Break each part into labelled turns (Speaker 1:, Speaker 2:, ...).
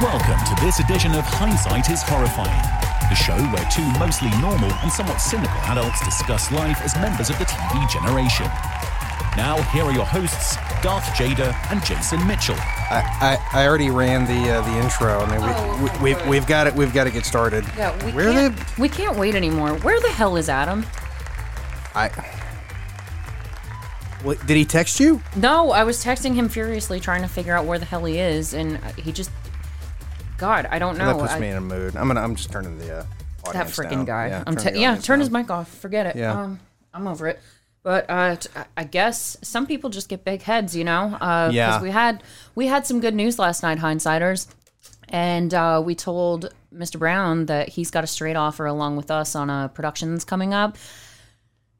Speaker 1: Welcome to this edition of Hindsight is Horrifying, the show where two mostly normal and somewhat cynical adults discuss life as members of the TV generation. Now, here are your hosts, Darth Jada and Jason Mitchell.
Speaker 2: I, I, I already ran the uh, the intro. I mean, we,
Speaker 3: Oh,
Speaker 2: we,
Speaker 3: my
Speaker 2: we've,
Speaker 3: word.
Speaker 2: we've got it. We've got to get started.
Speaker 3: Yeah, we
Speaker 2: Where
Speaker 3: can't.
Speaker 2: the
Speaker 3: We can't wait anymore. Where the hell is Adam?
Speaker 2: I. What, did he text you?
Speaker 3: No, I was texting him furiously, trying to figure out where the hell he is, and uh, he just. God, I don't know.
Speaker 2: that puts
Speaker 3: I-
Speaker 2: me in a mood. I'm gonna. I'm just turning the. Uh,
Speaker 3: that
Speaker 2: audience
Speaker 3: freaking
Speaker 2: down.
Speaker 3: guy.
Speaker 2: Yeah,
Speaker 3: I'm
Speaker 2: turn,
Speaker 3: t-
Speaker 2: the
Speaker 3: yeah.
Speaker 2: audience
Speaker 3: Turn
Speaker 2: down.
Speaker 3: his mic off. Forget it.
Speaker 2: Yeah.
Speaker 3: Um, I'm over it. But uh, t- I- I guess some people just get big heads, you know. Uh, 'cause
Speaker 2: Yeah.
Speaker 3: We had we had some good news last night, hindsighters, and uh, we told Mr. Brown that he's got a straight offer along with us on a production that's coming up.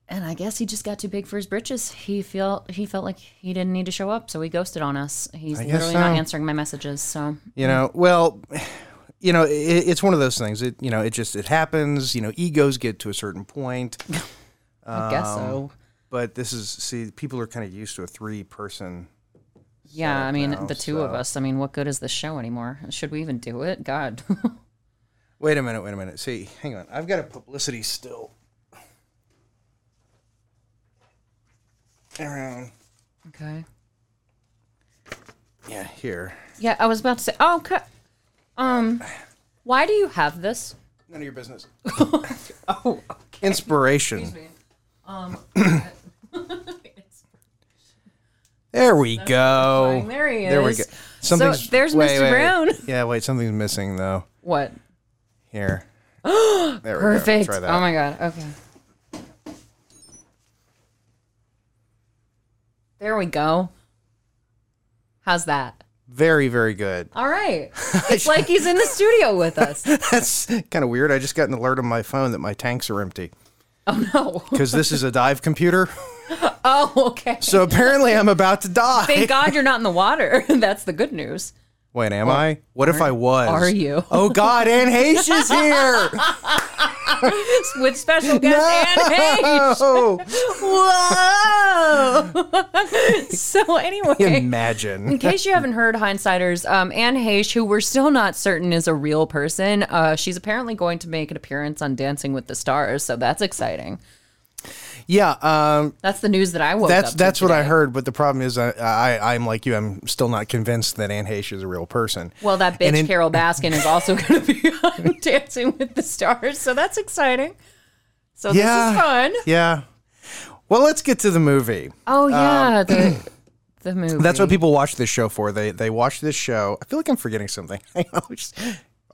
Speaker 3: And I guess he just got too big for his britches. He felt he felt like he didn't need to show up, so he ghosted on us. He's
Speaker 2: guess
Speaker 3: literally not
Speaker 2: so.
Speaker 3: answering my messages. So
Speaker 2: You know, well, you know, it, it's one of those things. It you know, it just it happens. You know, egos get to a certain point.
Speaker 3: I guess
Speaker 2: Um,
Speaker 3: so.
Speaker 2: But this is see, people are kind of used to a three person.
Speaker 3: Yeah, I mean,
Speaker 2: now,
Speaker 3: the two of us. I mean, what good is this show anymore? Should we even do it? God.
Speaker 2: Wait a minute. Wait a minute. See, hang on. I've got a publicity still. Around.
Speaker 3: okay.
Speaker 2: Yeah, here.
Speaker 3: Yeah, I was about to say. Oh, okay. Um, why do you have this?
Speaker 2: None of your business.
Speaker 3: Oh,
Speaker 2: Inspiration.
Speaker 3: me. um,
Speaker 2: There we go.
Speaker 3: fine. There he
Speaker 2: There we
Speaker 3: is.
Speaker 2: go.
Speaker 3: So,
Speaker 2: Something's,
Speaker 3: there's Mr. Brown.
Speaker 2: Yeah, wait, something's missing though.
Speaker 3: what?
Speaker 2: Here. there we
Speaker 3: Perfect.
Speaker 2: Go. Try that.
Speaker 3: Oh my god. Okay. There we go. How's that?
Speaker 2: Very, very good.
Speaker 3: All right. It's like he's in the studio with us.
Speaker 2: That's kind of weird. I just got an alert on my phone that my tanks are empty
Speaker 3: Oh no.
Speaker 2: because this is a dive computer.
Speaker 3: Oh, okay.
Speaker 2: So apparently I'm about to die.
Speaker 3: Thank God you're not in the water. That's the good news.
Speaker 2: Wait, am I? What if I was?
Speaker 3: Oh, are you?
Speaker 2: Oh God, Anne Heche is here.
Speaker 3: With special guest Anne Hayes.
Speaker 2: oh,
Speaker 3: Whoa. so anyway, in
Speaker 2: imagine.
Speaker 3: case you haven't heard Hindsiders, um, Anne Hayes, who we're still not certain is a real person, uh, she's apparently going to make an appearance on Dancing with the Stars, so that's exciting.
Speaker 2: Yeah, um,
Speaker 3: That's the news that I woke
Speaker 2: That's
Speaker 3: up to
Speaker 2: that's what I
Speaker 3: today.
Speaker 2: heard, but the problem is I, I I'm like you. I'm still not convinced that Anne Heche is a real person.
Speaker 3: Well, that bitch
Speaker 2: And in-
Speaker 3: Carol Baskin is also going to be on Dancing with the Stars, so that's exciting. So this is fun.
Speaker 2: Yeah. Well, let's get to the movie.
Speaker 3: Oh yeah, the the movie.
Speaker 2: Um, That's what people watch this show for. They they watch this show. I feel like I'm forgetting something. Hang on, we just-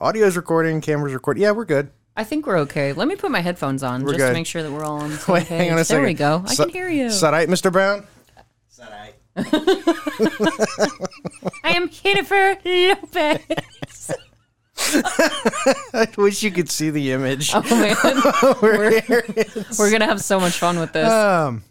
Speaker 2: Audio's recording, cameras recording. Yeah, we're good.
Speaker 3: I think we're okay. Let me put my headphones on just
Speaker 2: good.
Speaker 3: to make sure that we're all on the same
Speaker 2: Wait,
Speaker 3: page.
Speaker 2: hang on a second.
Speaker 3: There we go. I
Speaker 2: So-
Speaker 3: can hear you.
Speaker 2: Is that right, Mr. Brown?
Speaker 3: I am Jennifer Lopez.
Speaker 2: I wish you could see the image.
Speaker 3: Oh man, we're, we're gonna have so much fun with this.
Speaker 2: Um,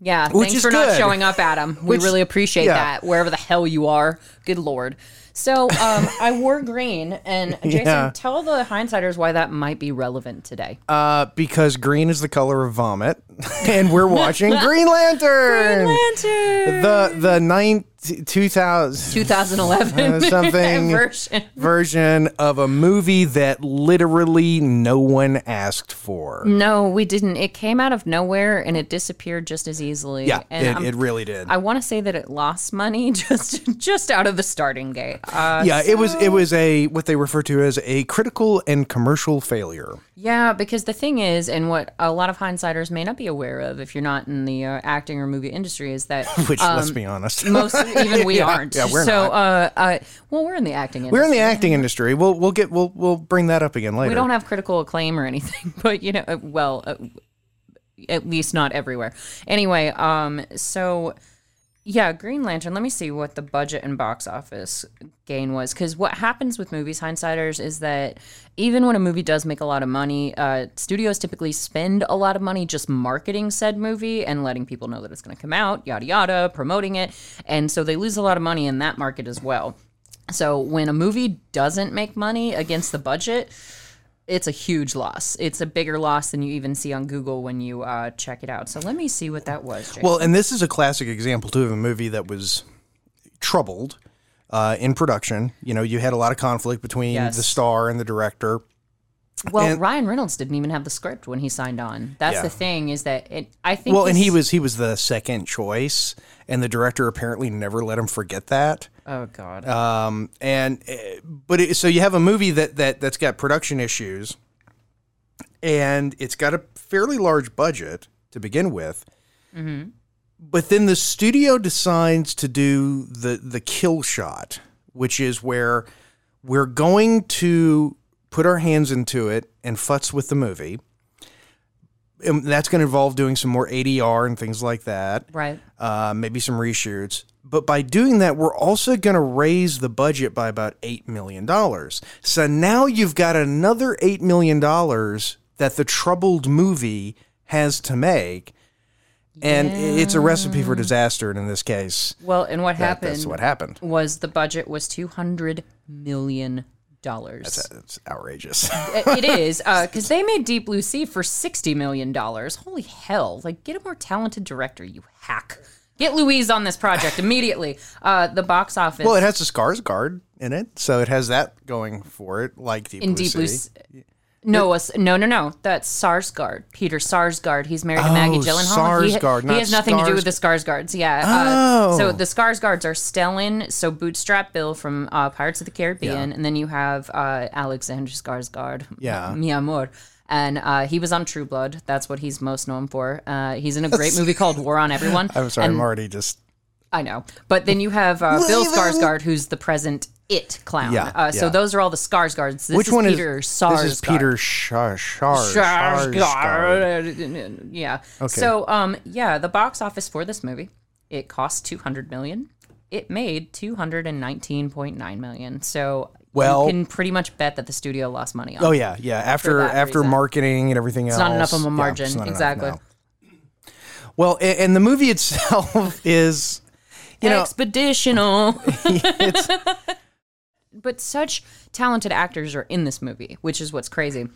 Speaker 3: yeah,
Speaker 2: which
Speaker 3: thanks
Speaker 2: is
Speaker 3: for not
Speaker 2: good.
Speaker 3: showing up, Adam.
Speaker 2: Which-
Speaker 3: we really appreciate
Speaker 2: yeah.
Speaker 3: that. Wherever the hell you are, good lord. So um, I wore green, and Jason,
Speaker 2: Yeah.
Speaker 3: tell the hindsiders why that might be relevant today.
Speaker 2: uh, because green is the color of vomit, and we're watching Green Lantern.
Speaker 3: Lantern,
Speaker 2: The the nine two thousand
Speaker 3: 2011
Speaker 2: Uh, something-
Speaker 3: version.
Speaker 2: version of a movie that literally no one asked for.
Speaker 3: No, we didn't. It came out of nowhere and it disappeared just as easily.
Speaker 2: Yeah,
Speaker 3: and
Speaker 2: it,
Speaker 3: I'm-
Speaker 2: it really did.
Speaker 3: I want to say that it lost money just just out of the starting gate. Uh,
Speaker 2: yeah, it was it was a what they refer to as a critical and commercial failure.
Speaker 3: yeah, because the thing is, and what a lot of hindsighters may not be aware of, if you're not in the uh, acting or movie industry, is that
Speaker 2: Which,
Speaker 3: Um,
Speaker 2: let's be honest,
Speaker 3: most even we
Speaker 2: Yeah,
Speaker 3: aren't.
Speaker 2: yeah, we're
Speaker 3: so,
Speaker 2: not.
Speaker 3: Uh, uh, well, we're in the acting industry.
Speaker 2: we're in the acting industry. We'll we'll get we'll we'll bring that up again later.
Speaker 3: we don't have critical acclaim or anything, but you know, uh, well, uh, at least not everywhere. Anyway, um, so yeah, Green Lantern. Let me see what the budget and box office gain was, because what happens with movies, hindsighters, is that even when a movie does make a lot of money, uh, studios typically spend a lot of money just marketing said movie and letting people know that it's going to come out, yada yada, promoting it, and so they lose a lot of money in that market as well. So when a movie doesn't make money against the budget, it's a huge loss. It's a bigger loss than you even see on Google when you uh, check it out. So let me see what that was. Jason.
Speaker 2: well, and this is a classic example too of a movie that was troubled uh, in production. You know, you had a lot of conflict between
Speaker 3: Yes.
Speaker 2: the star and the director.
Speaker 3: Well,
Speaker 2: And-
Speaker 3: Ryan Reynolds didn't even have the script when he signed on. That's
Speaker 2: Yeah.
Speaker 3: the thing is that it, I think.
Speaker 2: Well, and he
Speaker 3: he's-
Speaker 2: was he was the second choice, and the director apparently never let him forget that.
Speaker 3: Oh God.
Speaker 2: Um, and uh, but it, so you have a movie that that that's got production issues, and it's got a fairly large budget to begin with. But then the studio decides to do the the kill shot, which is where we're going to put our hands into it and futz with the movie. And that's going to involve doing some more ADR and things like that
Speaker 3: right.
Speaker 2: uh, maybe some reshoots. But by doing that, we're also going to raise the budget by about $8 million. So now you've got another $8 million that the troubled movie has to make. And it's a recipe for disaster. And in this case,
Speaker 3: Well, and what
Speaker 2: that-
Speaker 3: happened?
Speaker 2: that's what happened.
Speaker 3: Was the budget was two hundred million dollars?
Speaker 2: It's outrageous.
Speaker 3: it is because they made Deep Blue Sea for sixty million dollars. Holy hell! Like, get a more talented director, you hack. Get Louise on this project immediately. Uh, the box office
Speaker 2: well, it has the scars guard in it. So it has that going for it, like Deep
Speaker 3: in
Speaker 2: Blue
Speaker 3: Deep Blue.
Speaker 2: Sea.
Speaker 3: S- No, us- no, no, no. That's Sarsgaard, Peter Sarsgaard. He's married to Maggie
Speaker 2: Oh,
Speaker 3: Gyllenhaal. He-
Speaker 2: Sarsgaard,
Speaker 3: he,
Speaker 2: not
Speaker 3: has nothing to do
Speaker 2: Skars-
Speaker 3: with the Skarsgårds. Yeah. Uh,
Speaker 2: Oh.
Speaker 3: so the Skarsgårds are Stellan, so Bootstrap Bill from uh, Pirates of the Caribbean, and then you have uh, Alexander Skarsgård.
Speaker 2: Yeah.
Speaker 3: Mi amor. And uh, he was on True Blood. That's what he's most known for. Uh, he's in a great movie called War on Everyone.
Speaker 2: I'm sorry,
Speaker 3: And-
Speaker 2: I'm already just.
Speaker 3: I know. But then you have uh, Bill
Speaker 2: Leave him.
Speaker 3: Skarsgård, who's the present it clown.
Speaker 2: Yeah,
Speaker 3: uh, So
Speaker 2: yeah.
Speaker 3: those are all the Skarsgårds. This
Speaker 2: Which
Speaker 3: is
Speaker 2: one is
Speaker 3: Peter Sarsgaard.
Speaker 2: This is Peter Shar Shar Skarsgård.
Speaker 3: Skarsgård. Yeah. So, um, yeah, the box office for this movie, it cost 200 million. It made 219.9 million. So,
Speaker 2: Well-
Speaker 3: you can pretty much bet that the studio lost money on.
Speaker 2: Oh
Speaker 3: it.
Speaker 2: yeah, yeah. After
Speaker 3: that
Speaker 2: after
Speaker 3: reason.
Speaker 2: marketing and everything
Speaker 3: It's
Speaker 2: else,
Speaker 3: not enough of
Speaker 2: yeah,
Speaker 3: a
Speaker 2: it's
Speaker 3: margin.
Speaker 2: not enough,
Speaker 3: exactly.
Speaker 2: no. Well, a- and, the movie itself is, you know,
Speaker 3: Expeditional.
Speaker 2: it's
Speaker 3: but such talented actors are in this movie, which is what's crazy.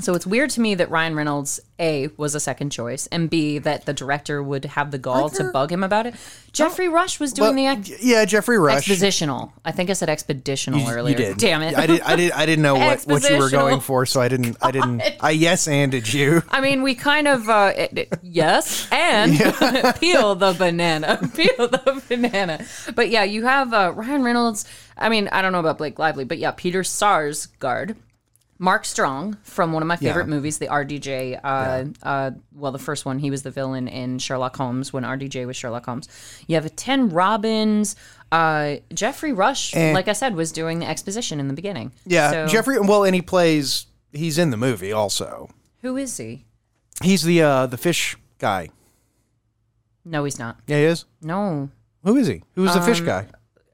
Speaker 3: So it's weird to me that Ryan Reynolds A was a second choice and B that the director would have the gall to bug him about it. Jeffrey Rush was doing
Speaker 2: Oh, well,
Speaker 3: the ex-
Speaker 2: yeah, Jeffrey Rush.
Speaker 3: expositional. I think I said expeditional
Speaker 2: You
Speaker 3: earlier.
Speaker 2: did.
Speaker 3: Damn it.
Speaker 2: I did. I did. I didn't know what, what you were
Speaker 3: Expositional.
Speaker 2: going for, so I didn't. I didn't. I yes anded you.
Speaker 3: I mean, we kind of uh, it- it- yes, and peel the banana, peel the banana. But yeah, you have uh, Ryan Reynolds. I mean, I don't know about Blake Lively, but yeah, Peter Sarsgaard, Mark Strong from one of my favorite
Speaker 2: Yeah.
Speaker 3: movies, the RDJ. Uh, uh, well, the first one, he was the villain in Sherlock Holmes when RDJ was Sherlock Holmes. You have Ten Robbins. Uh, Jeffrey Rush, like I said, was doing the exposition in the beginning.
Speaker 2: Eh. Yeah,
Speaker 3: So,
Speaker 2: Jeffrey. Well, and he plays. He's in the movie also.
Speaker 3: Who is he?
Speaker 2: He's the uh the fish guy.
Speaker 3: No, he's not.
Speaker 2: Yeah, he is.
Speaker 3: No,
Speaker 2: Who is he? Who's the
Speaker 3: Um,
Speaker 2: fish guy?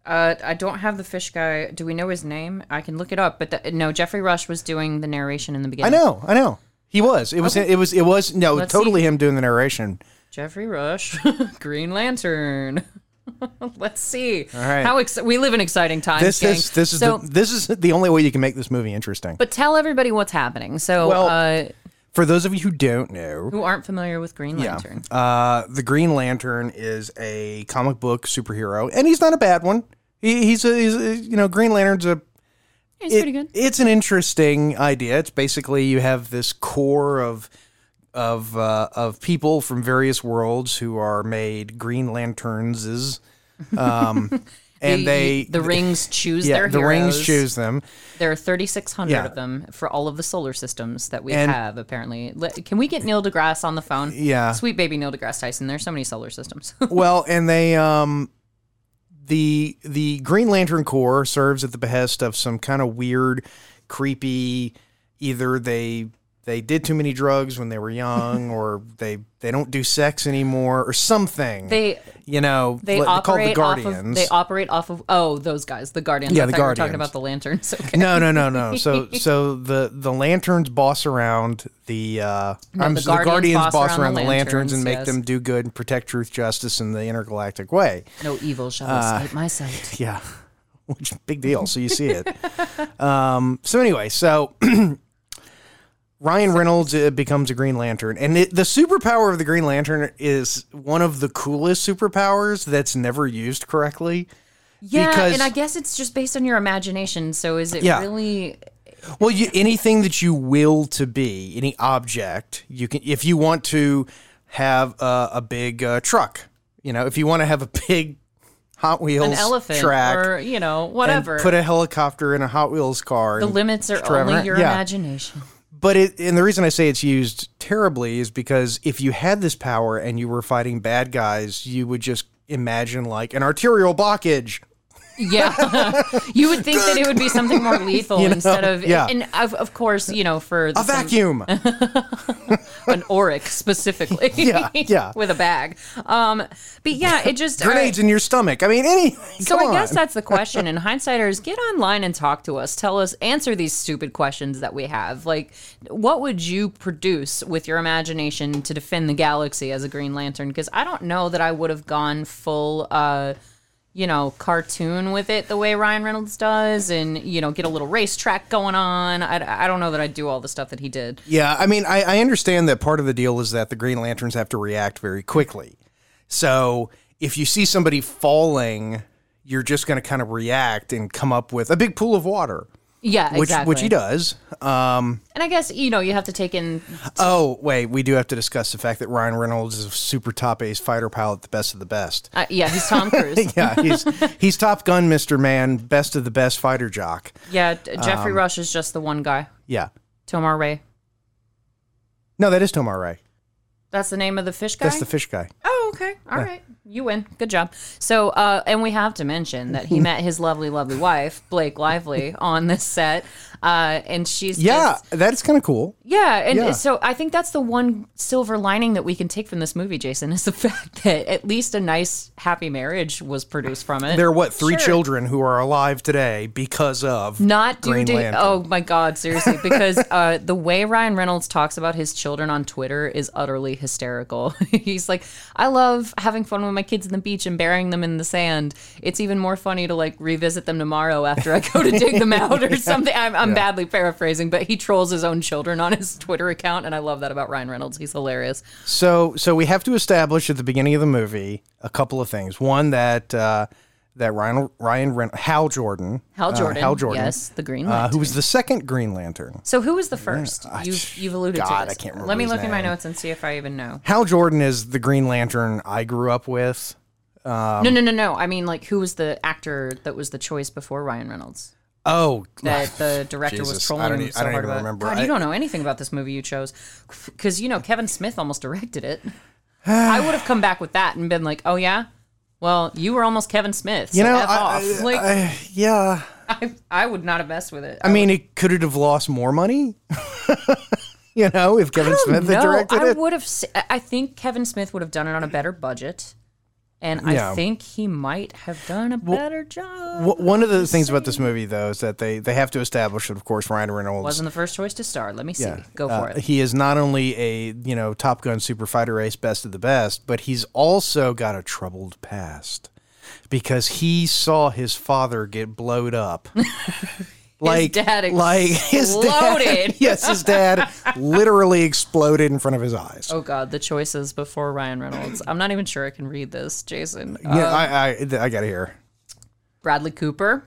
Speaker 3: Uh, I don't have the fish guy. Do we know his name? I can look it up. But the, no, Jeffrey Rush was doing the narration in the
Speaker 2: I
Speaker 3: beginning.
Speaker 2: know. I know. He was. It was. It was. It was. No,
Speaker 3: Let's
Speaker 2: totally him doing the narration.
Speaker 3: Jeffrey Rush, Green Lantern. Let's see. All
Speaker 2: right.
Speaker 3: How ex- we live in exciting times.
Speaker 2: this
Speaker 3: gang.
Speaker 2: is this is
Speaker 3: so.
Speaker 2: the, this is the only way you can make this movie interesting.
Speaker 3: but tell everybody what's happening. So,
Speaker 2: Well-
Speaker 3: uh,
Speaker 2: For those of you who don't know,
Speaker 3: who aren't familiar with Green Lantern,
Speaker 2: uh, the Green Lantern is a comic book superhero, and he's not a bad one. He, he's a he's a, you know Green Lantern's a
Speaker 3: he's
Speaker 2: it-
Speaker 3: pretty good.
Speaker 2: It's an interesting idea. It's basically you have this core of of uh, of people from various worlds who are made Green Lanterns, um, and
Speaker 3: The-
Speaker 2: they
Speaker 3: the rings choose
Speaker 2: yeah
Speaker 3: their
Speaker 2: the
Speaker 3: heroes.
Speaker 2: rings choose them.
Speaker 3: There are 3,600
Speaker 2: Yeah.
Speaker 3: of them for all of the solar systems that we
Speaker 2: And-
Speaker 3: have, apparently. Le- Can we get Neil deGrasse on the phone?
Speaker 2: Yeah.
Speaker 3: Sweet baby Neil deGrasse Tyson. There's so many solar systems.
Speaker 2: well, and they um the the Green Lantern Corps serves at the behest of some kind of weird, creepy either they they did too many drugs when they were young or they they don't do sex anymore or something.
Speaker 3: they
Speaker 2: you know,
Speaker 3: they
Speaker 2: like- they're
Speaker 3: operate
Speaker 2: called the
Speaker 3: Off of,
Speaker 2: Guardians.
Speaker 3: they operate off of oh those guys the guardians.
Speaker 2: Yeah,
Speaker 3: I
Speaker 2: the
Speaker 3: thought you were talking
Speaker 2: Guardians.
Speaker 3: about the lanterns. Okay.
Speaker 2: no, no, no, no. So, so the the lanterns boss around the uh, I'm
Speaker 3: the
Speaker 2: sorry, the
Speaker 3: Guardians
Speaker 2: guardians
Speaker 3: boss
Speaker 2: boss
Speaker 3: around
Speaker 2: around
Speaker 3: the
Speaker 2: the lanterns, and
Speaker 3: lanterns,
Speaker 2: make
Speaker 3: yes.
Speaker 2: them do good and protect truth, justice, in the intergalactic way.
Speaker 3: No evil shall
Speaker 2: Uh,
Speaker 3: escape my sight.
Speaker 2: Yeah. Which big deal. So you see it. um, so anyway, so Ryan Reynolds uh, becomes a Green Lantern, and it, the superpower of the Green Lantern is one of the coolest superpowers that's never used correctly.
Speaker 3: Yeah,
Speaker 2: because
Speaker 3: and I guess it's just based on your imagination. So is it
Speaker 2: Yeah.
Speaker 3: really?
Speaker 2: well, you, anything that you will to be, any object, you can if you want to have a, a big uh, truck, you know, if you want to have a big Hot Wheels
Speaker 3: An elephant,
Speaker 2: track,
Speaker 3: or you know,
Speaker 2: and
Speaker 3: whatever.
Speaker 2: put a helicopter in a Hot Wheels car.
Speaker 3: the
Speaker 2: and
Speaker 3: limits are
Speaker 2: drive
Speaker 3: only
Speaker 2: around-
Speaker 3: your
Speaker 2: yeah.
Speaker 3: imagination.
Speaker 2: But it, and the reason I say it's used terribly is because if you had this power and you were fighting bad guys, you would just imagine like an arterial blockage.
Speaker 3: Yeah, you would think that it would be something more lethal instead of.
Speaker 2: yeah.
Speaker 3: and of, of course, you know, for
Speaker 2: A
Speaker 3: the- some-
Speaker 2: vacuum.
Speaker 3: an auric specifically.
Speaker 2: Yeah, yeah.
Speaker 3: with a bag. Um, but yeah, it just
Speaker 2: Grenades in your stomach. I mean, any.
Speaker 3: So
Speaker 2: come
Speaker 3: I guess
Speaker 2: on.
Speaker 3: that's the question. And hindsighters, get online and talk to us. Tell us, answer these stupid questions that we have. Like, what would you produce with your imagination to defend the galaxy as a Green Lantern? Because I don't know that I would have gone full, uh, you know, cartoon with it the way Ryan Reynolds does, and you know, get a little racetrack going on. I, I don't know that I'd do all the stuff that he did.
Speaker 2: Yeah, I mean, I, I understand that part of the deal is that the Green Lanterns have to react very quickly. So if you see somebody falling, you're just going to kind of react and come up with a big pool of water,
Speaker 3: Yeah,
Speaker 2: which
Speaker 3: exactly.
Speaker 2: which he does. Um,
Speaker 3: And I guess you know you have to take in.
Speaker 2: Oh wait, we do have to discuss the fact that Ryan Reynolds is a super top ace fighter pilot, the best of the best.
Speaker 3: Uh, yeah, he's Tom Cruise.
Speaker 2: Yeah, he's he's Top Gun, Mister Man, best of the best fighter jock.
Speaker 3: yeah, Jeffrey
Speaker 2: Um,
Speaker 3: Rush is just the one guy.
Speaker 2: Yeah,
Speaker 3: Tomar Ray.
Speaker 2: no, that is Tomar Ray.
Speaker 3: That's the name of the fish guy.
Speaker 2: That's the fish guy.
Speaker 3: oh, okay. All right. You win. Good job. So, uh, and we have to mention that he met his lovely, lovely wife, Blake Lively, on this set, uh, and she's
Speaker 2: Yeah,
Speaker 3: just-
Speaker 2: that's kind of cool.
Speaker 3: yeah, and
Speaker 2: Yeah.
Speaker 3: so I think that's the one silver lining that we can take from this movie, Jason, is the fact that at least a nice, happy marriage was produced from it.
Speaker 2: There are what three
Speaker 3: Sure.
Speaker 2: children who are alive today because of
Speaker 3: Not due
Speaker 2: Green
Speaker 3: date.
Speaker 2: Lantern.
Speaker 3: Oh my God, seriously. Because uh, the way Ryan Reynolds talks about his children on Twitter is utterly hysterical. He's like, I love having fun with my kids in the beach and burying them in the sand. It's even more funny to like revisit them tomorrow after I go to dig them out or something. I'm, I'm badly paraphrasing, but he trolls his own children on his Twitter account. And I love that about Ryan Reynolds. He's hilarious.
Speaker 2: So, so we have to establish at the beginning of the movie a couple of things. One that uh, that Ryan Ryan Ren- Hal Jordan,
Speaker 3: Hal
Speaker 2: uh,
Speaker 3: Jordan.
Speaker 2: Hal Jordan,
Speaker 3: Yes, the Green
Speaker 2: uh,
Speaker 3: Lantern.
Speaker 2: who was the second Green Lantern.
Speaker 3: so who was the first? You've, you've alluded
Speaker 2: God,
Speaker 3: to this.
Speaker 2: I can't remember
Speaker 3: Let me
Speaker 2: his
Speaker 3: look in my
Speaker 2: name.
Speaker 3: notes and see if I even know.
Speaker 2: Hal Jordan is the Green Lantern I grew up with.
Speaker 3: no, no, no, no. I mean, like, who was the actor that was the choice before Ryan Reynolds?
Speaker 2: Oh,
Speaker 3: That the director was
Speaker 2: Jesus,
Speaker 3: trolling
Speaker 2: I don't
Speaker 3: him
Speaker 2: e- I
Speaker 3: so
Speaker 2: don't
Speaker 3: hard
Speaker 2: even
Speaker 3: about.
Speaker 2: remember.
Speaker 3: God,
Speaker 2: I-
Speaker 3: you don't know anything about this movie you chose, because you know Kevin Smith almost directed it. I would have come back with that and been like, "Oh yeah, well, you were almost Kevin Smith." So
Speaker 2: you know,
Speaker 3: F
Speaker 2: I,
Speaker 3: off.
Speaker 2: I-
Speaker 3: like, I,
Speaker 2: I- yeah.
Speaker 3: I, would not have messed with it.
Speaker 2: I mean, it could it have lost more money? you know, if Kevin Smith had
Speaker 3: no,
Speaker 2: directed
Speaker 3: I
Speaker 2: it.
Speaker 3: would have. s- I think Kevin Smith would have done it on a better budget, and
Speaker 2: Yeah.
Speaker 3: I think he might have done a better job.
Speaker 2: W- One of the things about this movie, though, is that they, they have to establish that, of course, Ryan Reynolds
Speaker 3: Wasn't the first choice to star. Let me see.
Speaker 2: Yeah.
Speaker 3: Go
Speaker 2: Uh,
Speaker 3: for it.
Speaker 2: He is not only a you know Top Gun super fighter ace, best of the best, but he's also got a troubled past because he saw his father get blowed up. Like
Speaker 3: dad
Speaker 2: like his dad,
Speaker 3: exploded.
Speaker 2: yes, his dad literally exploded in front of his eyes.
Speaker 3: Oh God, the choices before Ryan Reynolds. I'm not even sure I can read this, Jason. Uh,
Speaker 2: yeah, I, I, th- I got to hear.
Speaker 3: Bradley Cooper.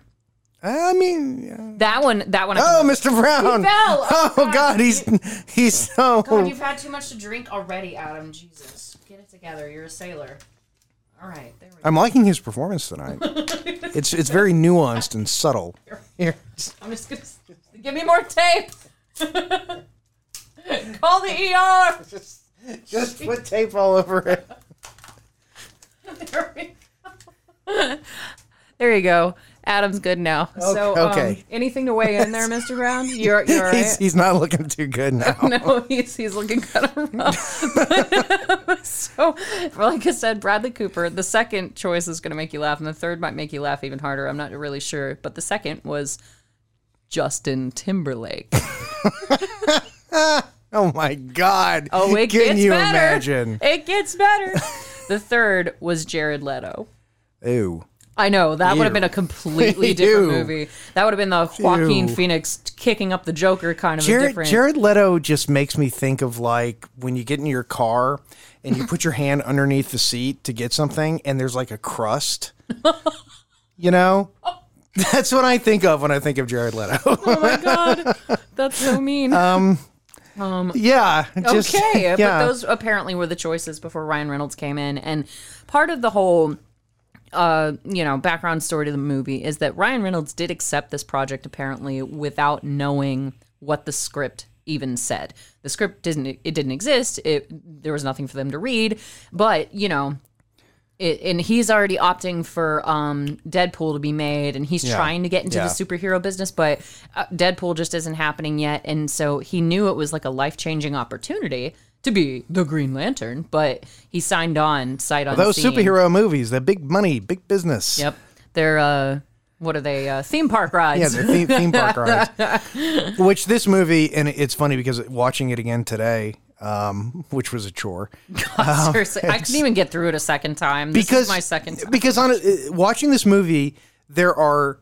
Speaker 2: I mean, yeah.
Speaker 3: That one. That one. I
Speaker 2: oh,
Speaker 3: can-
Speaker 2: Mr. Brown.
Speaker 3: fell.
Speaker 2: Oh, God, he's he's so.
Speaker 3: God, you've had too much to drink already, Adam. Jesus, get it together. You're a sailor. All right, there we go.
Speaker 2: I'm liking his performance tonight. it's it's very nuanced and subtle.
Speaker 3: I'm just gonna s- give me more tape. Call the ER.
Speaker 2: Just put tape all over it.
Speaker 3: There we go. There you go. Adam's good now. so, um,
Speaker 2: okay.
Speaker 3: anything to weigh in there, Mr. Brown? You're, you're all
Speaker 2: He's,
Speaker 3: right.
Speaker 2: he's not looking too good now.
Speaker 3: no, he's he's looking kind of rough. so, like I said, Bradley Cooper. The second choice is going to make you laugh, and the third might make you laugh even harder. I'm not really sure, but the second was Justin Timberlake.
Speaker 2: Oh my God!
Speaker 3: Oh, it
Speaker 2: Can
Speaker 3: gets
Speaker 2: you
Speaker 3: better.
Speaker 2: imagine?
Speaker 3: It gets better. the third was Jared Leto.
Speaker 2: Ew.
Speaker 3: I know that would have
Speaker 2: Ew.
Speaker 3: been a completely different
Speaker 2: Ew.
Speaker 3: movie. That would have been the Joaquin
Speaker 2: Ew.
Speaker 3: Phoenix kicking up the Joker kind of a
Speaker 2: Jared,
Speaker 3: different.
Speaker 2: Jared Leto just makes me think of like when you get in your car and you put your hand underneath the seat to get something, and there's like a crust. You know, that's what I think of when I think of Jared Leto.
Speaker 3: Oh my god, that's so mean.
Speaker 2: yeah. Just,
Speaker 3: okay,
Speaker 2: yeah.
Speaker 3: uh, but those apparently were the choices before Ryan Reynolds came in, and part of the whole, uh, you know, background story to the movie is that Ryan Reynolds did accept this project apparently without knowing what the script even said. The script didn't it didn't exist. It there was nothing for them to read, but you know. It, and he's already opting for um, Deadpool to be made, and he's trying to get into
Speaker 2: Yeah.
Speaker 3: the superhero business, but uh, Deadpool just isn't happening yet. And so he knew it was like a life changing opportunity to be the Green Lantern, but he signed on sight unseen.
Speaker 2: Those superhero movies, they're big money, big business.
Speaker 3: Yep. They're, uh, what are they? Uh, theme park rides.
Speaker 2: Yeah, the theme, theme park rides. Which this movie, and it's funny because watching it again today, um, which was a chore.
Speaker 3: Seriously, I couldn't even get through it a second time. This
Speaker 2: oh, because
Speaker 3: is my second time.
Speaker 2: Because on it- watching this movie, there are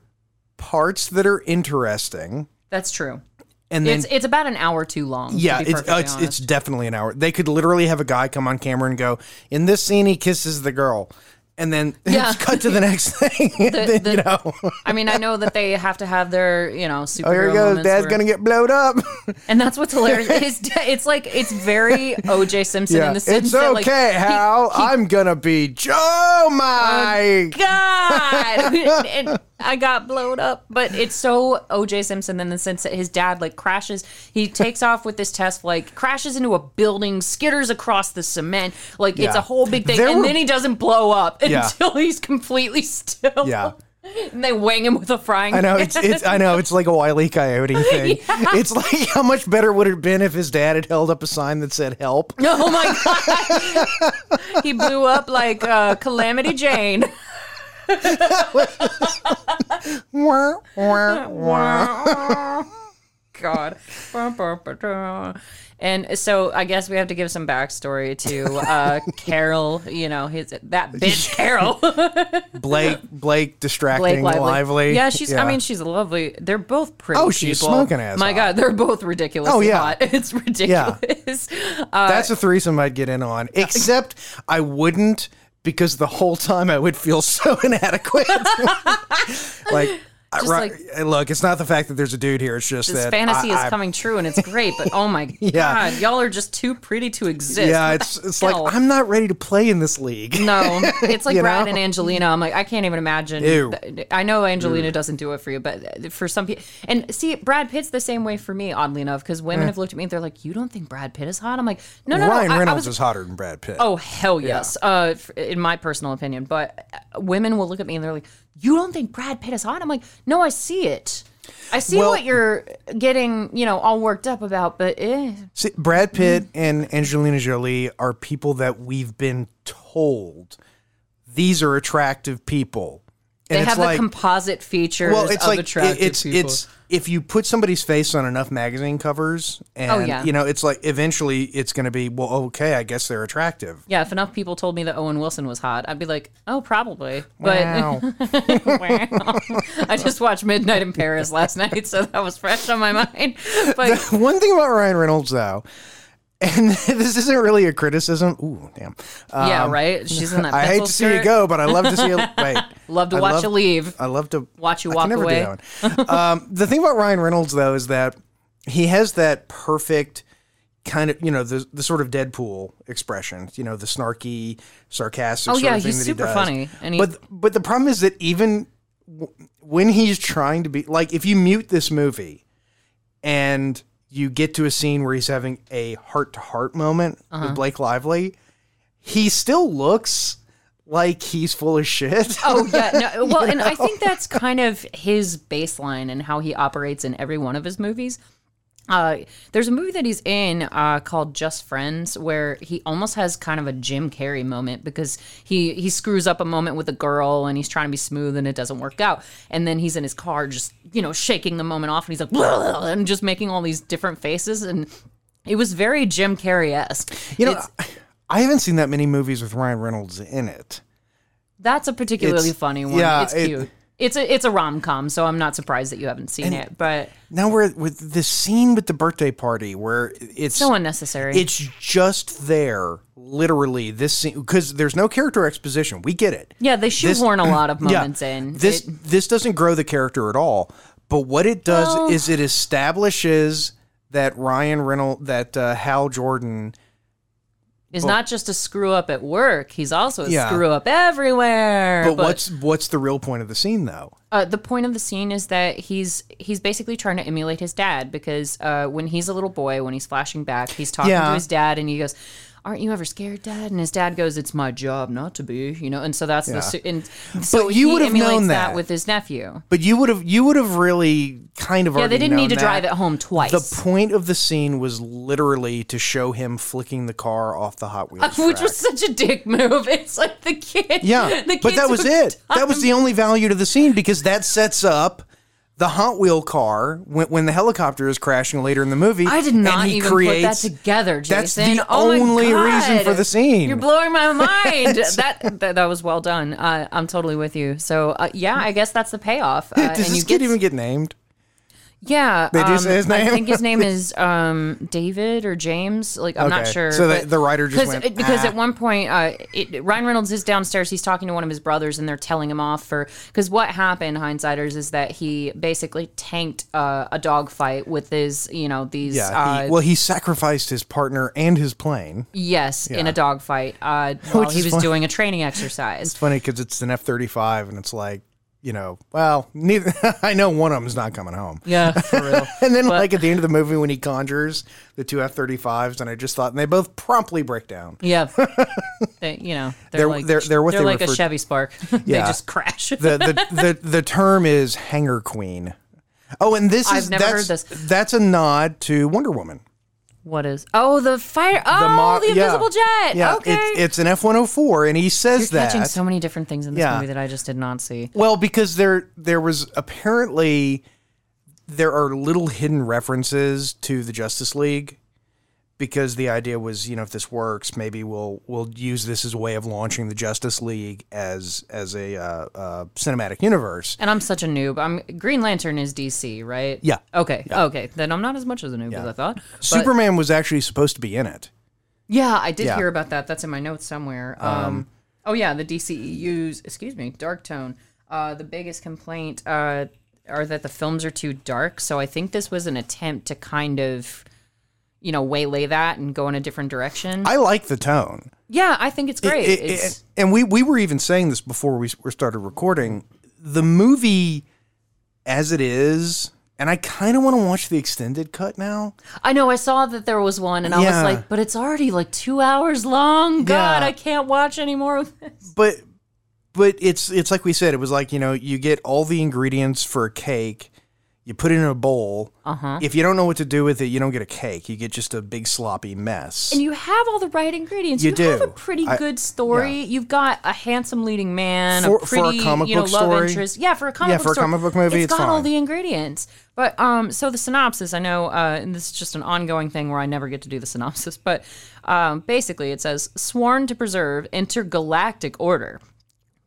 Speaker 2: parts that are interesting,
Speaker 3: That's true.
Speaker 2: and then
Speaker 3: It's it's about an hour too long. to
Speaker 2: yeah,
Speaker 3: be
Speaker 2: it's
Speaker 3: perfectly
Speaker 2: uh, it's, it's
Speaker 3: honest.
Speaker 2: definitely an hour. They could literally have a guy come on camera and go, "In this scene, he kisses the girl." And then
Speaker 3: Yeah.
Speaker 2: it's cut to the next thing. and
Speaker 3: The-
Speaker 2: then,
Speaker 3: the-
Speaker 2: you know,
Speaker 3: I mean, I know that they have to have their you know superhero
Speaker 2: oh, here he goes.
Speaker 3: moments
Speaker 2: Dad's
Speaker 3: where-
Speaker 2: gonna get blowed up.
Speaker 3: And that's what's hilarious. His da- it's like it's very OJ Simpson in the sense
Speaker 2: it's
Speaker 3: that
Speaker 2: okay,
Speaker 3: like he- Um,
Speaker 2: Hal. I'm gonna be Joe Mike.
Speaker 3: God, and I got blown up. But it's so OJ Simpson in the sense that his dad like crashes. He takes off with this test like crashes into a building, skitters across the cement. Like it's
Speaker 2: Yeah.
Speaker 3: a whole big thing,
Speaker 2: There
Speaker 3: and
Speaker 2: were-
Speaker 3: then he doesn't blow up
Speaker 2: Yeah.
Speaker 3: until he's completely still.
Speaker 2: Yeah.
Speaker 3: and they wang him with a frying.
Speaker 2: I know it's, it's I know it's like a wily coyote thing. It's like how much better would it have been if his dad had held up a sign that said help?
Speaker 3: Oh my god! he blew up like uh, Calamity Jane.
Speaker 2: Wah, wah, wah.
Speaker 3: God. And so I guess we have to give some backstory to uh, Carol. You know, his that bitch Carol.
Speaker 2: Blake Blake distracting lively.
Speaker 3: Yeah, she's. I mean, she's lovely. They're both pretty.
Speaker 2: Oh, she's
Speaker 3: people.
Speaker 2: smoking ass
Speaker 3: My
Speaker 2: hot.
Speaker 3: God, they're both ridiculous.
Speaker 2: Oh, yeah.
Speaker 3: hot. it's ridiculous. Uh,
Speaker 2: that's a threesome I'd get in on. Except I wouldn't because the whole time I would feel so inadequate. like, I,
Speaker 3: Just
Speaker 2: right,
Speaker 3: like-
Speaker 2: look, it's not the fact that there's a dude here. It's just
Speaker 3: this
Speaker 2: that
Speaker 3: fantasy
Speaker 2: I-
Speaker 3: is
Speaker 2: I-
Speaker 3: coming true, and it's great. But oh my
Speaker 2: Yeah.
Speaker 3: God, y'all are just too pretty to exist.
Speaker 2: Yeah,
Speaker 3: What
Speaker 2: it's
Speaker 3: the
Speaker 2: it's
Speaker 3: hell?
Speaker 2: like I'm not ready to play in this league.
Speaker 3: No, it's like
Speaker 2: You
Speaker 3: Brad
Speaker 2: know?
Speaker 3: and Angelina. I'm like, I can't even imagine.
Speaker 2: Ew.
Speaker 3: th- I know Angelina doesn't do it for you, but for some people, and see, Brad Pitt's the same way for me, oddly enough, because women have looked at me and they're like, "You don't think Brad Pitt is hot?" I'm like, "No, no,
Speaker 2: Eh. Ryan
Speaker 3: no." I- I
Speaker 2: Reynolds
Speaker 3: was-
Speaker 2: is hotter than Brad Pitt.
Speaker 3: Oh hell yes, uh, f- in my personal opinion. But uh, women will look at me and they're like, "You don't think Brad Pitt is hot?" I'm like, "No, I see it. I see
Speaker 2: Well-
Speaker 3: what you're getting, you know, all worked up about." But eh.
Speaker 2: See, Brad Pitt and Angelina Jolie are people that we've been told these are attractive people. And
Speaker 3: they
Speaker 2: it's
Speaker 3: have
Speaker 2: like,
Speaker 3: the composite features
Speaker 2: well, it's
Speaker 3: of
Speaker 2: like
Speaker 3: attractive
Speaker 2: it's
Speaker 3: people.
Speaker 2: it's if you put somebody's face on enough magazine covers, and
Speaker 3: Oh, yeah.
Speaker 2: you know, it's like eventually it's going to be well, okay, I guess they're attractive.
Speaker 3: Yeah, if enough people told me that Owen Wilson was hot, I'd be like, oh, probably. But
Speaker 2: Wow.
Speaker 3: I just watched Midnight in Paris last night, so that was fresh on my mind. But
Speaker 2: One thing about Ryan Reynolds, though, and this isn't really a criticism. Ooh, damn.
Speaker 3: yeah, right? She's in that.
Speaker 2: Um, I hate
Speaker 3: pencil
Speaker 2: to see you
Speaker 3: skirt.
Speaker 2: go, but I love to see you. Wait,
Speaker 3: Love to
Speaker 2: I
Speaker 3: watch you leave.
Speaker 2: I love to
Speaker 3: Watch you
Speaker 2: I can
Speaker 3: walk
Speaker 2: never do
Speaker 3: away.
Speaker 2: that one. um, the thing about Ryan Reynolds though is that he has that perfect kind of you know the the sort of Deadpool expression. You know the snarky, sarcastic.
Speaker 3: Oh,
Speaker 2: sort
Speaker 3: yeah,
Speaker 2: of thing
Speaker 3: he's
Speaker 2: that
Speaker 3: super
Speaker 2: he does.
Speaker 3: funny, and he-
Speaker 2: but but the problem is that even w- when he's trying to be like, if you mute this movie and you get to a scene where he's having a heart to heart moment
Speaker 3: Uh-huh.
Speaker 2: with Blake Lively, he still looks like he's full of shit.
Speaker 3: Oh, yeah. No, well, and I think that's kind of his baseline and how he operates in every one of his movies. Uh, there's a movie that he's in uh, called Just Friends where he almost has kind of a Jim Carrey moment because he he screws up a moment with a girl and he's trying to be smooth and it doesn't work out and then he's in his car just you know shaking the moment off and he's like "Blah," and just making all these different faces and it was very Jim Carrey esque.
Speaker 2: You know, I haven't seen that many movies with Ryan Reynolds in it.
Speaker 3: That's a particularly
Speaker 2: It's-
Speaker 3: funny one.
Speaker 2: yeah,
Speaker 3: it's
Speaker 2: it-
Speaker 3: cute. it's a it's a rom com, so I'm not surprised that you haven't seen it. But
Speaker 2: Now we're with the scene with the birthday party where it's
Speaker 3: so unnecessary.
Speaker 2: it's just there literally this scene because there's no character exposition. We get it.
Speaker 3: Yeah, they shoehorn a lot of
Speaker 2: Yeah.
Speaker 3: moments in.
Speaker 2: This
Speaker 3: Mm, It-
Speaker 2: this doesn't grow the character at all. But what it does
Speaker 3: Well-
Speaker 2: is it establishes that Ryan Reynolds, that uh, Hal Jordan,
Speaker 3: is not just a screw up at work. He's also a
Speaker 2: Yeah.
Speaker 3: screw up everywhere.
Speaker 2: but, what's what's the real point of the scene though?
Speaker 3: uh, the point of the scene is that he's he's basically trying to emulate his dad because uh, when he's a little boy, when he's flashing back, he's talking
Speaker 2: Yeah.
Speaker 3: to his dad and he goes, "Aren't you ever scared, Dad?" And his dad goes, "It's my job not to be," you know. And so that's the su- and so
Speaker 2: But you
Speaker 3: he
Speaker 2: would have
Speaker 3: emulates
Speaker 2: known that.
Speaker 3: with his nephew.
Speaker 2: But you would have you would have really kind of
Speaker 3: Yeah, they
Speaker 2: already
Speaker 3: didn't need
Speaker 2: known
Speaker 3: to
Speaker 2: that.
Speaker 3: drive it home twice.
Speaker 2: The point of the scene was literally to show him flicking the car off the Hot Wheels,
Speaker 3: which
Speaker 2: track.
Speaker 3: was such a dick move. It's like the kid.
Speaker 2: yeah.
Speaker 3: the
Speaker 2: but that
Speaker 3: kids
Speaker 2: was
Speaker 3: were
Speaker 2: it. That
Speaker 3: dumb.
Speaker 2: was the only value to the scene because that sets up the Hot Wheel car when, when the helicopter is crashing later in the movie.
Speaker 3: I did
Speaker 2: and
Speaker 3: not
Speaker 2: he
Speaker 3: even
Speaker 2: creates-
Speaker 3: put that together, Jason.
Speaker 2: That's the
Speaker 3: Oh my
Speaker 2: only reason
Speaker 3: God.
Speaker 2: for the scene.
Speaker 3: You're blowing my mind. that, that that was well done. Uh, I'm totally with you. So uh, yeah, I guess that's the payoff. Uh,
Speaker 2: Does this kid even get named?
Speaker 3: yeah.
Speaker 2: do
Speaker 3: um,
Speaker 2: say his
Speaker 3: I
Speaker 2: name?
Speaker 3: think his name is um, David or James. Like I'm not
Speaker 2: Okay.
Speaker 3: sure.
Speaker 2: So the-
Speaker 3: but-
Speaker 2: the writer just
Speaker 3: 'cause
Speaker 2: went,
Speaker 3: it- because
Speaker 2: "Ah."
Speaker 3: at one point uh, it, Ryan Reynolds is downstairs. He's talking to one of his brothers, and they're telling him off for because what happened, hindsighters, is that he basically tanked uh, a dog fight with his you know these
Speaker 2: Yeah.
Speaker 3: uh,
Speaker 2: he- well, he sacrificed his partner and his plane.
Speaker 3: Yes, in a dogfight uh, while
Speaker 2: Which
Speaker 3: he
Speaker 2: is
Speaker 3: was
Speaker 2: fun-
Speaker 3: doing a training exercise.
Speaker 2: It's funny because it's an F thirty five, and it's like you know, well, neither. I know one of them's not coming home.
Speaker 3: Yeah, for real.
Speaker 2: And then, like at the end of the movie, when he conjures the two F thirty fives, and I just thought, and they both promptly break down.
Speaker 3: Yeah, they, you know they're,
Speaker 2: They're-
Speaker 3: like
Speaker 2: they're- they're what they
Speaker 3: like a
Speaker 2: refer-
Speaker 3: Chevy Spark. they
Speaker 2: Yeah.
Speaker 3: just crash.
Speaker 2: The the the, the term is hanger queen. Oh, and this
Speaker 3: I've
Speaker 2: is
Speaker 3: never
Speaker 2: that's,
Speaker 3: heard this.
Speaker 2: that's a nod to Wonder Woman.
Speaker 3: what is? Oh, the fire! Oh, the,
Speaker 2: mo- yeah.
Speaker 3: invisible jet.
Speaker 2: Yeah,
Speaker 3: okay.
Speaker 2: it's, it's an F one hundred four, and he says
Speaker 3: You're
Speaker 2: that
Speaker 3: catching so many different things in this
Speaker 2: Yeah.
Speaker 3: movie that I just did not see.
Speaker 2: Well, because there there was apparently there are little hidden references to the Justice League because the idea was, you know, if this works, maybe we'll we'll use this as a way of launching the Justice League as as a uh, uh, cinematic universe.
Speaker 3: And I'm such a noob. I'm Green Lantern is DC, right?
Speaker 2: Yeah.
Speaker 3: Okay. Okay. Then I'm not as much as a noob as I thought. But-
Speaker 2: Superman was actually supposed to be in it.
Speaker 3: Yeah, I did
Speaker 2: Yeah.
Speaker 3: hear about that. That's in my notes somewhere. Um, oh yeah, the DCEU's excuse me, dark tone. Uh, the biggest complaint uh, are that the films are too dark. So I think this was an attempt to kind of, you know, waylay that and go in a different direction.
Speaker 2: I like the tone.
Speaker 3: yeah, I think it's great.
Speaker 2: It- it-
Speaker 3: it's,
Speaker 2: and we we were even saying this before we s- we started recording. The movie as it is, and I kind of want to watch the extended cut now.
Speaker 3: I know. I saw that there was one, and I
Speaker 2: Yeah.
Speaker 3: was like, but it's already like two hours long. God,
Speaker 2: Yeah.
Speaker 3: I can't watch any more of this.
Speaker 2: but but it's it's like we said it was like you know you get all the ingredients for a cake you put it in a bowl uh-huh. if you don't know what to do with it you don't get a cake you get just a big sloppy mess
Speaker 3: And you have all the right ingredients.
Speaker 2: You
Speaker 3: have a
Speaker 2: do.
Speaker 3: pretty
Speaker 2: I-
Speaker 3: good story. You've got a handsome leading man,
Speaker 2: For- for
Speaker 3: a
Speaker 2: a
Speaker 3: pretty
Speaker 2: comic
Speaker 3: you know,
Speaker 2: book
Speaker 3: love
Speaker 2: story?
Speaker 3: interest. Yeah, for a comic
Speaker 2: Yeah,
Speaker 3: book
Speaker 2: for a
Speaker 3: story.
Speaker 2: comic book movie, it's
Speaker 3: it's got all
Speaker 2: fine.
Speaker 3: the ingredients. But um, so the synopsis, I know, uh, and this is just an ongoing thing where I never get to do the synopsis. But um, basically, it says sworn to preserve intergalactic order.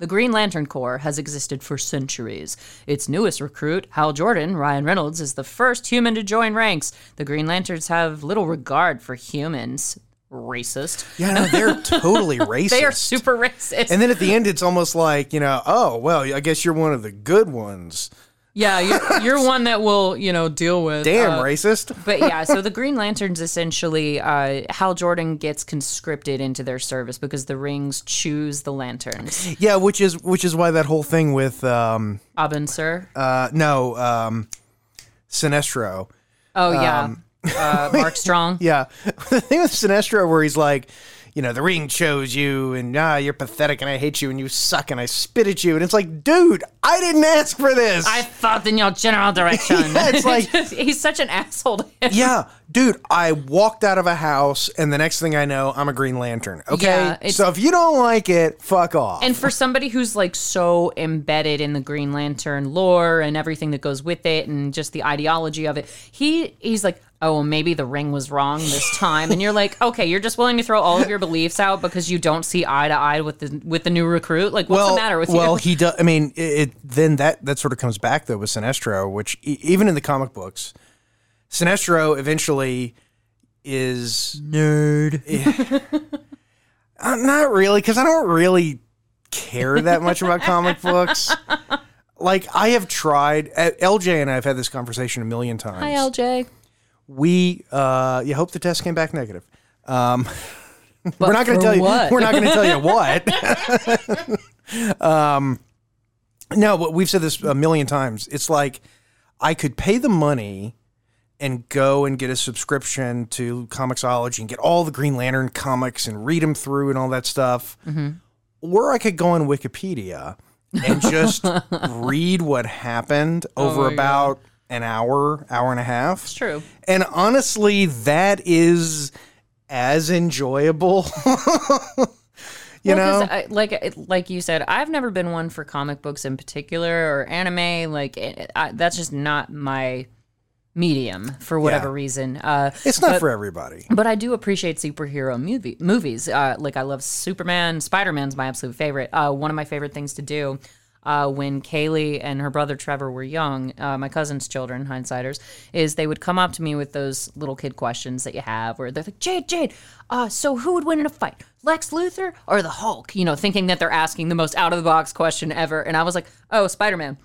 Speaker 3: The Green Lantern Corps has existed for centuries. Its newest recruit, Hal Jordan, Ryan Reynolds, is the first human to join ranks. The Green Lanterns have little regard for humans. Racist.
Speaker 2: yeah no they're totally racist
Speaker 3: They are super racist.
Speaker 2: and then at the end it's almost like you know oh well i guess you're one of the good ones
Speaker 3: yeah, you're, you're one that will, you know, deal with.
Speaker 2: damn
Speaker 3: uh,
Speaker 2: racist
Speaker 3: but yeah, so the Green Lanterns essentially, uh, Hal Jordan gets conscripted into their service because the rings choose the lanterns.
Speaker 2: yeah which is which is why that whole thing with um
Speaker 3: Abin, sir.
Speaker 2: uh no um sinestro
Speaker 3: oh, yeah. uh, Mark Strong.
Speaker 2: um, Yeah. The thing with Sinestro where he's like, you know, the ring chose you and ah, you're pathetic and I hate you and you suck and I spit at you. And it's like, dude, I didn't ask for this.
Speaker 3: I thought in your general direction.
Speaker 2: Yeah, it's like-
Speaker 3: he's such an asshole. To him.
Speaker 2: yeah, dude, I walked out of a house and the next thing I know, I'm a Green Lantern. Okay.
Speaker 3: Yeah, it's-
Speaker 2: so if you don't like it, fuck off.
Speaker 3: And for somebody who's like so embedded in the Green Lantern lore and everything that goes with it, and just the ideology of it, he he's like, oh, well, maybe the ring was wrong this time. And you're like, okay, you're just willing to throw all of your beliefs out because you don't see eye to eye with the with the new recruit. Like, what's
Speaker 2: well,
Speaker 3: the matter with
Speaker 2: well,
Speaker 3: you?
Speaker 2: he does. I mean, it, it then that that sort of comes back though with Sinestro, which e- even in the comic books, Sinestro eventually is nerd. Uh, not really, because I don't really care that much about comic books. Like I have tried, uh, LJ and I have had this conversation a million times.
Speaker 3: Hi, LJ.
Speaker 2: we uh, you hope the test came back negative. Um, we're not going to
Speaker 3: for
Speaker 2: tell you.
Speaker 3: what?
Speaker 2: We're not going to tell you what. um, no, but we've said this a million times. It's like I could pay the money and go and get a subscription to Comixology and get all the Green Lantern comics and read them through and all that stuff, or I could go on Wikipedia and just read what happened over about an hour, hour and a half.
Speaker 3: It's true.
Speaker 2: And honestly, that is as enjoyable. you
Speaker 3: Well, 'cause
Speaker 2: know?
Speaker 3: I, like like you said, I've never been one for comic books in particular or anime. Like it, I, that's just not my medium for whatever
Speaker 2: Yeah.
Speaker 3: reason. Uh,
Speaker 2: It's not for everybody.
Speaker 3: but I do appreciate superhero movie movies. Uh, like I love Superman, Spider Man's my absolute favorite. Uh, one of my favorite things to do. Uh, when Kaylee and her brother Trevor were young, uh, my cousin's children, hindsighters, is they would come up to me with those little kid questions that you have, where they're like, "Jade, Jade, uh, so who would win in a fight, Lex Luthor or the Hulk?" You know, thinking that they're asking the most out of the box question ever, and I was like, "Oh, Spider Man,"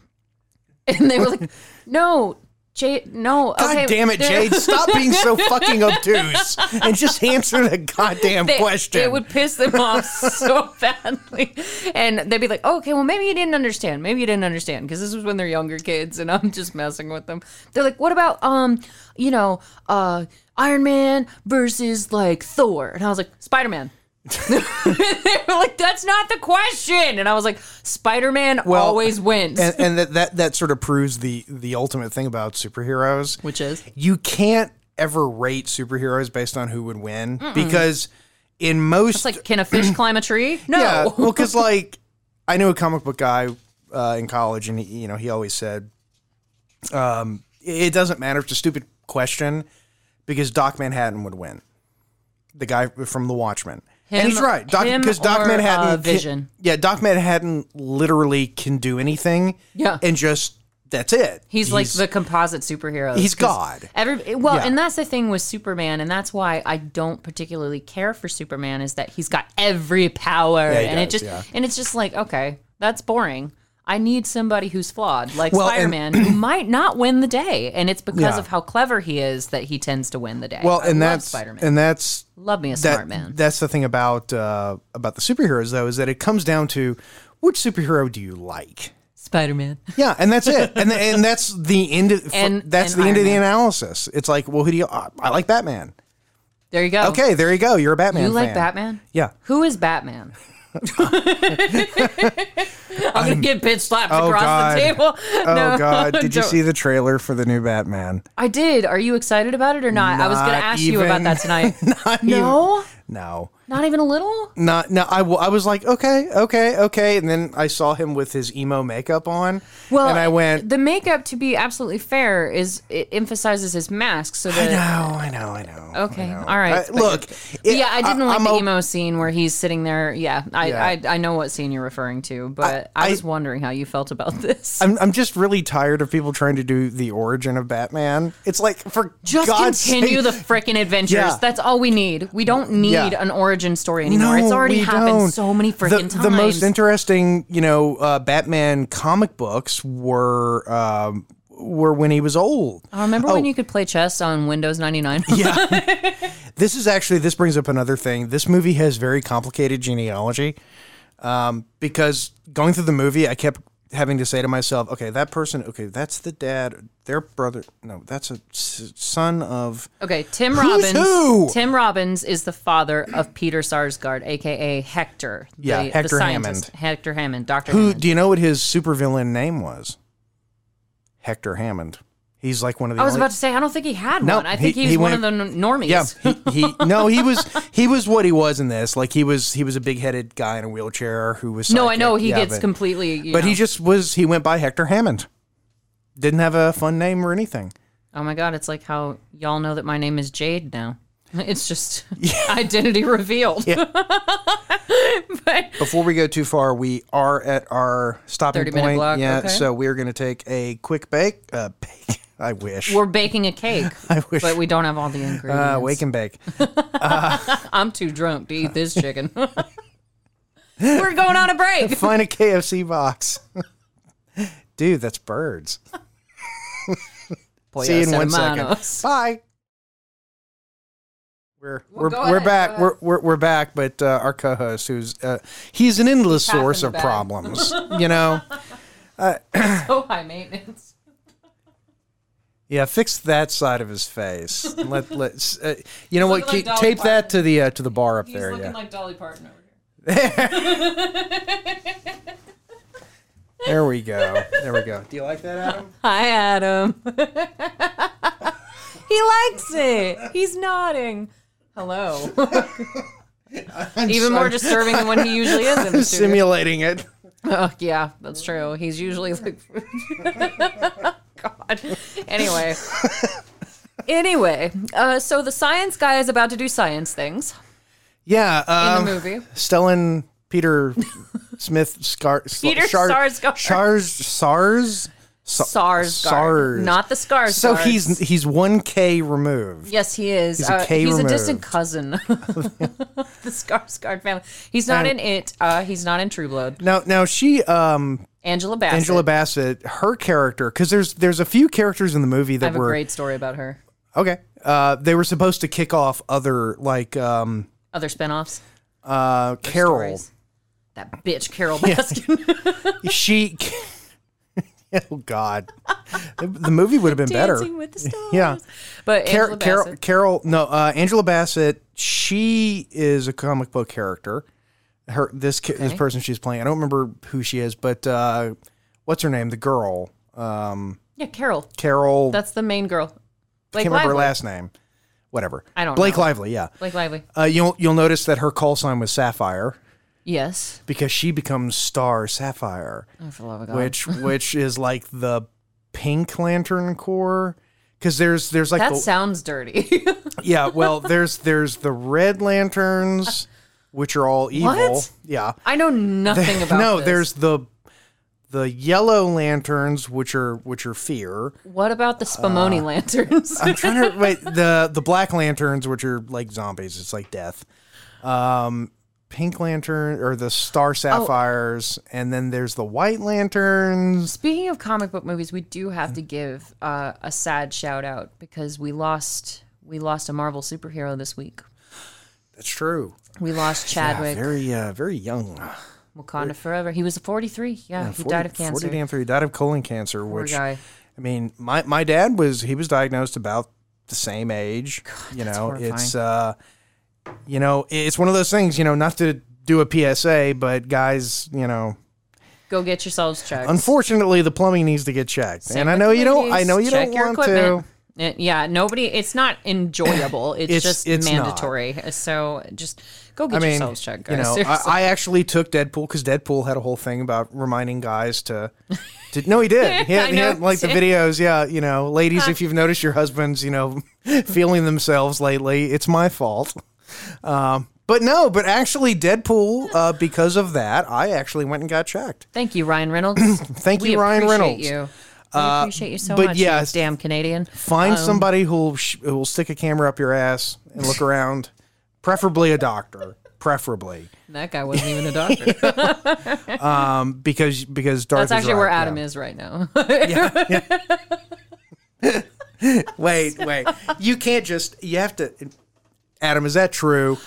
Speaker 3: and they were like, "No, Jade, no,
Speaker 2: God
Speaker 3: okay,
Speaker 2: damn it,
Speaker 3: they're-
Speaker 2: Jade. Stop being so fucking obtuse and just answer the goddamn
Speaker 3: they-
Speaker 2: question.
Speaker 3: It would piss them off so badly. And they'd be like, oh, okay, well, maybe you didn't understand. Maybe you didn't understand because this was when they're younger kids and I'm just messing with them. They're like, what about, um, you know, uh, Iron Man versus like Thor? And I was like, Spider Man. they were like, that's not the question. And I was like, Spider Man
Speaker 2: Well,
Speaker 3: always wins.
Speaker 2: and, and that, that that sort of proves the the ultimate thing about superheroes,
Speaker 3: Which is?
Speaker 2: you can't ever rate superheroes based on who would win because in most
Speaker 3: it's like, can a fish climb a tree? No.
Speaker 2: Yeah, well, because like I knew a comic book guy uh, in college, and he, you know he always said, um, "It doesn't matter. It's a stupid question because Doc Manhattan would win." The guy from The Watchmen,
Speaker 3: Him-
Speaker 2: and he's right. Doc,
Speaker 3: him
Speaker 2: because Doc
Speaker 3: or,
Speaker 2: Manhattan,
Speaker 3: uh,
Speaker 2: can-
Speaker 3: Vision.
Speaker 2: yeah, Doc Manhattan literally can do anything.
Speaker 3: Yeah.
Speaker 2: and just that's it.
Speaker 3: He's, like the composite superhero.
Speaker 2: he's
Speaker 3: 'Cause
Speaker 2: God.
Speaker 3: Every well,
Speaker 2: Yeah.
Speaker 3: and that's the thing with Superman, and that's why I don't particularly care for Superman is that he's got every power,
Speaker 2: he
Speaker 3: and
Speaker 2: does,
Speaker 3: it just
Speaker 2: yeah.
Speaker 3: and it's just like okay, that's boring. I need somebody who's flawed, like
Speaker 2: Well, and-
Speaker 3: Spider-Man, who might not win the day, and it's because
Speaker 2: Yeah.
Speaker 3: of how clever he is that he tends to win the day.
Speaker 2: well,
Speaker 3: I
Speaker 2: and
Speaker 3: love
Speaker 2: that's
Speaker 3: Spider-Man.
Speaker 2: and that's
Speaker 3: love me a
Speaker 2: that-
Speaker 3: smart man.
Speaker 2: That's the thing about uh, about the superheroes though is that it comes down to which superhero do you like.
Speaker 3: Spider-Man.
Speaker 2: Yeah, and that's it, and and that's the end. Of,
Speaker 3: And-
Speaker 2: that's
Speaker 3: and
Speaker 2: the end of
Speaker 3: Iron
Speaker 2: the
Speaker 3: Man.
Speaker 2: analysis. It's like, well, who do you? I I like Batman.
Speaker 3: There you go.
Speaker 2: Okay, there you go. You're a Batman.
Speaker 3: Oh. you like
Speaker 2: fan.
Speaker 3: Batman?
Speaker 2: Yeah.
Speaker 3: Who is Batman? I'm gonna get bitch slapped
Speaker 2: Oh,
Speaker 3: across
Speaker 2: God.
Speaker 3: the table.
Speaker 2: Oh God! Did you
Speaker 3: don't.
Speaker 2: see the trailer for the new Batman?
Speaker 3: I did. Are you excited about it or not? I was going to
Speaker 2: Not
Speaker 3: ask you about
Speaker 2: even.
Speaker 3: that tonight.
Speaker 2: Not
Speaker 3: no,
Speaker 2: even- no,
Speaker 3: not even a little.
Speaker 2: not no. I, w- I was like, okay, okay, okay, and then I saw him with his emo makeup on,
Speaker 3: Well,
Speaker 2: and I went,
Speaker 3: The makeup, to be absolutely fair, is it emphasizes his mask. So
Speaker 2: I know,
Speaker 3: that
Speaker 2: "Eh, I know, I know.
Speaker 3: Okay,
Speaker 2: I know.
Speaker 3: all
Speaker 2: I-
Speaker 3: right.
Speaker 2: look, it-
Speaker 3: yeah, I didn't like
Speaker 2: I'm
Speaker 3: the
Speaker 2: o-
Speaker 3: emo scene where he's sitting there. Yeah, I,
Speaker 2: Yeah.
Speaker 3: I I know what scene you're referring to, but I,
Speaker 2: I-
Speaker 3: was wondering how you felt about this.
Speaker 2: I'm, I'm just really tired of people trying to do the origin of Batman. It's like for
Speaker 3: just
Speaker 2: God's
Speaker 3: continue
Speaker 2: sake,
Speaker 3: the frickin' adventures.
Speaker 2: Yeah.
Speaker 3: That's all we need. We don't need
Speaker 2: Yeah.
Speaker 3: an origin story anymore. it's already
Speaker 2: we
Speaker 3: happened
Speaker 2: don't.
Speaker 3: so many
Speaker 2: The-
Speaker 3: frickin'
Speaker 2: the,
Speaker 3: times.
Speaker 2: most interesting, you know, uh, Batman comic books were um, were when he was old.
Speaker 3: I Uh, remember when you could play chess on Windows 99.
Speaker 2: Oh. Yeah. this is actually this brings up another thing. This movie has very complicated genealogy um, because going through the movie, I kept having to say to myself, "Okay, that person. Okay, that's the dad. Their brother. No, that's a s- son of."
Speaker 3: Okay, Tim
Speaker 2: Who's
Speaker 3: Robbins.
Speaker 2: who?
Speaker 3: Tim Robbins is the father of Peter Sarsgaard, aka Hector. the-
Speaker 2: Yeah,
Speaker 3: the
Speaker 2: Hector
Speaker 3: scientist. Hector Hammond, Doctor.
Speaker 2: Who
Speaker 3: Hammond.
Speaker 2: do you know what his supervillain name was? Hector Hammond. He's like one of the.
Speaker 3: I was
Speaker 2: only-
Speaker 3: about to say I don't think he had
Speaker 2: No,
Speaker 3: one. I think
Speaker 2: he-
Speaker 3: he, was
Speaker 2: he
Speaker 3: one
Speaker 2: went-
Speaker 3: of the n- normies.
Speaker 2: Yeah, he, he no, he was he was what he was in this. Like he was he was a big headed guy in a wheelchair who was.
Speaker 3: No, I
Speaker 2: psychic.
Speaker 3: know he
Speaker 2: Yeah,
Speaker 3: gets
Speaker 2: but,
Speaker 3: completely. You
Speaker 2: But
Speaker 3: know.
Speaker 2: he just was. He went by Hector Hammond. Didn't have a fun name or anything.
Speaker 3: Oh my god! It's like how y'all know that my name is Jade now. It's just identity revealed. but
Speaker 2: Before we go too far, we are at our stopping
Speaker 3: 30 minute
Speaker 2: point.
Speaker 3: block,
Speaker 2: Yeah,
Speaker 3: okay.
Speaker 2: so we are going to take a quick break. Uh, break. I wish.
Speaker 3: We're baking a cake,
Speaker 2: I wish.
Speaker 3: but we don't have all the ingredients.
Speaker 2: uh, wake and bake.
Speaker 3: I'm too drunk to eat this chicken. We're going on a break.
Speaker 2: Find a KFC box. Dude, that's birds. See you in one second.
Speaker 3: Hermanos.
Speaker 2: Bye. We're we're,
Speaker 3: go
Speaker 2: we're
Speaker 3: ahead,
Speaker 2: back.
Speaker 3: go
Speaker 2: We're, we're we're back. But uh, our co-host, who's uh, he's an endless
Speaker 3: in
Speaker 2: source
Speaker 3: the
Speaker 2: of
Speaker 3: bag.
Speaker 2: problems. you know.
Speaker 3: So high Oh, maintenance.
Speaker 2: Yeah, fix that side of his face. And Let let uh, you know what?
Speaker 3: looking like
Speaker 2: Ke-
Speaker 3: Dolly
Speaker 2: tape that
Speaker 3: Parton.
Speaker 2: to the uh, to the bar up
Speaker 3: He's
Speaker 2: there.
Speaker 3: looking
Speaker 2: Yeah,
Speaker 3: like Dolly Parton over here.
Speaker 2: there we go. There we go. Do you like that, Adam?
Speaker 3: Hi, Adam. he likes it. He's nodding. Hello. Even more disturbing than what he usually is in the studio.
Speaker 2: Simulating it.
Speaker 3: Oh, yeah, that's true. He's usually like, God. Anyway, anyway, uh, so the science guy is about to do science things
Speaker 2: Yeah.
Speaker 3: in
Speaker 2: Um,
Speaker 3: the movie.
Speaker 2: Stellan Peter Smith Scar
Speaker 3: Peter Sarsgaard.
Speaker 2: Sars Sars
Speaker 3: Sarsgaard,
Speaker 2: Sars.
Speaker 3: not the scars.
Speaker 2: so he's he's one K removed.
Speaker 3: yes, he is. Uh, He's
Speaker 2: a K
Speaker 3: he's a
Speaker 2: removed.
Speaker 3: distant cousin. the Skarsgård family. He's not in it. Uh, he's not in True Blood.
Speaker 2: Now now she um
Speaker 3: Angela Bassett.
Speaker 2: Angela Bassett her character because there's there's a few characters in the movie
Speaker 3: I
Speaker 2: that
Speaker 3: have a
Speaker 2: were
Speaker 3: great story about her.
Speaker 2: okay uh they were supposed to kick off other like um
Speaker 3: Other spinoffs.
Speaker 2: uh Carol
Speaker 3: Stories. That bitch Carol Baskin.
Speaker 2: she oh God the, the movie would have been better
Speaker 3: Dancing with the stars.
Speaker 2: yeah.
Speaker 3: But
Speaker 2: Car-
Speaker 3: Angela
Speaker 2: Carol,
Speaker 3: Bassett.
Speaker 2: Carol, no, uh, Angela Bassett. She is a comic book character. Her this ki- this person she's playing. I don't remember who she is, but uh, what's her name? The girl, um,
Speaker 3: yeah, Carol.
Speaker 2: Carol.
Speaker 3: That's the main girl. Blake
Speaker 2: can't remember her
Speaker 3: Lively.
Speaker 2: last name. Whatever.
Speaker 3: I don't
Speaker 2: Blake
Speaker 3: know.
Speaker 2: Lively. Yeah.
Speaker 3: Blake Lively.
Speaker 2: Uh, you'll you'll notice that her call sign was Sapphire
Speaker 3: Yes.
Speaker 2: because she becomes Star Sapphire,
Speaker 3: Oh, for the love of God.
Speaker 2: which which is like the Pink Lantern Corps. Because there's there's like
Speaker 3: that
Speaker 2: the,
Speaker 3: sounds dirty.
Speaker 2: Yeah, well, there's there's the red lanterns, which are all evil.
Speaker 3: What?
Speaker 2: Yeah.
Speaker 3: I know nothing about
Speaker 2: no,
Speaker 3: this.
Speaker 2: there's the the yellow lanterns, which are which are fear.
Speaker 3: What about the Spumoni lanterns?
Speaker 2: uh, I'm trying to wait the the black lanterns, which are like zombies. It's like death. Um, pink lantern or the
Speaker 3: Oh.
Speaker 2: star sapphires, and then there's the white lanterns.
Speaker 3: Speaking of comic book movies, we do have to
Speaker 2: Mm-hmm.
Speaker 3: give uh, a sad shout out because we lost we lost a Marvel superhero this week.
Speaker 2: That's true.
Speaker 3: We lost
Speaker 2: Yeah,
Speaker 3: Chadwick
Speaker 2: very uh, very young.
Speaker 3: Wakanda Forever. He was 43. Yeah, he
Speaker 2: 40
Speaker 3: died of cancer.
Speaker 2: Forty damn three. Died of colon cancer,
Speaker 3: Poor
Speaker 2: which
Speaker 3: guy.
Speaker 2: I mean, my, my dad was he was diagnosed about the same age. you know, it's uh, you know, it's one of those things. You know, not to do a PSA, but guys, you know,
Speaker 3: Go get yourselves checked.
Speaker 2: unfortunately, the plumbing needs to get checked.
Speaker 3: Same
Speaker 2: and I
Speaker 3: with
Speaker 2: know
Speaker 3: the
Speaker 2: you don't. I
Speaker 3: ladies.
Speaker 2: know you
Speaker 3: Check
Speaker 2: don't
Speaker 3: your
Speaker 2: want
Speaker 3: equipment.
Speaker 2: to.
Speaker 3: Uh, yeah, nobody. It's not enjoyable. It's,
Speaker 2: It's-
Speaker 3: just
Speaker 2: it's not.
Speaker 3: mandatory. Eh, So just go get
Speaker 2: I mean,
Speaker 3: yourselves checked,
Speaker 2: you
Speaker 3: guys.
Speaker 2: know, I,
Speaker 3: Seriously.
Speaker 2: I actually took Deadpool because Deadpool had a whole thing about reminding guys to. to no, he did. He
Speaker 3: I
Speaker 2: had, he
Speaker 3: know
Speaker 2: had,
Speaker 3: he
Speaker 2: like the
Speaker 3: did.
Speaker 2: videos. Yeah, you know, ladies, if you've noticed your husband's, you know, feeling themselves lately, it's my fault. Um, but no, but actually, Deadpool, uh, because of that, I actually went and got checked.
Speaker 3: Thank you, Ryan Reynolds.
Speaker 2: Thank
Speaker 3: we
Speaker 2: you, Ryan
Speaker 3: appreciate
Speaker 2: Reynolds. Uh,
Speaker 3: You. We appreciate you so
Speaker 2: but
Speaker 3: much.
Speaker 2: yes.
Speaker 3: you damn Canadian.
Speaker 2: Find
Speaker 3: Um,
Speaker 2: somebody who'll sh- who'll stick a camera up your ass and look around, preferably a doctor, preferably
Speaker 3: That guy wasn't even a doctor.
Speaker 2: because because Darth. is
Speaker 3: That's actually where
Speaker 2: right,
Speaker 3: Adam
Speaker 2: yeah.
Speaker 3: is right now.
Speaker 2: Wait, wait. You can't just. You have to. Adam, is that true?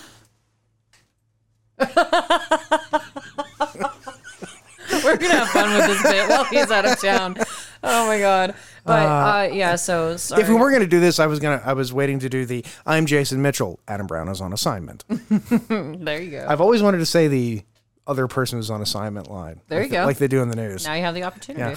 Speaker 3: We're gonna have fun with this bit while he's out of town. Oh my god. But uh, yeah, so sorry.
Speaker 2: If we were going to do this, I was gonna. I was waiting to do the. I'm Jason Mitchell. Adam Brown is on assignment.
Speaker 3: there you go.
Speaker 2: I've always wanted to say the other person is on assignment line.
Speaker 3: There you
Speaker 2: Like-
Speaker 3: go.
Speaker 2: Like they do in the news.
Speaker 3: now you have the opportunity.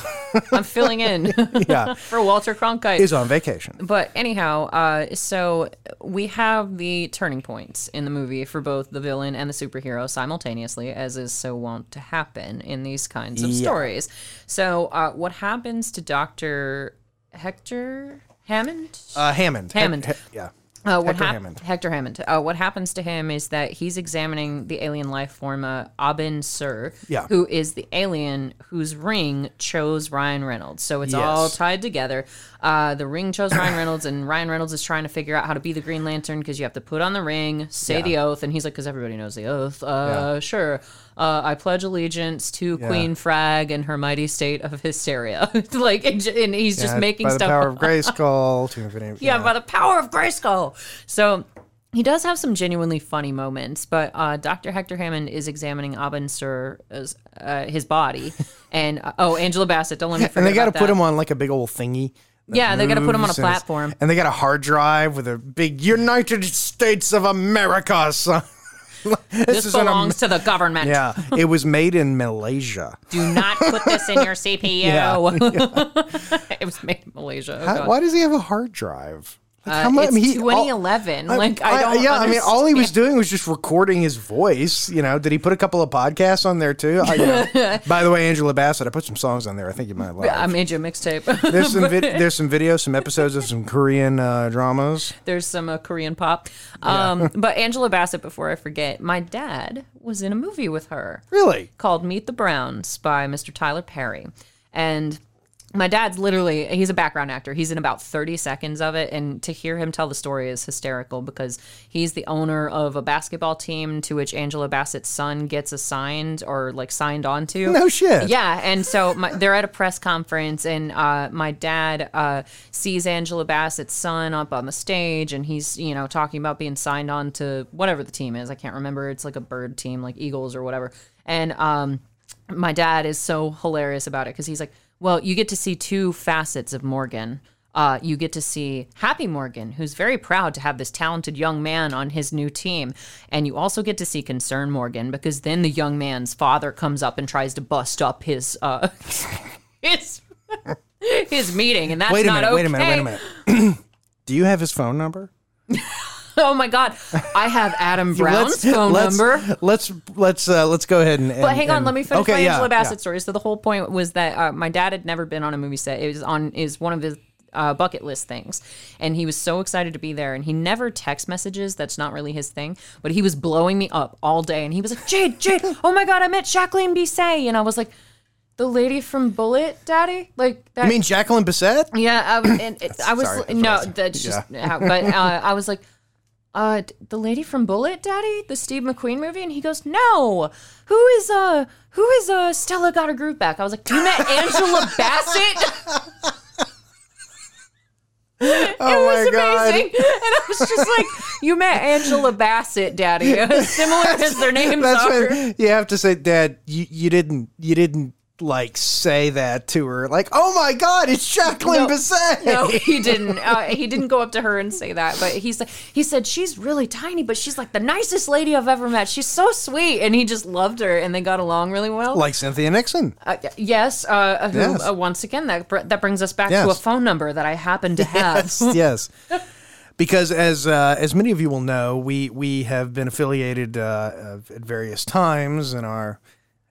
Speaker 3: I'm filling in
Speaker 2: yeah,
Speaker 3: for Walter Cronkite.
Speaker 2: is on vacation.
Speaker 3: But anyhow, uh, so we have the turning points in the movie for both the villain and the superhero simultaneously, as is so wont to happen in these kinds of stories. So, uh, what happens to Doctor Hector Hammond?
Speaker 2: Uh, Hammond. He-
Speaker 3: Hammond.
Speaker 2: he- yeah.
Speaker 3: Uh, what
Speaker 2: Hector
Speaker 3: hap-
Speaker 2: Hammond.
Speaker 3: Hector Hammond. Uh, what happens to him is that he's examining the alien life form uh, Abin Sur,
Speaker 2: Yeah.
Speaker 3: who is the alien whose ring chose Ryan Reynolds. So it's all
Speaker 2: Yes.
Speaker 3: tied together. Uh, the ring chose Ryan Reynolds, and Ryan Reynolds is trying to figure out how to be the Green Lantern because you have to put on the ring, say the oath, and he's like, because everybody knows the oath. Uh, Sure. Uh, I pledge allegiance to Queen Frag and her mighty state of hysteria. like, and, j- and he's just
Speaker 2: Yeah,
Speaker 3: making
Speaker 2: by
Speaker 3: stuff
Speaker 2: the power
Speaker 3: up.
Speaker 2: of grace call to infinity.
Speaker 3: Yeah, by the power of Grayskull. So he does have some genuinely funny moments, but uh, Dr. Hector Hammond is examining Abin Sur as uh, his body. And uh, oh, Angela Bassett, don't let me forget.
Speaker 2: and they got to
Speaker 3: about
Speaker 2: put
Speaker 3: that.
Speaker 2: him on like a big old thingy. that
Speaker 3: Yeah, they gotta put him on a
Speaker 2: moves and-
Speaker 3: platform.
Speaker 2: and they got a hard drive with a big United States of America. Son. this,
Speaker 3: This,
Speaker 2: is an Am-
Speaker 3: belongs to the government.
Speaker 2: yeah, it was made in Malaysia.
Speaker 3: Do not put this in your CPU.
Speaker 2: Yeah.
Speaker 3: it was made in Malaysia. Oh,
Speaker 2: How-
Speaker 3: God.
Speaker 2: why does he have a hard drive? Like,
Speaker 3: Uh,
Speaker 2: mu-
Speaker 3: it's
Speaker 2: all-
Speaker 3: 2011. like I, don't.
Speaker 2: yeah, I mean, all he
Speaker 3: understand.
Speaker 2: was doing was just recording his voice. You know, did he put a couple of podcasts on there too? I, yeah. By the way, Angela Bassett, I put some songs on there. I think you might like.
Speaker 3: I made you a mixtape.
Speaker 2: there's some vid- there's some videos, some episodes of some Korean uh, dramas.
Speaker 3: There's some uh, Korean pop. Um, but Angela Bassett, before I forget, my dad was in a movie with her
Speaker 2: Really?
Speaker 3: called Meet the Browns by Mr. Tyler Perry. And my dad's literally, he's a background actor. He's in about 30 seconds of it. And to hear him tell the story is hysterical because he's the owner of a basketball team to which Angela Bassett's son gets assigned or like signed on to.
Speaker 2: No shit.
Speaker 3: Yeah, and so my, they're at a press conference, and uh, my dad uh, sees Angela Bassett's son up on the stage, and he's you know talking about being signed on to whatever the team is. I can't remember. It's like a bird team, like Eagles or whatever. And um, my dad is so hilarious about it because he's like, "Well, you get to see two facets of Morgan." Uh, you get to see Happy Morgan, who's very proud to have this talented young man on his new team. And you also get to see Concern Morgan because then the young man's father comes up and tries to bust up his uh, his his meeting, and that's
Speaker 2: Wait a
Speaker 3: not
Speaker 2: minute.
Speaker 3: okay.
Speaker 2: Wait a minute. Wait a minute. Do you have his phone number?
Speaker 3: Oh my God, I have Adam Brown's phone
Speaker 2: let's,
Speaker 3: number.
Speaker 2: Let's let's uh, let's go ahead and.
Speaker 3: But hang on, let me finish my Angela Bassett story. So the whole point was that uh, my dad had never been on a movie set. It was on is one of his uh, bucket list things, and he was so excited to be there. And he never text messages. That's not really his thing. But he was blowing me up all day, and he was like, "Jade, Jade, oh my God, I met Jacqueline Bisset," and I was like, "The lady from Bullet, Daddy, like that."
Speaker 2: I mean, Jacqueline Bassett.
Speaker 3: Yeah, I, was- and it, I was
Speaker 2: Sorry, that's
Speaker 3: no,
Speaker 2: what I-
Speaker 3: that's just how, but uh, I was like, uh, d- the lady from Bullet, Daddy, the Steve McQueen movie, and he goes, no, who is uh, who is uh, Stella got her group back? I was like, you met Angela Bassett.
Speaker 2: Oh
Speaker 3: it was
Speaker 2: my god.
Speaker 3: amazing, and I was just like, "You met Angela Bassett, Daddy." Similar as their names
Speaker 2: That's
Speaker 3: are.
Speaker 2: when you have to say, Dad, you, you didn't you didn't like say that to her. Like, oh my God, it's Jacqueline
Speaker 3: No,
Speaker 2: Bassett.
Speaker 3: No, he didn't. Uh, he didn't go up to her and say that. But he said he said she's really tiny, but she's like the nicest lady I've ever met. She's so sweet, and he just loved her, and they got along really well.
Speaker 2: Like Cynthia Nixon.
Speaker 3: Uh, yes. Uh, who,
Speaker 2: Yes.
Speaker 3: uh, once again, that br- that brings us back to a
Speaker 2: Yes.
Speaker 3: phone number that I happen to have.
Speaker 2: Yes, yes. Because as uh, as many of you will know, we we have been affiliated uh, uh, at various times in our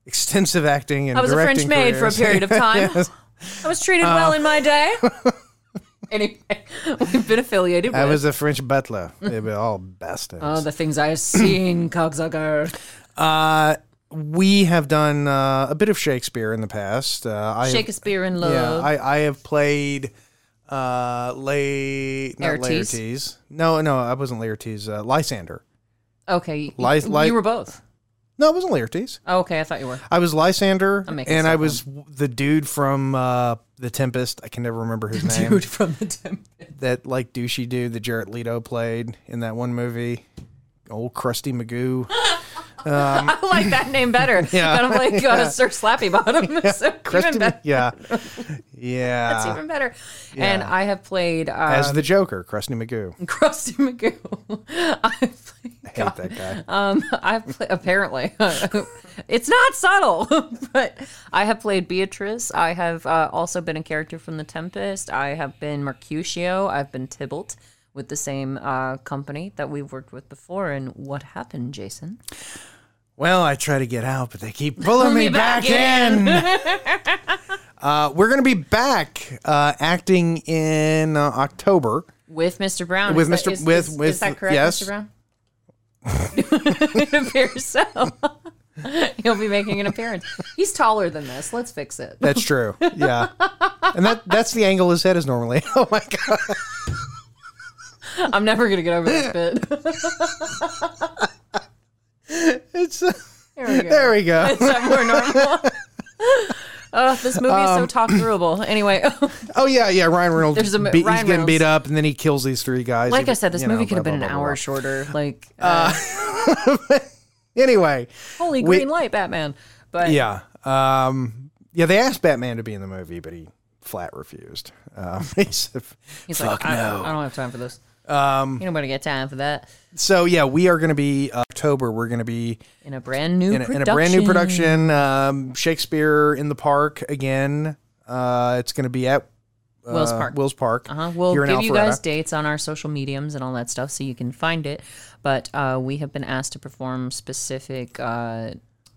Speaker 2: extensive acting and
Speaker 3: I was a French
Speaker 2: directing
Speaker 3: maid for a
Speaker 2: careers.
Speaker 3: period of time. I was treated well in my day. anyway, we've been affiliated with.
Speaker 2: I was a French butler. They were all bastards.
Speaker 3: Oh, the things I've seen, cocksucker.
Speaker 2: Uh, we have done uh, a bit of Shakespeare in the past. Uh, I have-
Speaker 3: Shakespeare in love.
Speaker 2: Yeah, I, I have played uh lay not
Speaker 3: Laertes?
Speaker 2: Laertes. No, no, I wasn't Laertes. Uh, Lysander.
Speaker 3: okay,
Speaker 2: Lies- li-
Speaker 3: you were both.
Speaker 2: No, I wasn't Laertes.
Speaker 3: Oh, okay, I thought you were.
Speaker 2: I was Lysander,
Speaker 3: making
Speaker 2: and
Speaker 3: stuff
Speaker 2: I
Speaker 3: up.
Speaker 2: was w- the dude from uh, the Tempest. I can never remember his name.
Speaker 3: dude from the temp.
Speaker 2: That like douchey dude that Jared Leto played in that one movie, old crusty Magoo.
Speaker 3: I like that name better.
Speaker 2: Yeah.
Speaker 3: But I'm like uh, Sir Slappy Bottom. so
Speaker 2: Crusty,
Speaker 3: even
Speaker 2: Ma-
Speaker 3: better.
Speaker 2: yeah,
Speaker 3: It's
Speaker 2: yeah.
Speaker 3: even better. And I have played uh,
Speaker 2: As the Joker, Crusty Magoo.
Speaker 3: Oh Krusty McGill. I've played.
Speaker 2: Hate that guy.
Speaker 3: Um, I've played. Apparently, it's not subtle, but I have played Beatrice. I have uh, also been a character from The Tempest. I have been Mercutio. I've been Tybalt with the same uh, company that we've worked with before. And what happened, Jason?
Speaker 2: Well, I try to get out, but they keep pulling me,
Speaker 3: me back
Speaker 2: back, in. uh, we're going to be back uh, acting in uh, October
Speaker 3: with Mr. Brown.
Speaker 2: With
Speaker 3: Is that-
Speaker 2: Mr.
Speaker 3: is-
Speaker 2: with-
Speaker 3: is- is
Speaker 2: with-
Speaker 3: that correct,
Speaker 2: yes.
Speaker 3: Mr. Brown? it appears so. He'll be making an appearance. He's taller than this. Let's fix it.
Speaker 2: That's true. Yeah. and that that's the angle his head is normally. Oh my god.
Speaker 3: I'm never gonna get over this bit.
Speaker 2: It's uh,
Speaker 3: There we go.
Speaker 2: there we go.
Speaker 3: Is that more normal? Oh, this movie is
Speaker 2: Um,
Speaker 3: so talk throughable. Anyway,
Speaker 2: Oh yeah, yeah, Ryan Reynolds
Speaker 3: There's a mo-
Speaker 2: beat-
Speaker 3: Ryan
Speaker 2: he's getting beat
Speaker 3: Reynolds.
Speaker 2: up and then he kills these three guys.
Speaker 3: like I
Speaker 2: He-
Speaker 3: said, this
Speaker 2: you know,
Speaker 3: movie could have
Speaker 2: blah,
Speaker 3: been an
Speaker 2: blah, blah,
Speaker 3: hour
Speaker 2: blah.
Speaker 3: shorter. Like, uh,
Speaker 2: Anyway,
Speaker 3: holy
Speaker 2: we-
Speaker 3: green light, Batman. But
Speaker 2: yeah. Um yeah, they asked Batman to be in the movie, but he flat refused. Um, he said,
Speaker 3: he's
Speaker 2: Fuck
Speaker 3: like, I,
Speaker 2: no.
Speaker 3: I don't have time for this. Um, you nobody got time for that.
Speaker 2: so yeah, we are going to be uh, October. We're going to be
Speaker 3: In a brand new
Speaker 2: in a,
Speaker 3: production.
Speaker 2: in a brand new production, um, Shakespeare in the Park again. Uh, it's going to be at
Speaker 3: Will's
Speaker 2: uh,
Speaker 3: Park.
Speaker 2: Will's Park.
Speaker 3: Uh-huh. We'll
Speaker 2: here in
Speaker 3: give you
Speaker 2: Alpharetta.
Speaker 3: guys dates on our social mediums and all that stuff so you can find it. But uh, we have been asked to perform specific uh,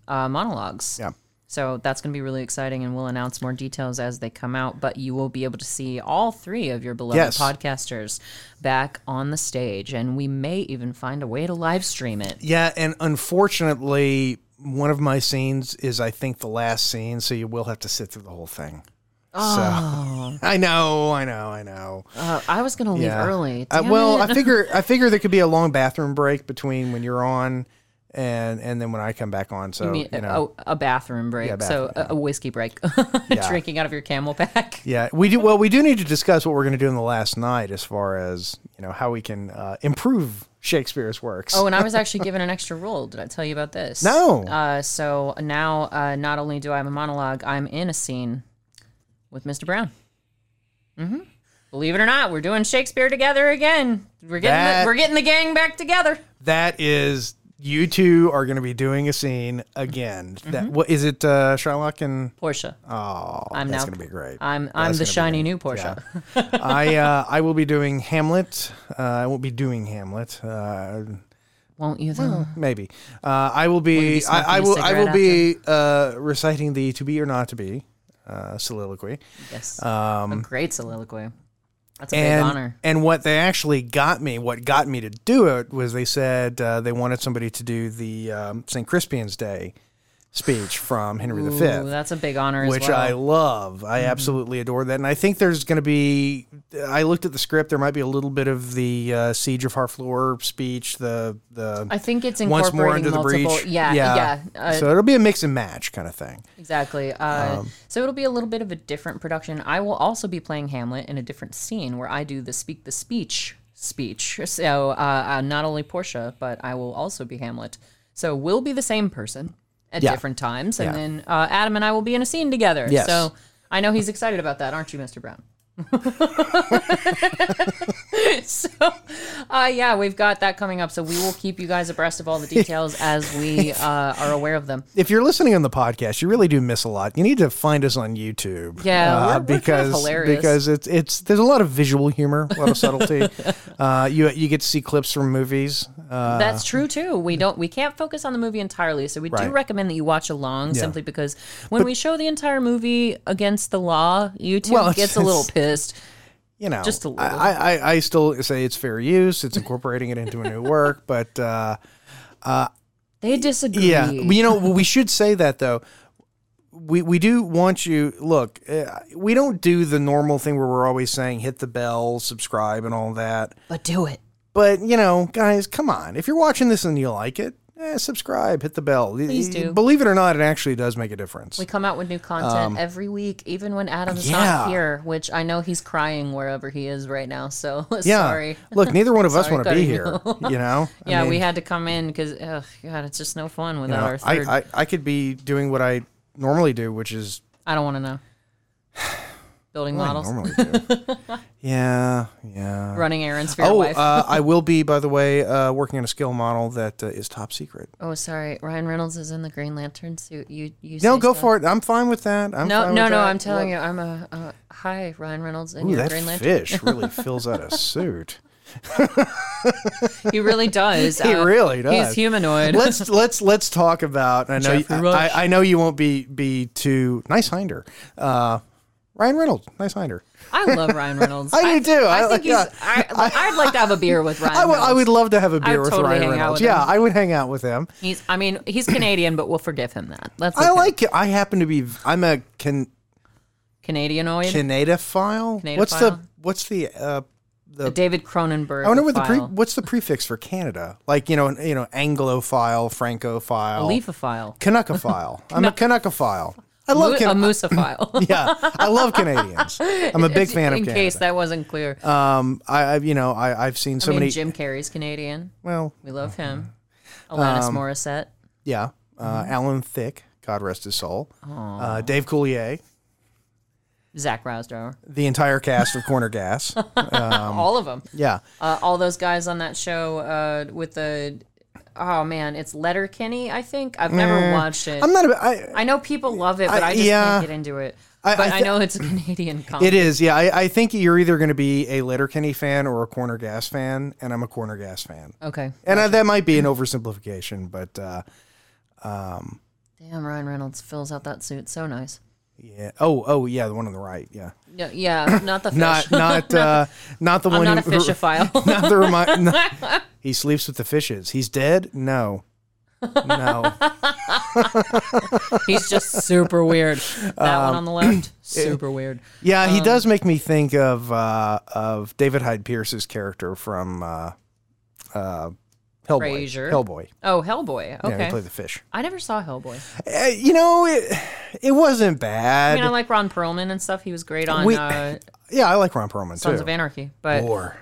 Speaker 3: uh, monologues.
Speaker 2: Yeah.
Speaker 3: So that's going to be really exciting, and we'll announce more details as they come out. But you will be able to see all three of your beloved
Speaker 2: Yes.
Speaker 3: podcasters back on the stage, and we may even find a way to live stream it.
Speaker 2: Yeah, and unfortunately, one of my scenes is I think the last scene, so you will have to sit through the whole thing. Oh. I know, I know, I know.
Speaker 3: Uh, I was going to leave
Speaker 2: Yeah.
Speaker 3: early.
Speaker 2: Uh,
Speaker 3: Damn
Speaker 2: well,
Speaker 3: it.
Speaker 2: I figure I figure there could be a long bathroom break between when you're on and and then when I come back on. So you,
Speaker 3: Me-
Speaker 2: know,
Speaker 3: a, a bathroom break, so a, a whiskey break, drinking out of your camel pack.
Speaker 2: yeah, we do. Well, we do need to discuss what we're going to do in the last night, as far as you know how we can uh, improve Shakespeare's works.
Speaker 3: Oh, and I was actually given an extra role. Did I tell you about this?
Speaker 2: No.
Speaker 3: Uh, so now, uh, not only do I have a monologue, I'm in a scene with Mr. Brown. hmm Believe it or not, we're doing Shakespeare together again. We're getting
Speaker 2: That-
Speaker 3: the, we're getting the gang back together.
Speaker 2: that is you two are going to be doing a scene again. That what is it? Uh, Sherlock and
Speaker 3: Portia.
Speaker 2: oh,
Speaker 3: Mm-hmm. I'm
Speaker 2: that's
Speaker 3: now-
Speaker 2: going to be great.
Speaker 3: I'm I'm
Speaker 2: That's
Speaker 3: the
Speaker 2: gonna be
Speaker 3: shiny
Speaker 2: great.
Speaker 3: new Portia.
Speaker 2: I uh, I will be doing Hamlet. Uh, I won't be doing Hamlet. Uh,
Speaker 3: Won't you though?
Speaker 2: maybe uh, I will be.
Speaker 3: you be smoking
Speaker 2: I, I
Speaker 3: a
Speaker 2: will. I will
Speaker 3: cigarette
Speaker 2: be uh, reciting the "To Be or Not to Be" uh, soliloquy.
Speaker 3: yes. Um, a great soliloquy. That's a
Speaker 2: and
Speaker 3: big honor.
Speaker 2: and what they actually got me, what got me to do it was they said uh, they wanted somebody to do the um, St. Crispian's Day speech from Henry
Speaker 3: Ooh,
Speaker 2: V.
Speaker 3: that's a big honor
Speaker 2: which
Speaker 3: as well. Mm-hmm.
Speaker 2: I love. I absolutely adore that. And I think there's going to be. I looked at the script. There might be a little bit of the uh, siege of Harfleur speech. The the
Speaker 3: I think it's
Speaker 2: once
Speaker 3: incorporating
Speaker 2: more into the
Speaker 3: multiple.
Speaker 2: breach.
Speaker 3: Yeah, yeah. Uh,
Speaker 2: so it'll be a mix and match kind of thing.
Speaker 3: Exactly. Uh,
Speaker 2: Um,
Speaker 3: so it'll be a little bit of a different production. I will also be playing Hamlet in a different scene where I do the speak the speech speech. So uh, uh, not only Portia, but I will also be Hamlet. So we'll be the same person at
Speaker 2: Yeah.
Speaker 3: different times, and
Speaker 2: Yeah.
Speaker 3: then uh, Adam and I will be in a scene together.
Speaker 2: Yes.
Speaker 3: So I know he's excited about that, aren't you, Mr. Brown? so uh, yeah, we've got that coming up. So we will keep you guys abreast of all the details as we uh, are aware of them.
Speaker 2: If you're listening on the podcast, you really do miss a lot. You need to find us on YouTube. uh,
Speaker 3: Yeah, we're- we're kind of
Speaker 2: because
Speaker 3: hilarious.
Speaker 2: because it's it's there's a lot of visual humor, a lot of subtlety. uh, you you get to see clips from movies. Uh,
Speaker 3: That's true too. We don't we can't focus on the movie entirely, so we do
Speaker 2: Right.
Speaker 3: recommend that you watch along simply because when we show the entire movie against the law, YouTube
Speaker 2: Well, it's-
Speaker 3: gets a little
Speaker 2: it's-
Speaker 3: pissed.
Speaker 2: you know,
Speaker 3: Just a little.
Speaker 2: I, I I still say it's fair use. It's incorporating it into a new work, but. Uh,
Speaker 3: They disagree.
Speaker 2: Yeah, but you know we should say that though. We we do want you look. Uh, we don't do the normal thing where we're always saying hit the bell, subscribe, and all that.
Speaker 3: but do it.
Speaker 2: But you know, guys, come on. If you're watching this and you like it, eh, subscribe, hit the bell.
Speaker 3: Please do.
Speaker 2: Believe it or not, it actually does make a difference.
Speaker 3: We come out with new content every week, even when Adam's
Speaker 2: Um, yeah.
Speaker 3: not here, which I know he's crying wherever he is right now. So
Speaker 2: yeah.
Speaker 3: sorry.
Speaker 2: Look, neither one of us
Speaker 3: Sorry,
Speaker 2: want to be
Speaker 3: cutting you
Speaker 2: here. You know. I
Speaker 3: Yeah, we
Speaker 2: mean,
Speaker 3: had to come in because, God, it's just no fun
Speaker 2: you
Speaker 3: without
Speaker 2: know,
Speaker 3: our third.
Speaker 2: I, I I could be doing what I normally do, which is
Speaker 3: I don't want to know. Building
Speaker 2: what I
Speaker 3: models,
Speaker 2: normally do. yeah, yeah.
Speaker 3: running errands for your
Speaker 2: Oh,
Speaker 3: wife.
Speaker 2: uh, I will be, by the way, uh, working on a skill model that uh, is top secret.
Speaker 3: Oh, sorry. Ryan Reynolds is in the Green Lantern suit. You, you.
Speaker 2: No,
Speaker 3: say
Speaker 2: go
Speaker 3: so.
Speaker 2: for it. I'm fine with that. I'm
Speaker 3: No,
Speaker 2: fine
Speaker 3: no,
Speaker 2: with
Speaker 3: no.
Speaker 2: that.
Speaker 3: I'm telling you, I'm a, a hi, Ryan Reynolds in
Speaker 2: Ooh,
Speaker 3: your
Speaker 2: that
Speaker 3: Green Lantern.
Speaker 2: fish really fills out a suit.
Speaker 3: He really does.
Speaker 2: He really does.
Speaker 3: uh, He's humanoid.
Speaker 2: let's let's let's talk about. I know you,
Speaker 3: Jeffrey Rush.
Speaker 2: I, I know you won't be be too nice hinder. Uh, Ryan Reynolds, nice hinder.
Speaker 3: I love Ryan Reynolds.
Speaker 2: I Oh, do too.
Speaker 3: I,
Speaker 2: I-
Speaker 3: think he's. I, I'd like to have a beer with Ryan.
Speaker 2: I would, I
Speaker 3: Reynolds.
Speaker 2: would love to have a beer
Speaker 3: would
Speaker 2: with
Speaker 3: totally
Speaker 2: Ryan
Speaker 3: hang out
Speaker 2: Reynolds.
Speaker 3: with
Speaker 2: yeah,
Speaker 3: him.
Speaker 2: I would hang out with him.
Speaker 3: He's. I mean, he's Canadian, but we'll forgive him that. That's.
Speaker 2: I
Speaker 3: okay.
Speaker 2: like it. I happen to be. I'm a can,
Speaker 3: Canadianoid.
Speaker 2: Canadophile.
Speaker 3: Canadophile?
Speaker 2: What's the What's the uh, the
Speaker 3: David Cronenberg.
Speaker 2: I wonder what the pre,
Speaker 3: file.
Speaker 2: what's the prefix for Canada? Like you know you know Anglophile, Francophile,
Speaker 3: Leafophile.
Speaker 2: Canuckophile. I'm a Canuckophile. I love
Speaker 3: Mo- a
Speaker 2: Can-
Speaker 3: moosophile.
Speaker 2: yeah, I love Canadians. I'm a big fan of
Speaker 3: In
Speaker 2: Canada.
Speaker 3: case that wasn't clear.
Speaker 2: um, I, I you know I I've seen so
Speaker 3: I mean,
Speaker 2: many.
Speaker 3: Jim Carrey's Canadian.
Speaker 2: well,
Speaker 3: We love him.
Speaker 2: Uh-huh.
Speaker 3: Alanis
Speaker 2: Um,
Speaker 3: Morissette.
Speaker 2: yeah, uh,
Speaker 3: Mm-hmm.
Speaker 2: Alan Thicke, God rest his soul. Uh, Dave Coulier,
Speaker 3: Zach Rousdrower.
Speaker 2: the entire cast of Corner Gas. Um,
Speaker 3: all of them.
Speaker 2: Yeah,
Speaker 3: Uh, all those guys on that show uh, with the. Oh man, it's Letterkenny. I think I've never watched it.
Speaker 2: Mm. I'm not. A, I,
Speaker 3: I know people love it, but I,
Speaker 2: I-
Speaker 3: just
Speaker 2: yeah.
Speaker 3: can't get into it.
Speaker 2: I-
Speaker 3: but I,
Speaker 2: I thi-
Speaker 3: know it's a Canadian comedy.
Speaker 2: it is. Yeah, I, I think you're either going to be a Letterkenny fan or a Corner Gas fan, and I'm a Corner Gas fan.
Speaker 3: Okay.
Speaker 2: And uh, that might be an oversimplification, but uh,
Speaker 3: Damn, Ryan Reynolds fills out that suit so nice.
Speaker 2: yeah. Oh, oh, yeah, the one on the right. Yeah,
Speaker 3: No, yeah, not the fish.
Speaker 2: not not uh, not the
Speaker 3: I'm
Speaker 2: one.
Speaker 3: not a
Speaker 2: who-
Speaker 3: fishophile.
Speaker 2: not the remi- no. He sleeps with the fishes. He's dead. No, no.
Speaker 3: He's just super weird. That one on the
Speaker 2: Um,
Speaker 3: left, super weird.
Speaker 2: Yeah,
Speaker 3: Um,
Speaker 2: he does make me think of uh, of David Hyde Pierce's character from uh, uh, Hellboy.
Speaker 3: Frasier.
Speaker 2: Hellboy.
Speaker 3: Oh, Hellboy.
Speaker 2: Yeah, he
Speaker 3: Okay.
Speaker 2: played the fish.
Speaker 3: I never saw Hellboy.
Speaker 2: Uh, you know, it it wasn't bad.
Speaker 3: I mean, I like Ron Perlman and stuff. He was great on
Speaker 2: We-
Speaker 3: uh,
Speaker 2: yeah, I like Ron Perlman
Speaker 3: Sons
Speaker 2: too.
Speaker 3: of Anarchy. But
Speaker 2: War,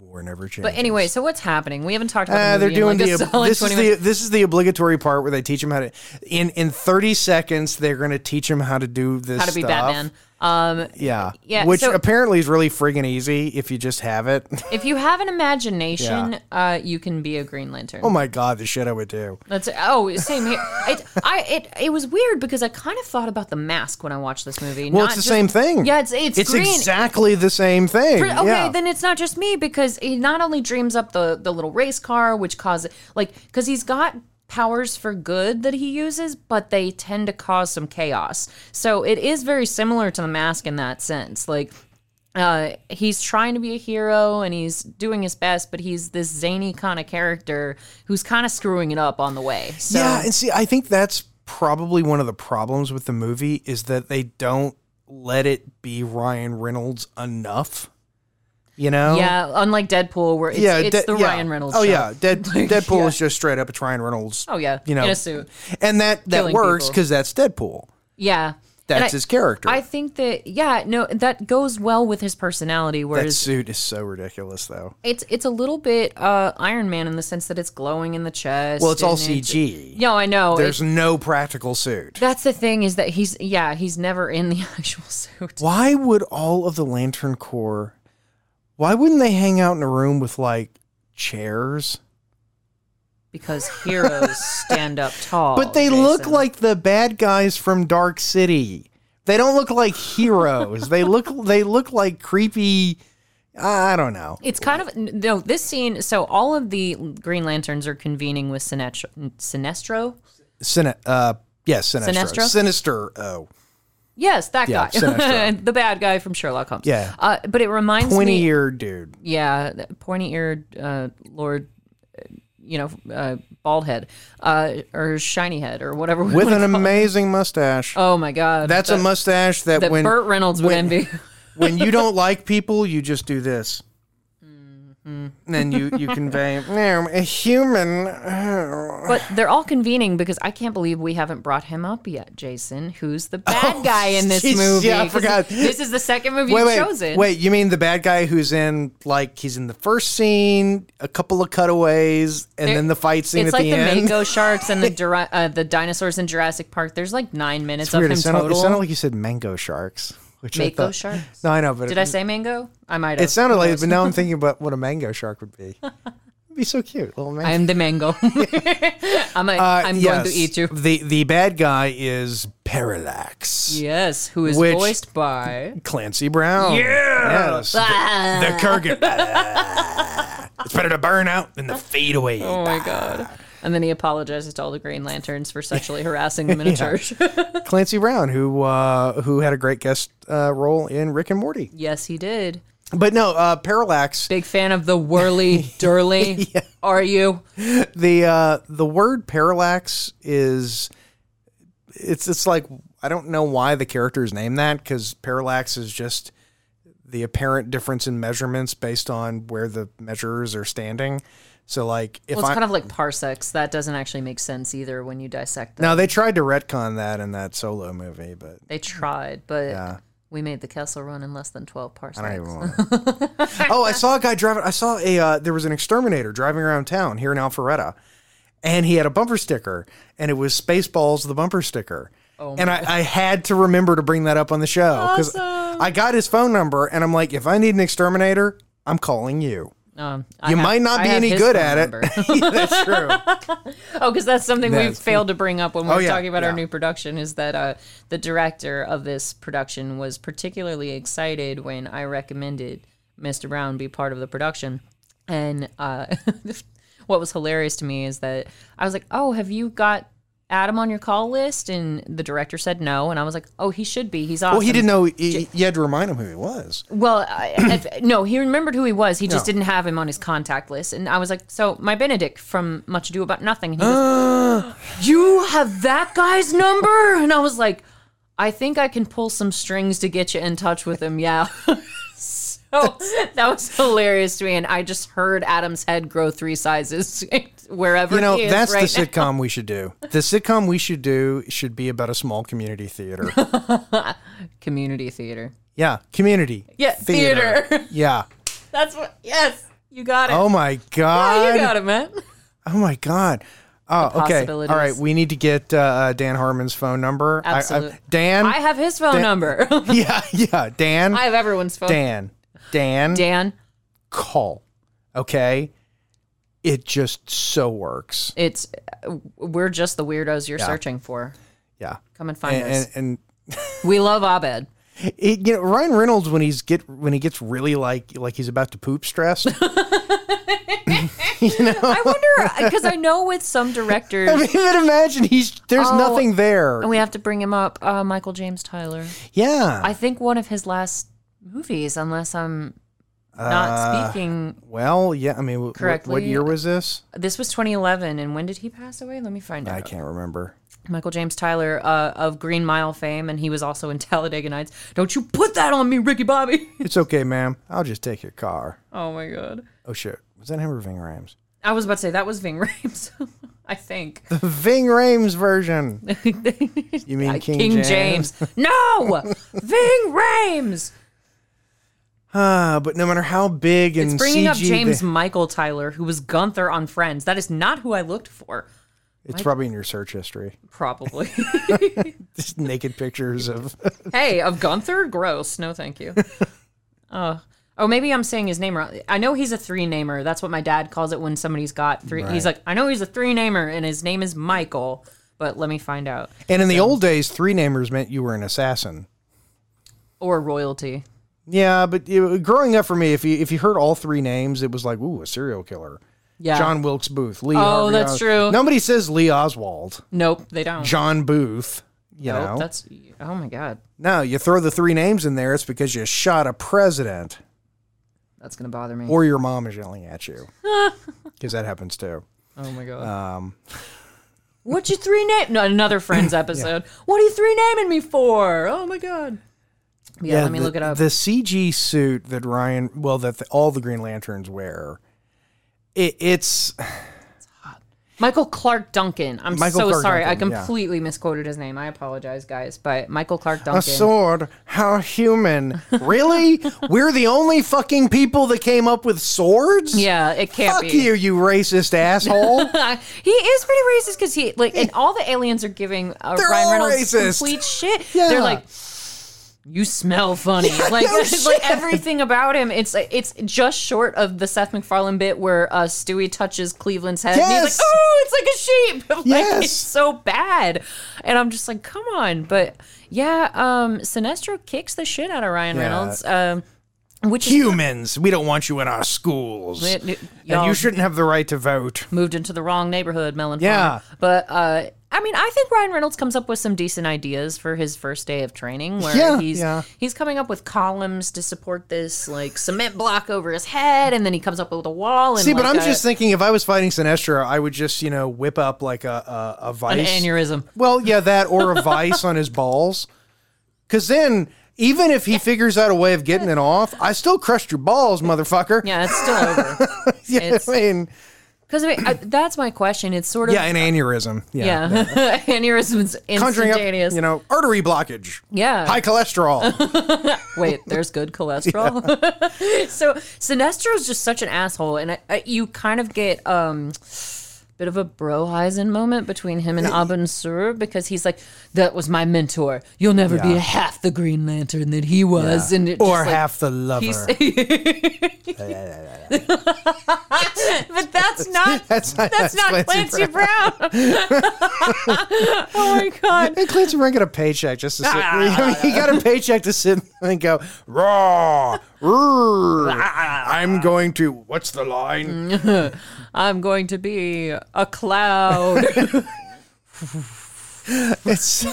Speaker 2: war never changes.
Speaker 3: but anyway, so what's happening? We haven't talked about
Speaker 2: Uh,
Speaker 3: the
Speaker 2: they're
Speaker 3: movie
Speaker 2: doing
Speaker 3: in like
Speaker 2: the
Speaker 3: a solid
Speaker 2: this is
Speaker 3: 20
Speaker 2: the
Speaker 3: minutes.
Speaker 2: this is the obligatory part where they teach them how to in in 30 seconds they're going to teach them how to do this
Speaker 3: How to be
Speaker 2: stuff.
Speaker 3: Batman. Um,
Speaker 2: Yeah.
Speaker 3: Yeah,
Speaker 2: Which
Speaker 3: so-
Speaker 2: apparently is really friggin' easy if you just have it.
Speaker 3: if you have an imagination, uh, you can be a Green Lantern.
Speaker 2: oh my god, the shit I would do.
Speaker 3: That's oh, same here. It, I it it was weird because I kind of thought about the mask when I watched this movie.
Speaker 2: Well,
Speaker 3: not
Speaker 2: it's the
Speaker 3: just-
Speaker 2: same thing.
Speaker 3: Yeah, it's it's,
Speaker 2: It's
Speaker 3: green.
Speaker 2: exactly the same thing.
Speaker 3: Okay,
Speaker 2: yeah.
Speaker 3: then it's not just me because he not only dreams up the the little race car, which causes like because he's got powers for good that he uses, but they tend to cause some chaos. So it is very similar to the mask in that sense. Like uh, he's trying to be a hero and he's doing his best, but he's this zany kind of character who's kind of screwing it up on the way. So
Speaker 2: Yeah, and see, I think that's probably one of the problems with the movie is that they don't let it be Ryan Reynolds enough. You know?
Speaker 3: Yeah, unlike Deadpool, where it's, it's
Speaker 2: De-
Speaker 3: the
Speaker 2: yeah.
Speaker 3: Ryan Reynolds.
Speaker 2: Oh
Speaker 3: show.
Speaker 2: yeah, Dead, Deadpool is just straight up it's Ryan Reynolds.
Speaker 3: Oh yeah,
Speaker 2: you know,
Speaker 3: in a suit.
Speaker 2: and that that
Speaker 3: Killing
Speaker 2: works
Speaker 3: people.
Speaker 2: because that's Deadpool.
Speaker 3: Yeah,
Speaker 2: That's
Speaker 3: And I-
Speaker 2: his character.
Speaker 3: I think that yeah, no, that goes well with his personality.
Speaker 2: that
Speaker 3: Whereas
Speaker 2: suit is so ridiculous, though.
Speaker 3: it's it's a little bit uh, Iron Man in the sense that it's glowing in the chest.
Speaker 2: Well, it's all
Speaker 3: and
Speaker 2: CG.
Speaker 3: No, I know.
Speaker 2: There's
Speaker 3: It-
Speaker 2: no practical suit.
Speaker 3: that's the thing is that he's yeah he's never in the actual suit.
Speaker 2: Why would all of the Lantern Corps? Why wouldn't they hang out in a room with like chairs?
Speaker 3: Because heroes stand up tall.
Speaker 2: But they look
Speaker 3: Oh, Jason.
Speaker 2: like the bad guys from Dark City. They don't look like heroes. they look they look like creepy. I I don't know.
Speaker 3: It's kind of no. This scene. So all of the Green Lanterns are convening with Sinestro. Sinestro.
Speaker 2: Sin- uh, yes, Sinestro.
Speaker 3: Sinestro?
Speaker 2: Sinister. Oh,
Speaker 3: Yes, that
Speaker 2: Yeah,
Speaker 3: guy,
Speaker 2: Sinestro.
Speaker 3: the bad guy from Sherlock Holmes.
Speaker 2: Yeah.
Speaker 3: uh, but it reminds
Speaker 2: pointy
Speaker 3: me.
Speaker 2: eared dude.
Speaker 3: Yeah, that pointy-eared uh, Lord, uh, you know, uh, bald head uh, or shiny head or whatever. we
Speaker 2: With
Speaker 3: wanna
Speaker 2: an
Speaker 3: call it.
Speaker 2: amazing mustache.
Speaker 3: oh my god,
Speaker 2: That's a
Speaker 3: that-
Speaker 2: mustache that,
Speaker 3: that
Speaker 2: when
Speaker 3: Burt Reynolds would
Speaker 2: when-
Speaker 3: envy.
Speaker 2: when you don't like people, you just do this.
Speaker 3: Mm-hmm.
Speaker 2: And then you, you convey, "No, a human. uh,
Speaker 3: But they're all convening because I can't believe we haven't brought him up yet, Jason. Who's the bad guy in this
Speaker 2: Oh, jeez,
Speaker 3: movie?
Speaker 2: yeah, I
Speaker 3: This is-
Speaker 2: forgot.
Speaker 3: This is the second movie
Speaker 2: Wait,
Speaker 3: you've
Speaker 2: wait,
Speaker 3: chosen.
Speaker 2: wait. You mean the bad guy who's in like he's in the first scene, a couple of cutaways, and
Speaker 3: There-
Speaker 2: then the fight scene
Speaker 3: It's
Speaker 2: at
Speaker 3: like
Speaker 2: the,
Speaker 3: the,
Speaker 2: end?
Speaker 3: Mako sharks and the Jura- uh, the dinosaurs in Jurassic Park. There's like nine minutes
Speaker 2: It's
Speaker 3: of
Speaker 2: weird.
Speaker 3: him
Speaker 2: It sounded, it
Speaker 3: total.
Speaker 2: sounded like you said mango sharks. Which I
Speaker 3: Mako
Speaker 2: thought-
Speaker 3: sharks?
Speaker 2: No, I know, but
Speaker 3: Did
Speaker 2: it,
Speaker 3: I say mango? I might
Speaker 2: It
Speaker 3: have.
Speaker 2: sounded
Speaker 3: Who
Speaker 2: like,
Speaker 3: knows?
Speaker 2: it, but now I'm thinking about what a mango shark would be. It'd be so cute, little mango.
Speaker 3: I'm the mango. I'm a,
Speaker 2: Uh,
Speaker 3: I'm going to
Speaker 2: yes.
Speaker 3: eat you.
Speaker 2: The the bad guy is Parallax,
Speaker 3: Yes, who is
Speaker 2: Which-
Speaker 3: voiced by
Speaker 2: Clancy Brown. Yeah, yes. the,
Speaker 3: Ah,
Speaker 2: the Kurgan. it's better to burn out than to fade away.
Speaker 3: Oh my god. And then he apologizes to all the Green Lanterns for sexually harassing them in a church.
Speaker 2: Clancy Brown, who uh, who had a great guest uh, role in Rick and Morty.
Speaker 3: yes, he did.
Speaker 2: But no, uh, Parallax.
Speaker 3: Big fan of the whirly durly. Are you?
Speaker 2: the uh, the word parallax is it's it's like I don't know why the characters name that because parallax is just the apparent difference in measurements based on where the measurers are standing. So like if
Speaker 3: Well, it's
Speaker 2: I
Speaker 3: kind of like parsecs. That doesn't actually make sense either when you dissect them.
Speaker 2: now they tried to retcon that in that solo movie, but
Speaker 3: They tried, but we made the Kessel Run in less than 12 parsecs.
Speaker 2: I don't even want. To. oh, I saw a guy driving. I saw a uh, there was an exterminator driving around town here in Alpharetta, and he had a bumper sticker, and it was Spaceballs the bumper sticker. Oh and I, I had to remember to bring that up on the show because I got his phone number, and I'm like, if I need an exterminator, I'm calling you.
Speaker 3: Um,
Speaker 2: You might not be any good at
Speaker 3: it.
Speaker 2: it. That's true.
Speaker 3: Oh, because that's something we've
Speaker 2: That's-
Speaker 3: failed to bring up when we
Speaker 2: Oh,
Speaker 3: were
Speaker 2: yeah,
Speaker 3: talking about our
Speaker 2: yeah.
Speaker 3: new production is that uh, the director of this production was particularly excited when I recommended Mr. Brown be part of the production. And uh, what was hilarious to me is that I was like, oh, have you got Adam on your call list? And the director said no. And I was like, oh, he should be. He's awesome.
Speaker 2: Well, he didn't know. He, you had to remind him who he was.
Speaker 3: Well, I, if- no, he remembered who he was. He just didn't have him on his contact list. And I was like, so my Benedict from Much Ado About Nothing. And he goes, you have that guy's number? And I was like, I think I can pull some strings to get you in touch with him. Yeah. so that was hilarious to me. And I just heard Adam's head grow three sizes wherever
Speaker 2: You know,
Speaker 3: he is
Speaker 2: that's
Speaker 3: right
Speaker 2: the sitcom we should do. The sitcom we should do should be about a small community theater.
Speaker 3: now. Community theater.
Speaker 2: Yeah, community.
Speaker 3: Yeah, theater.
Speaker 2: Yeah.
Speaker 3: that's what, yes, you got it.
Speaker 2: Oh my god.
Speaker 3: yeah, you got it, man.
Speaker 2: Oh my god. Oh, okay. All
Speaker 3: possibilities.
Speaker 2: right, we need to get uh, uh, Dan Harmon's phone number. I- I-
Speaker 3: Absolute-
Speaker 2: Dan.
Speaker 3: I have his phone
Speaker 2: Dan-
Speaker 3: number.
Speaker 2: yeah, yeah. Dan.
Speaker 3: I have everyone's phone.
Speaker 2: Dan. Dan.
Speaker 3: Dan,
Speaker 2: Call. Okay. It just so works.
Speaker 3: it's uh, we're just the weirdos you're searching for.
Speaker 2: Yeah.
Speaker 3: Come and find us.
Speaker 2: And, and,
Speaker 3: we love Abed.
Speaker 2: and it, you know Ryan Reynolds when he's get when he gets really like like he's about to poop stressed.
Speaker 3: I wonder because I know with some directors,
Speaker 2: I mean, imagine he's there's
Speaker 3: Oh,
Speaker 2: nothing there.
Speaker 3: and we have to bring him up. Uh, Michael James Tyler.
Speaker 2: yeah.
Speaker 3: I think one of his last movies, unless I'm not
Speaker 2: Uh,
Speaker 3: speaking.
Speaker 2: well, yeah. I mean, wh- what, what
Speaker 3: Correctly. uh,
Speaker 2: year was this?
Speaker 3: This was 2011, and when did he pass away? Let me find out.
Speaker 2: I can't remember.
Speaker 3: Michael James Tyler uh, of Green Mile fame, and he was also in Talladega Nights. Don't you put that on me, Ricky Bobby?
Speaker 2: It's okay, ma'am. I'll just take your car.
Speaker 3: oh my god.
Speaker 2: Oh shit. Was that him or Ving Rhames?
Speaker 3: I was about to say that was Ving Rhames, I think.
Speaker 2: The Ving Rhames version. you mean King, James?
Speaker 3: No, Ving Rhames.
Speaker 2: Ah, but no matter how big and
Speaker 3: It's bringing
Speaker 2: CG
Speaker 3: up James
Speaker 2: they-
Speaker 3: Michael Tyler, who was Gunther on Friends. That is not who I looked for.
Speaker 2: it's probably in your search history.
Speaker 3: Probably.
Speaker 2: Just naked pictures of.
Speaker 3: hey, of Gunther? Gross. No, thank you. Uh, oh, maybe I'm saying his name wrong. I know he's a three namer. That's what my dad calls it when somebody's got three. He's like, I know he's a three namer, and his name is Michael. But let me find out.
Speaker 2: and in the old days, three namers meant you were an assassin.
Speaker 3: Or royalty.
Speaker 2: Yeah, but you, growing up for me, if you if you heard all three names, it was like, ooh, a serial killer.
Speaker 3: Yeah.
Speaker 2: John Wilkes Booth. Lee. Oh,
Speaker 3: that's true.
Speaker 2: Nobody says Lee Oswald.
Speaker 3: Nope, they don't.
Speaker 2: John Booth. You
Speaker 3: Nope,
Speaker 2: know.
Speaker 3: that's oh my god.
Speaker 2: No, you throw the three names in there, it's because you shot a president
Speaker 3: That's gonna bother me.
Speaker 2: or your mom is yelling at you. Because that happens too.
Speaker 3: Oh my god. Um, what you three name? No, another Friends episode. What are you three naming me for? Oh my god. Yeah, let me
Speaker 2: the,
Speaker 3: look it up.
Speaker 2: The CG suit that Ryan, well, that the, all the Green Lanterns wear, it, it's
Speaker 3: Michael Clark Duncan. I'm
Speaker 2: Michael
Speaker 3: so
Speaker 2: Clark
Speaker 3: sorry.
Speaker 2: Duncan,
Speaker 3: I
Speaker 2: yeah.
Speaker 3: completely misquoted his name. I apologize, guys. But Michael Clark
Speaker 2: a
Speaker 3: Duncan.
Speaker 2: sword. How human. Really? We're the only fucking people that came up with swords?
Speaker 3: yeah, it can't
Speaker 2: Fuck
Speaker 3: be.
Speaker 2: you, you racist asshole.
Speaker 3: he is pretty racist because he like, and all the aliens are giving uh,
Speaker 2: They're
Speaker 3: Ryan
Speaker 2: all
Speaker 3: Reynolds
Speaker 2: racist.
Speaker 3: complete shit.
Speaker 2: Yeah.
Speaker 3: They're like, you smell funny. like,
Speaker 2: no shit.
Speaker 3: like everything about him. It's like- it's just short of the Seth MacFarlane bit where uh, Stewie touches Cleveland's head. And he's
Speaker 2: Yes.
Speaker 3: like, oh, it's like a sheep. like,
Speaker 2: Yes.
Speaker 3: It's so bad. And I'm just like, come on. But yeah, um, Sinestro kicks the shit out of Ryan
Speaker 2: Yeah.
Speaker 3: Reynolds. Um, Which is-
Speaker 2: Humans, we don't want you in our schools.
Speaker 3: Lit-
Speaker 2: and
Speaker 3: y'all-
Speaker 2: you shouldn't have the right to vote.
Speaker 3: moved into the wrong neighborhood, Melon.
Speaker 2: Yeah.
Speaker 3: Farmer. But uh, I mean, I think Ryan Reynolds comes up with some decent ideas for his first day of training, where
Speaker 2: Yeah,
Speaker 3: he's
Speaker 2: yeah.
Speaker 3: he's coming up with columns to support this like cement block over his head, and then he comes up with a wall. And,
Speaker 2: See, but
Speaker 3: like,
Speaker 2: I'm
Speaker 3: a-
Speaker 2: just thinking if I was fighting Sinestro, I would just, you know, whip up like a, a, a
Speaker 3: an
Speaker 2: vice.
Speaker 3: aneurysm.
Speaker 2: Well, yeah, that or a vice on his balls. Because then, even if he figures out a way of getting it off, I still crushed your balls, motherfucker.
Speaker 3: Yeah, it's still over.
Speaker 2: Yeah,
Speaker 3: it's-
Speaker 2: I mean,
Speaker 3: Because I mean, I- that's my question. It's sort of
Speaker 2: yeah, an aneurysm. Yeah.
Speaker 3: yeah, aneurysms
Speaker 2: Conjuring up,
Speaker 3: instantaneous.
Speaker 2: you know, artery blockage,
Speaker 3: yeah,
Speaker 2: high cholesterol.
Speaker 3: Wait, there's good cholesterol. so Sinestro's just such an asshole, and I, I, you kind of get um bit of a Broheisen moment between him and Abun Sur because he's like, "That was my mentor. You'll never be
Speaker 2: Yeah.
Speaker 3: half the Green Lantern that he was." And it
Speaker 2: or
Speaker 3: just, like,
Speaker 2: half the lover.
Speaker 3: he's- but that's not
Speaker 2: That's not,
Speaker 3: that's not Clancy Brown. oh my god.
Speaker 2: And Clancy Brown got a paycheck just to sit.
Speaker 3: Ah.
Speaker 2: he got a paycheck to sit and go raw. rrr,
Speaker 3: Ah.
Speaker 2: I'm going to. What's the line?
Speaker 3: I'm going to be a cloud.
Speaker 2: It's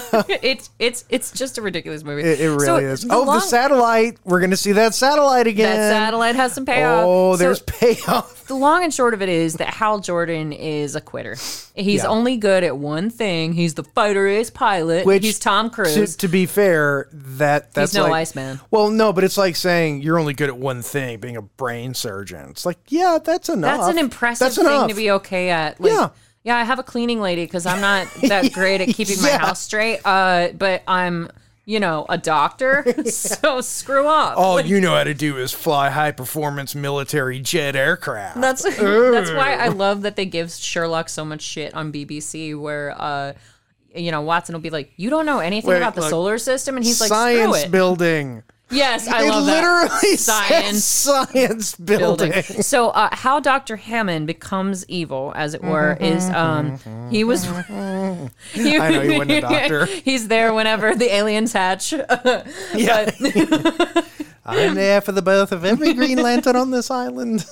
Speaker 3: it's it's it's just a ridiculous movie.
Speaker 2: it, it really
Speaker 3: So
Speaker 2: is. oh,
Speaker 3: long-
Speaker 2: the satellite. We're going to see that satellite again.
Speaker 3: That satellite has some payoff.
Speaker 2: Oh,
Speaker 3: So
Speaker 2: there's payoff.
Speaker 3: the long and short of it is that Hal Jordan is a quitter. He's
Speaker 2: Yeah.
Speaker 3: only good at one thing. He's the fighter ace pilot.
Speaker 2: Which
Speaker 3: he's Tom Cruise.
Speaker 2: To, to be fair, that that's
Speaker 3: no
Speaker 2: like,
Speaker 3: Iceman.
Speaker 2: Well, no, but it's like saying you're only good at one thing, being a brain surgeon. It's like, yeah, that's enough.
Speaker 3: That's an impressive
Speaker 2: That's
Speaker 3: thing
Speaker 2: enough.
Speaker 3: to be okay at. Like,
Speaker 2: Yeah.
Speaker 3: Yeah, I have a cleaning lady because I'm not that great at keeping my
Speaker 2: Yeah.
Speaker 3: house straight. Uh, but I'm, you know, a doctor. So screw off.
Speaker 2: All you know how to do is fly high performance military jet aircraft.
Speaker 3: That's that's why
Speaker 2: Oh.
Speaker 3: I love that they give Sherlock so much shit on BBC where uh you know Watson will be like you don't know anything
Speaker 2: Wait,
Speaker 3: about the
Speaker 2: look.
Speaker 3: solar system and he's like
Speaker 2: science
Speaker 3: screw it.
Speaker 2: building.
Speaker 3: yes, I
Speaker 2: it
Speaker 3: love
Speaker 2: literally
Speaker 3: that.
Speaker 2: science
Speaker 3: science
Speaker 2: science building.
Speaker 3: building. So uh, how Dr. Hammond becomes evil as it were is um he was he,
Speaker 2: Mm-hmm, I know he wasn't a doctor.
Speaker 3: he's there whenever the aliens hatch.
Speaker 2: Yeah. I'm there for the birth of every Green Lantern on this island.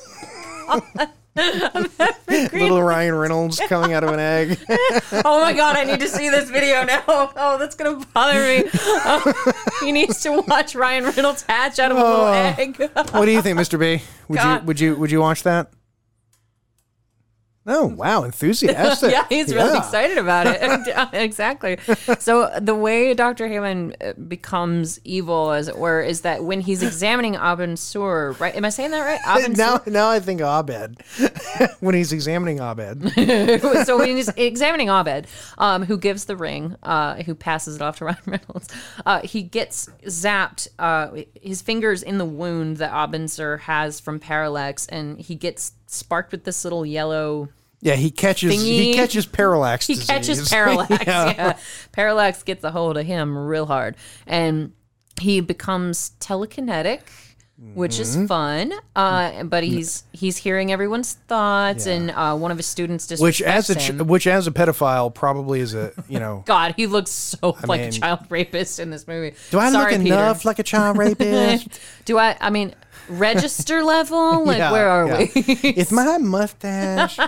Speaker 2: Little Ryan Reynolds coming out of an egg.
Speaker 3: oh my god, I need to see this video now. Oh, that's gonna bother me. Oh, he needs to watch Ryan Reynolds hatch out of a little
Speaker 2: Oh.
Speaker 3: egg.
Speaker 2: What do you think, Mr. B? Would
Speaker 3: God.
Speaker 2: you would you would you watch that? Oh wow, enthusiastic.
Speaker 3: yeah, he's really
Speaker 2: Yeah.
Speaker 3: excited about it. exactly. So the way Dr. Hammond uh, becomes evil, as it were, is that when he's examining Abin Sur, right? Am I saying that right? Abin
Speaker 2: Now, now I think Abed when he's examining Abed.
Speaker 3: Sur. so when he's examining Abed, um, who gives the ring, uh, who passes it off to Ryan Reynolds, uh, he gets zapped, uh, his fingers in the wound that Abin Sur has from parallax, and he gets sparked with this little yellow
Speaker 2: Yeah, he catches he
Speaker 3: Thingy.
Speaker 2: catches parallax.
Speaker 3: he
Speaker 2: disease.
Speaker 3: catches parallax. yeah. parallax gets a hold of him real hard, and he becomes telekinetic, which is
Speaker 2: Mm-hmm.
Speaker 3: fun. Uh, but
Speaker 2: Mm.
Speaker 3: he's he's hearing everyone's thouts, and uh, one of his students just
Speaker 2: which as a ch- which as a pedophile probably is a you know.
Speaker 3: God, he looks so like
Speaker 2: mean-
Speaker 3: a child rapist in this movie.
Speaker 2: Do I
Speaker 3: Sorry,
Speaker 2: look
Speaker 3: Peter.
Speaker 2: enough like a child rapist?
Speaker 3: Do I? I mean, register level? Like,
Speaker 2: Yeah,
Speaker 3: where are
Speaker 2: yeah.
Speaker 3: we?
Speaker 2: Is my mustache?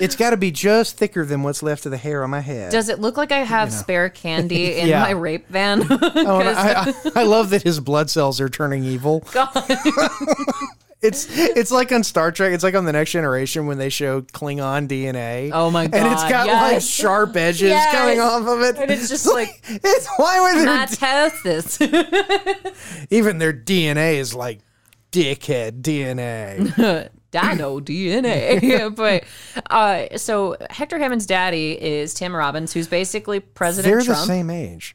Speaker 2: it's got to be just thicker than what's left of the hair on my head.
Speaker 3: Does it look like I have spare candy in
Speaker 2: Yeah.
Speaker 3: my rape van?
Speaker 2: Oh, and I, I, I love that his blood cells are turning evil.
Speaker 3: God.
Speaker 2: It's it's like on Star Trek. It's like on the Next Generation when they show Klingon DNA.
Speaker 3: Oh my
Speaker 2: And it's
Speaker 3: God,
Speaker 2: got like
Speaker 3: yes.
Speaker 2: sharp edges
Speaker 3: Yes.
Speaker 2: coming off of it.
Speaker 3: And it's just like-
Speaker 2: it's why were there
Speaker 3: Mitosis.
Speaker 2: even their DNA is like dickhead DNA.
Speaker 3: dino DNA. but uh, so Hector Hammond's daddy is Tim Robbins, who's basically President
Speaker 2: They're
Speaker 3: Trump.
Speaker 2: the same age.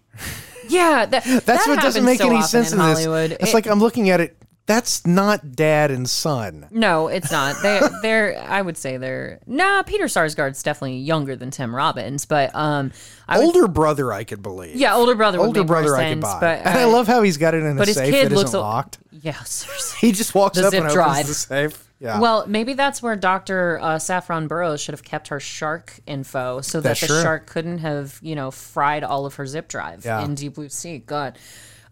Speaker 3: Yeah, that,
Speaker 2: That's
Speaker 3: that
Speaker 2: what doesn't
Speaker 3: happens
Speaker 2: make
Speaker 3: so
Speaker 2: any
Speaker 3: often
Speaker 2: sense
Speaker 3: in
Speaker 2: in, this.
Speaker 3: Hollywood.
Speaker 2: It's
Speaker 3: It-
Speaker 2: like I'm looking at it. That's not dad and son.
Speaker 3: no, it's not. They, they're. I would say they're. Nah, Peter Sarsgaard's definitely younger than Tim Robbins, but um, I would,
Speaker 2: Older brother, I could believe.
Speaker 3: yeah, older brother. Would
Speaker 2: Older
Speaker 3: make more
Speaker 2: brother, I could
Speaker 3: sense,
Speaker 2: buy.
Speaker 3: But
Speaker 2: and I
Speaker 3: uh,
Speaker 2: love how he's got it in a
Speaker 3: But his
Speaker 2: safe
Speaker 3: kid
Speaker 2: that
Speaker 3: looks
Speaker 2: isn't
Speaker 3: a-
Speaker 2: locked.
Speaker 3: Yeah, seriously.
Speaker 2: He just walks
Speaker 3: The
Speaker 2: up
Speaker 3: zip
Speaker 2: and opens
Speaker 3: drive.
Speaker 2: the safe. Yeah.
Speaker 3: Well, maybe that's where Dr. Uh, Saffron Burrows should have kept her shark info so that
Speaker 2: That's
Speaker 3: the
Speaker 2: true.
Speaker 3: shark couldn't have, you know, fried all of her zip drive
Speaker 2: Yeah.
Speaker 3: in Deep Blue Sea. God.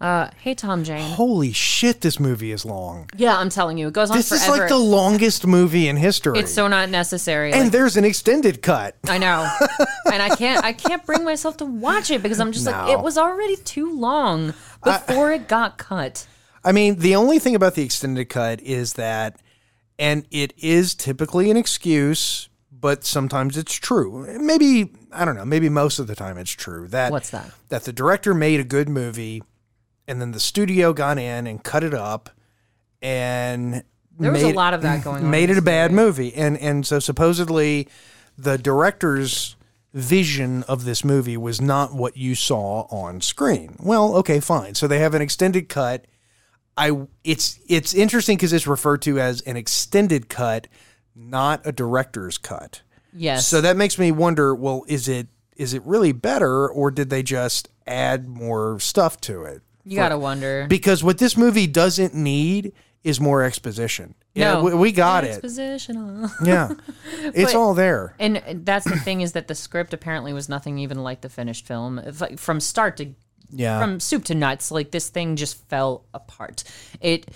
Speaker 3: Uh, hey, Tom Jane.
Speaker 2: Holy shit, this movie is long.
Speaker 3: Yeah, I'm telling you, it goes on
Speaker 2: This
Speaker 3: forever.
Speaker 2: is like the longest movie in history.
Speaker 3: it's so not necessary.
Speaker 2: and
Speaker 3: like-
Speaker 2: there's an extended cut.
Speaker 3: I know, and I can't. I can't bring myself to watch it because I'm just like
Speaker 2: No.
Speaker 3: it was already too long before it got cut.
Speaker 2: I mean, the only thing about the extended cut is that, and it is typically an excuse, but sometimes it's true. Maybe, I don't know, maybe most of the time it's true that
Speaker 3: What's that?
Speaker 2: That the director made a good movie and then the studio got in and cut it up and
Speaker 3: There was
Speaker 2: made,
Speaker 3: a lot of that going on.
Speaker 2: made it a bad movie. And, and so supposedly the director's vision of this movie was not what you saw on screen. Well, okay, fine. So they have an extended cut. I it's it's interesting because it's referred to as an extended cut, not a director's cut.
Speaker 3: Yes.
Speaker 2: So that makes me wonder. Well, is it is it really better, or did they just add more stuff to it?
Speaker 3: you gotta wonder.
Speaker 2: Because what this movie doesn't need is more exposition.
Speaker 3: No.
Speaker 2: yeah, we, we got it.
Speaker 3: Expositional.
Speaker 2: Yeah, it's all there.
Speaker 3: And that's the thing is that the script apparently was nothing even like the finished film If, like, from start to
Speaker 2: Yeah.
Speaker 3: from soup to nuts. Like this thing just fell apart. It.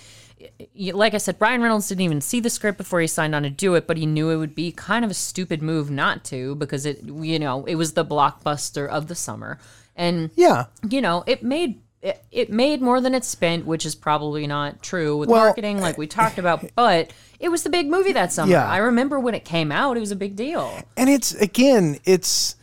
Speaker 3: y- Like I said, Brian Reynolds didn't even see the script before he signed on to do it, but he knew it would be kind of a stupid move not to because it, you know, it was the blockbuster of the summer, and
Speaker 2: yeah,
Speaker 3: you know, it made it, it made more than it spent, which is probably not true with
Speaker 2: Well,
Speaker 3: marketing, like we talked about. But it was the big movie that summer.
Speaker 2: Yeah.
Speaker 3: I remember when it came out; it was a big deal.
Speaker 2: and it's again, it's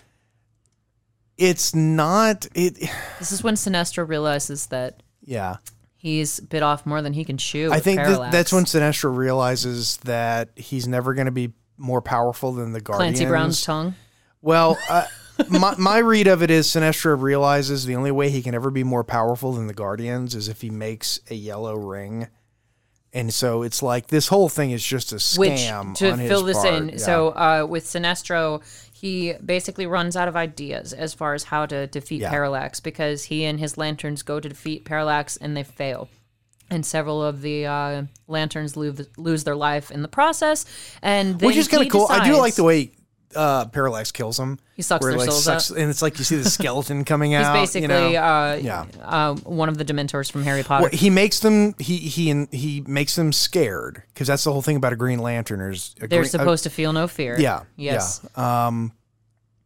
Speaker 2: it's not it.
Speaker 3: This is when Sinestro realizes that
Speaker 2: Yeah.
Speaker 3: he's bit off more than he can chew.
Speaker 2: I
Speaker 3: with
Speaker 2: think that
Speaker 3: Parallax.
Speaker 2: that's when Sinestro realizes that he's never going to be more powerful than the Guardians.
Speaker 3: Clancy Brown's tongue.
Speaker 2: Well, uh, my my read of it is Sinestro realizes the only way he can ever be more powerful than the Guardians is if he makes a yellow ring. And so it's like this whole thing is just a
Speaker 3: Which
Speaker 2: scam
Speaker 3: to
Speaker 2: on his
Speaker 3: fill this
Speaker 2: part.
Speaker 3: in,
Speaker 2: Yeah.
Speaker 3: so uh, with Sinestro, he basically runs out of ideas as far as how to defeat
Speaker 2: Yeah.
Speaker 3: Parallax because he and his lanterns go to defeat Parallax and they fail. And several of the uh, lanterns lose, lose their life in the process, and
Speaker 2: which
Speaker 3: then
Speaker 2: is kind
Speaker 3: he
Speaker 2: of cool. I do
Speaker 3: decides-
Speaker 2: like the way uh, Parallax kills him.
Speaker 3: He sucks
Speaker 2: where,
Speaker 3: their
Speaker 2: like,
Speaker 3: souls
Speaker 2: and it's like you see the skeleton coming
Speaker 3: he's
Speaker 2: out.
Speaker 3: basically
Speaker 2: you know?
Speaker 3: uh,
Speaker 2: Yeah.
Speaker 3: uh, one of the Dementors from Harry Potter.
Speaker 2: Well, he makes them he he he makes them scared because that's the whole thing about a Green Lantern. Is a
Speaker 3: They're
Speaker 2: green- uh, a-
Speaker 3: supposed to feel no fear.
Speaker 2: yeah,
Speaker 3: Yes.
Speaker 2: yeah. Um,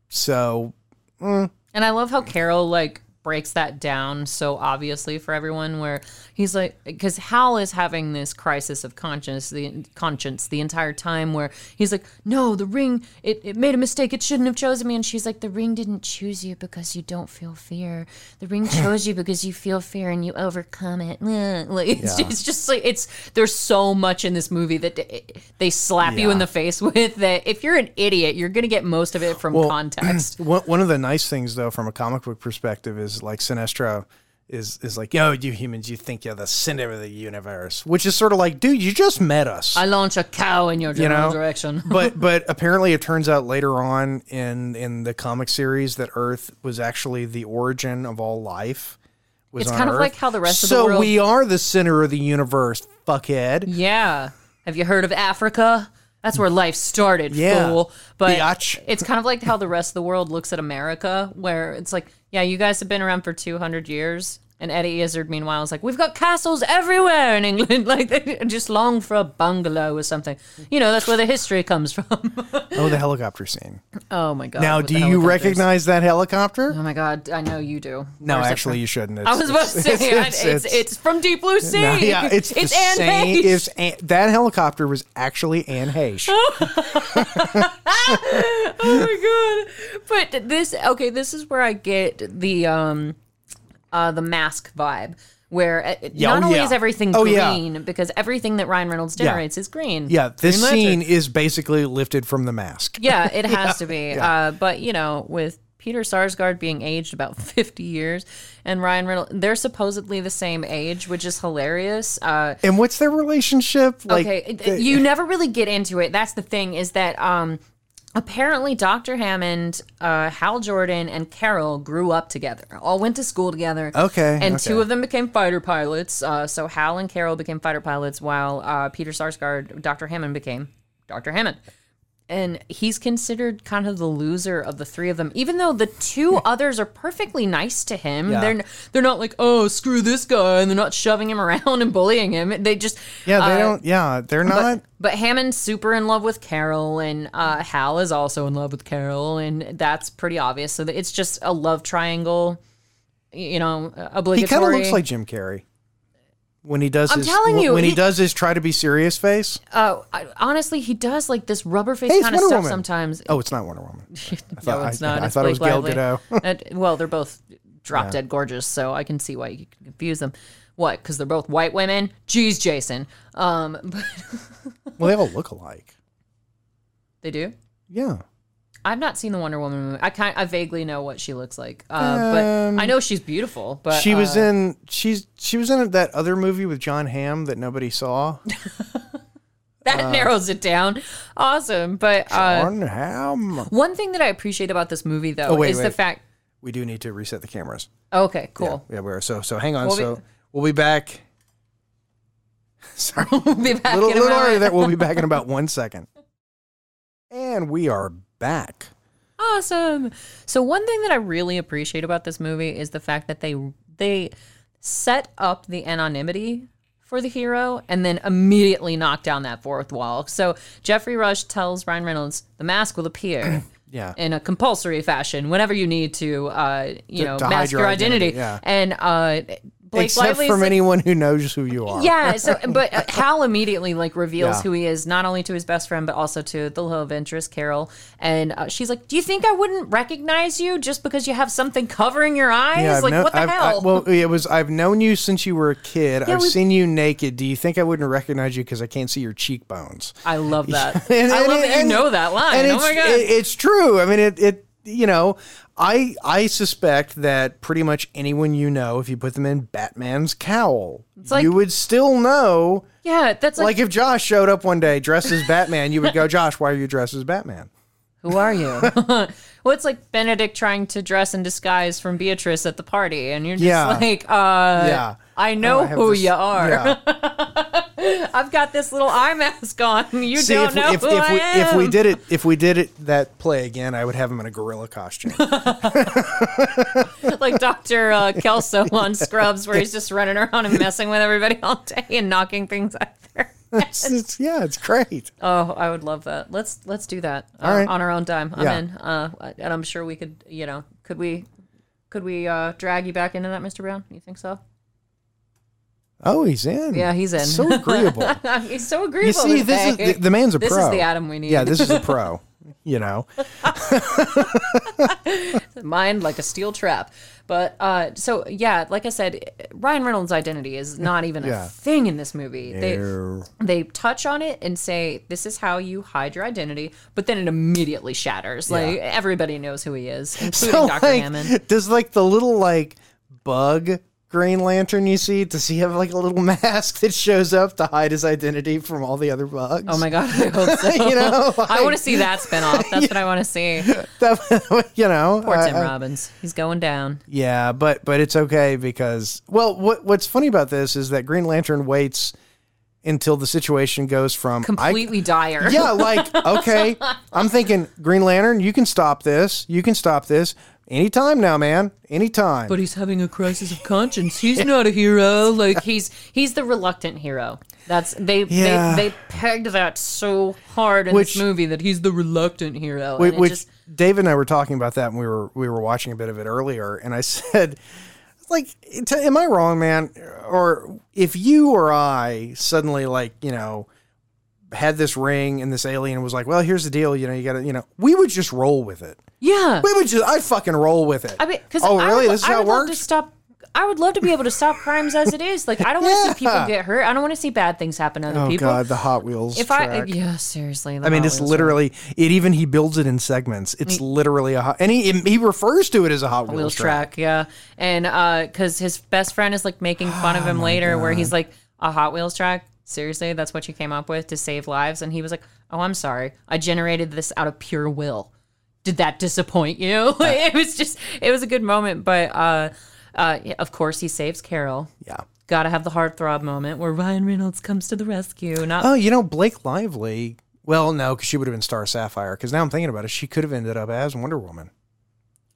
Speaker 2: so
Speaker 3: And I love how Carol like breaks that down so obviously for everyone where he's like because Hal is having this crisis of conscience the conscience the entire time where he's like no the ring it, it made a mistake it shouldn't have chosen me and she's like the ring didn't choose you because you don't feel fear the ring chose you because you feel fear and you overcome it like it's,
Speaker 2: Yeah.
Speaker 3: it's just like it's there's so much in this movie that they- they slap you in the face with that if you're an idiot you're gonna get most of it from context
Speaker 2: one one of the nice things though, from a comic book perspective, is like Sinestro is is like, yo, you humans, you think you're the center of the universe, which is sort of like, dude, you just met us.
Speaker 3: I launch a cow in your general
Speaker 2: know?
Speaker 3: direction.
Speaker 2: but but apparently it turns out later on in in the comic series that Earth was actually the origin of all life. Was
Speaker 3: It's
Speaker 2: on
Speaker 3: kind of
Speaker 2: Earth.
Speaker 3: like how the rest of the
Speaker 2: so
Speaker 3: world-
Speaker 2: we are the center of the universe, fuckhead.
Speaker 3: yeah. Have you heard of Africa? That's where life started,
Speaker 2: Yeah.
Speaker 3: fool. But
Speaker 2: Biatch.
Speaker 3: it's kind of like how the rest of the world looks at America, where it's like, yeah, you guys have been around for 200 years. And Eddie Izzard, meanwhile, is like, we've got castles everywhere in England. Like, they just long for a bungalow or something. You know, that's where the history comes from.
Speaker 2: Oh, the helicopter scene.
Speaker 3: oh, my God.
Speaker 2: Now,
Speaker 3: with
Speaker 2: do
Speaker 3: the
Speaker 2: you
Speaker 3: helicopters.
Speaker 2: recognize that helicopter?
Speaker 3: Oh, my God. I know you do.
Speaker 2: No,
Speaker 3: Where's it
Speaker 2: actually,
Speaker 3: from?
Speaker 2: you shouldn't.
Speaker 3: I
Speaker 2: It's-
Speaker 3: was about to say, it's, it's, it's, from Deep Blue Sea.
Speaker 2: No, yeah, it's,
Speaker 3: it's
Speaker 2: the
Speaker 3: Anne
Speaker 2: same.
Speaker 3: Hayes.
Speaker 2: It's Anne- that helicopter was actually Anne Heche.
Speaker 3: oh my god but this okay this is where i get the um uh the mask vibe where uh,
Speaker 2: Yeah,
Speaker 3: not
Speaker 2: oh,
Speaker 3: only
Speaker 2: yeah.
Speaker 3: is everything
Speaker 2: Oh, yeah.
Speaker 3: green because everything that ryan reynolds
Speaker 2: Yeah.
Speaker 3: generates is green
Speaker 2: yeah, this
Speaker 3: Green
Speaker 2: scene
Speaker 3: lantern.
Speaker 2: is basically lifted from the mask.
Speaker 3: yeah it has to be uh but you know with peter sarsgaard being aged about 50 years and ryan reynolds they're supposedly the same age which is hilarious uh
Speaker 2: And what's their relationship? Like,
Speaker 3: okay it-
Speaker 2: they-
Speaker 3: you never really get into it that's the thing is that um apparently dr hammond uh, hal jordan and carol grew up together all went to school together
Speaker 2: Okay,
Speaker 3: and
Speaker 2: okay.
Speaker 3: two of them became fighter pilots uh, so hal and carol became fighter pilots while uh, peter sarsgaard dr hammond became dr hammond and he's considered kind of the loser of the three of them, even though the two others are perfectly nice to him.
Speaker 2: Yeah.
Speaker 3: They're they're not like oh screw this guy, and they're not shoving him around and bullying him. They just
Speaker 2: Yeah, they
Speaker 3: uh,
Speaker 2: don't. Yeah, they're not.
Speaker 3: But Hammond's super in love with Carol, and uh, Hal is also in love with Carol, and that's pretty obvious. So that it's just a love triangle, y- you know, obligatory.
Speaker 2: he kind of looks like Jim Carrey when he does.
Speaker 3: I'm
Speaker 2: his,
Speaker 3: telling
Speaker 2: when-
Speaker 3: you,
Speaker 2: when he,
Speaker 3: he-
Speaker 2: does his try to be serious face.
Speaker 3: Uh, I- honestly, he does like this rubber face
Speaker 2: Hey, it's
Speaker 3: kind of
Speaker 2: Wonder
Speaker 3: stuff
Speaker 2: Woman.
Speaker 3: sometimes.
Speaker 2: Oh, it's not Wonder Woman. I
Speaker 3: no,
Speaker 2: thought-
Speaker 3: it's
Speaker 2: I-
Speaker 3: not.
Speaker 2: I
Speaker 3: it's
Speaker 2: thought it
Speaker 3: Blake
Speaker 2: was Gal
Speaker 3: Lively.
Speaker 2: Gadot.
Speaker 3: Uh, well, they're both drop dead gorgeous, so I can see why you could confuse them. What? Because they're both white women. Jeez, Jason. Um, but
Speaker 2: Well, they all look alike.
Speaker 3: they do.
Speaker 2: Yeah.
Speaker 3: I've not seen the Wonder Woman movie. I kind I vaguely know what she looks like, uh, but I know she's beautiful. But
Speaker 2: Um, she was
Speaker 3: uh,
Speaker 2: in she's she was in that other movie with John Hamm that nobody saw.
Speaker 3: that
Speaker 2: uh,
Speaker 3: narrows it down. Awesome, but uh,
Speaker 2: John Hamm.
Speaker 3: one thing that I appreciate about this movie though
Speaker 2: Oh, wait,
Speaker 3: is the
Speaker 2: wait.
Speaker 3: fact.
Speaker 2: We do need to reset the cameras.
Speaker 3: Okay, cool.
Speaker 2: Yeah, we are. So so hang on.
Speaker 3: We'll be-
Speaker 2: so we'll be back. Sorry,
Speaker 3: We'll be back
Speaker 2: little,
Speaker 3: in a
Speaker 2: little earlier.
Speaker 3: moment.
Speaker 2: That we'll be back in about one second. And we are back.
Speaker 3: awesome. So one thing that I really appreciate about this movie is the fact that they they set up the anonymity for the hero and then immediately knock down that fourth wall. So Jeffrey Rush tells Ryan Reynolds the mask will appear.
Speaker 2: Yeah.
Speaker 3: in a compulsory fashion whenever you need to, uh, you
Speaker 2: To-
Speaker 3: know,
Speaker 2: to hide
Speaker 3: mask
Speaker 2: your
Speaker 3: your identity.
Speaker 2: identity, yeah.
Speaker 3: And uh, Blake
Speaker 2: Except
Speaker 3: Lively's
Speaker 2: from
Speaker 3: like-
Speaker 2: anyone who knows who you are.
Speaker 3: yeah. So, but uh, Hal immediately like reveals
Speaker 2: Yeah.
Speaker 3: who he is, not only to his best friend, but also to the love interest, Carol. And uh, she's like, "Do you think I wouldn't recognize you just because you have something covering your eyes?
Speaker 2: Yeah, I've
Speaker 3: like,
Speaker 2: kno-
Speaker 3: what the
Speaker 2: I've- I-
Speaker 3: hell?"
Speaker 2: well, it was I've known you since you were a kid. I've
Speaker 3: we-
Speaker 2: seen you naked. Do you think I wouldn't recognize you because I can't see your cheekbones?
Speaker 3: I love that.
Speaker 2: And-
Speaker 3: I
Speaker 2: and-
Speaker 3: love that you
Speaker 2: and-
Speaker 3: know that line.
Speaker 2: and
Speaker 3: Oh
Speaker 2: it's-
Speaker 3: my god.
Speaker 2: it- it's true. I mean, it, it. You know, I I suspect that pretty much anyone you know, if you put them in Batman's cowl,
Speaker 3: like-
Speaker 2: you would still know.
Speaker 3: yeah, that's
Speaker 2: Like
Speaker 3: like,
Speaker 2: if Josh showed up one day dressed as Batman, you would go, Josh, why are you dressed as Batman?
Speaker 3: who are you? well, it's like Benedict trying to dress in disguise from Beatrice at the party, and you're just
Speaker 2: Yeah.
Speaker 3: like, uh,
Speaker 2: Yeah.
Speaker 3: I know
Speaker 2: Oh, I have
Speaker 3: who
Speaker 2: this-
Speaker 3: you are.
Speaker 2: Yeah.
Speaker 3: I've got this little eye mask on. You
Speaker 2: See,
Speaker 3: don't
Speaker 2: if,
Speaker 3: know
Speaker 2: if,
Speaker 3: who
Speaker 2: if
Speaker 3: I
Speaker 2: we,
Speaker 3: am.
Speaker 2: if we did it, if we did it that play again, I would have him in a gorilla costume.
Speaker 3: like Dr. Uh, Kelso on Scrubs, where he's just running around and messing with everybody all day and knocking things out there.
Speaker 2: It's- it's- yeah, it's great.
Speaker 3: Oh, I would love that. Let's let's do that uh,
Speaker 2: All right.
Speaker 3: on our own dime. I'm
Speaker 2: Yeah.
Speaker 3: in, uh, and I'm sure we could. You know, could we? Could we uh, drag you back into that, Mr. Brown? You think so?
Speaker 2: Oh, he's in.
Speaker 3: Yeah, he's in.
Speaker 2: So agreeable.
Speaker 3: he's so
Speaker 2: You
Speaker 3: agreeable.
Speaker 2: see, this is
Speaker 3: today.
Speaker 2: the, the man's a
Speaker 3: This
Speaker 2: pro.
Speaker 3: is the Adam we need.
Speaker 2: Yeah, this is a pro. You know,
Speaker 3: mind like a steel trap. But uh, so yeah, like I said, Ryan Reynolds' identity is not even
Speaker 2: Yeah.
Speaker 3: a thing in this movie.
Speaker 2: No.
Speaker 3: They they touch on it and say this is how you hide your identity, but then it immediately shatters. Like everybody knows who he is, including
Speaker 2: so
Speaker 3: Dr.
Speaker 2: like,
Speaker 3: Hammond.
Speaker 2: does like the little like bug Green Lantern you see? Does he have like a little mask that shows up to hide his identity from all the other bugs?
Speaker 3: Oh my god, I hope so.
Speaker 2: You know,
Speaker 3: I want
Speaker 2: like-
Speaker 3: to see that spinoff. That's what I want to see.
Speaker 2: That, you know,
Speaker 3: Poor
Speaker 2: I-
Speaker 3: Tim
Speaker 2: I-
Speaker 3: Robbins. He's going down.
Speaker 2: yeah, but but it's okay because well, what what's funny about this is that Green Lantern waits until the situation goes from I
Speaker 3: Completely dire.
Speaker 2: Yeah, like, okay, I'm thinking Green Lantern, you can stop this. You can stop this anytime now, man. Anytime.
Speaker 3: but he's having a crisis of conscience. He's not a hero. Like he's he's the reluctant hero. That's they
Speaker 2: Yeah.
Speaker 3: they, they pegged that so hard in
Speaker 2: Which-
Speaker 3: this movie that he's the reluctant hero.
Speaker 2: Wh-
Speaker 3: and it
Speaker 2: which
Speaker 3: just,
Speaker 2: Dave and I were talking about that, and we were we were watching a bit of it earlier, and I said, like, t- am I wrong, man? Or if you or I suddenly like, you know. Had this ring and this alien was like, well, here's the deal, you know, you gotta, you know, we would just roll with it.
Speaker 3: yeah.
Speaker 2: We would just, I fucking roll with it.
Speaker 3: I mean, because
Speaker 2: oh,
Speaker 3: I would,
Speaker 2: really?
Speaker 3: lo-
Speaker 2: this is
Speaker 3: I
Speaker 2: how
Speaker 3: would
Speaker 2: it
Speaker 3: love to
Speaker 2: works.
Speaker 3: stop. I would love to be able to stop crimes as it is. Like I don't want to see people
Speaker 2: Yeah.
Speaker 3: get hurt. I don't want to see bad things happen to other
Speaker 2: Oh
Speaker 3: people.
Speaker 2: god, the Hot Wheels.
Speaker 3: if I
Speaker 2: track.
Speaker 3: yeah, seriously.
Speaker 2: I mean, it's literally it. Even he builds it in segments. It's
Speaker 3: Mm.
Speaker 2: literally a hot, and he he refers to it as a Hot Wheels,
Speaker 3: Wheels
Speaker 2: track.
Speaker 3: track, yeah. And uh, because his best friend is like making fun of him later, where he's like, a Hot Wheels track. Seriously, that's what you came up with to save lives. And he was like, oh, I'm sorry, I generated this out of pure will. Did that disappoint you? it was just, it was a good moment, but uh, uh, of course he saves Carol.
Speaker 2: Yeah.
Speaker 3: Got to have the heartthrob moment where Ryan Reynolds comes to the rescue. Not
Speaker 2: Oh, you know Blake Lively Well, no, because she would have been Star Sapphire. Because now I'm thinking about it, she could have ended up as Wonder Woman.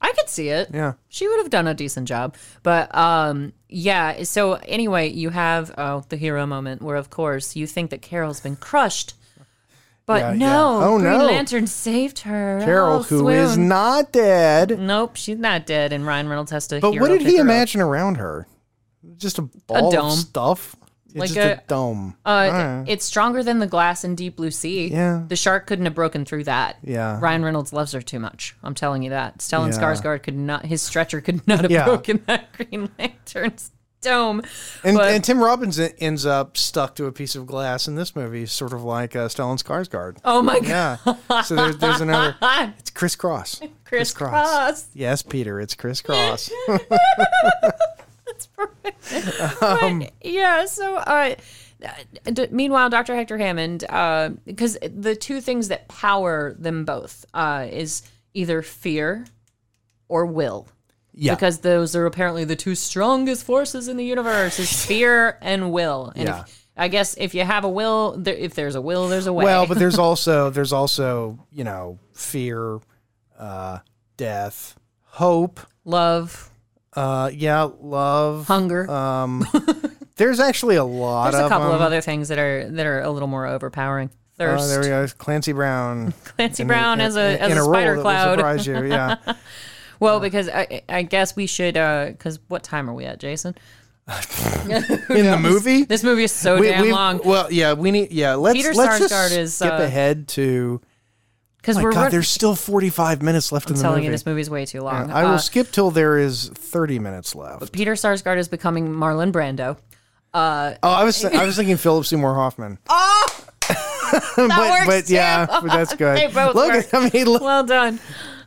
Speaker 3: I could see it.
Speaker 2: Yeah.
Speaker 3: She would have done a decent job. But um yeah, so anyway, you have oh the hero moment where of course you think that Carol's been crushed. But
Speaker 2: Yeah, yeah.
Speaker 3: no,
Speaker 2: Oh,
Speaker 3: Green
Speaker 2: no.
Speaker 3: Lantern saved her.
Speaker 2: Carol,
Speaker 3: Oh,
Speaker 2: who is
Speaker 3: swoon.
Speaker 2: not dead.
Speaker 3: Nope, she's not dead and Ryan Reynolds has to
Speaker 2: But
Speaker 3: hero
Speaker 2: what did
Speaker 3: pick
Speaker 2: he
Speaker 3: Mm. her up.
Speaker 2: imagine around her? Just a ball
Speaker 3: dome.
Speaker 2: of stuff. It's
Speaker 3: Like
Speaker 2: just a,
Speaker 3: a-
Speaker 2: dome.
Speaker 3: Uh, It's stronger than the glass in Deep Blue Sea.
Speaker 2: Yeah.
Speaker 3: The shark couldn't have broken through that.
Speaker 2: Yeah.
Speaker 3: Ryan Reynolds loves her too much. I'm telling you that. Stellan
Speaker 2: Yeah.
Speaker 3: Skarsgård could not, his stretcher could not have
Speaker 2: Yeah.
Speaker 3: broken that Green Lantern's dome.
Speaker 2: and,
Speaker 3: but-
Speaker 2: and Tim Robbins e- ends up stuck to a piece of glass in this movie, sort of like uh, Stellan Skarsgård.
Speaker 3: Oh my God.
Speaker 2: Yeah. So there's, there's another. It's crisscross.
Speaker 3: Crisscross.
Speaker 2: Yes, Peter, it's crisscross. Um,
Speaker 3: yeah. So, uh, d- meanwhile, Dr. Hector Hammond, because the two things that power them both uh, is either fear or will.
Speaker 2: yeah.
Speaker 3: because those are apparently the two strongest forces in the universe is fear and will and
Speaker 2: Yeah.
Speaker 3: if, i guess if you have a will there, if there's a will there's a way
Speaker 2: Well, but there's also there's also you know fear, uh, death, hope,
Speaker 3: love
Speaker 2: uh, yeah, love,
Speaker 3: hunger
Speaker 2: Um, there's actually a lot
Speaker 3: there's
Speaker 2: of
Speaker 3: a couple of
Speaker 2: them.
Speaker 3: other things that are that are a little more overpowering
Speaker 2: um,
Speaker 3: thirst
Speaker 2: Uh, there we go. Clancy Brown.
Speaker 3: clancy
Speaker 2: in
Speaker 3: brown
Speaker 2: in-
Speaker 3: as a
Speaker 2: in-
Speaker 3: as
Speaker 2: in
Speaker 3: a,
Speaker 2: role
Speaker 3: spider
Speaker 2: that will
Speaker 3: cloud
Speaker 2: surprise you, yeah.
Speaker 3: well because i i guess we should uh because what time are we at jason
Speaker 2: in the movie,
Speaker 3: this movie is so
Speaker 2: we,
Speaker 3: damn
Speaker 2: we- oh
Speaker 3: long
Speaker 2: Well, yeah, we need. Yeah, let's
Speaker 3: Peter
Speaker 2: let's just
Speaker 3: Sarsgaard is,
Speaker 2: skip
Speaker 3: uh,
Speaker 2: ahead to.
Speaker 3: because
Speaker 2: My
Speaker 3: we're
Speaker 2: God,
Speaker 3: run-
Speaker 2: there's still 45 minutes left in the
Speaker 3: telling
Speaker 2: movie.
Speaker 3: you this movie's way too long
Speaker 2: I will
Speaker 3: Uh,
Speaker 2: skip till there is 30 minutes left.
Speaker 3: peter sarsgaard is becoming marlon brando
Speaker 2: Oh, I was I was thinking Philip Seymour Hoffman. Oh, but
Speaker 3: works
Speaker 2: but yeah, but that's good.
Speaker 3: They both
Speaker 2: look,
Speaker 3: work.
Speaker 2: I mean, look,
Speaker 3: well done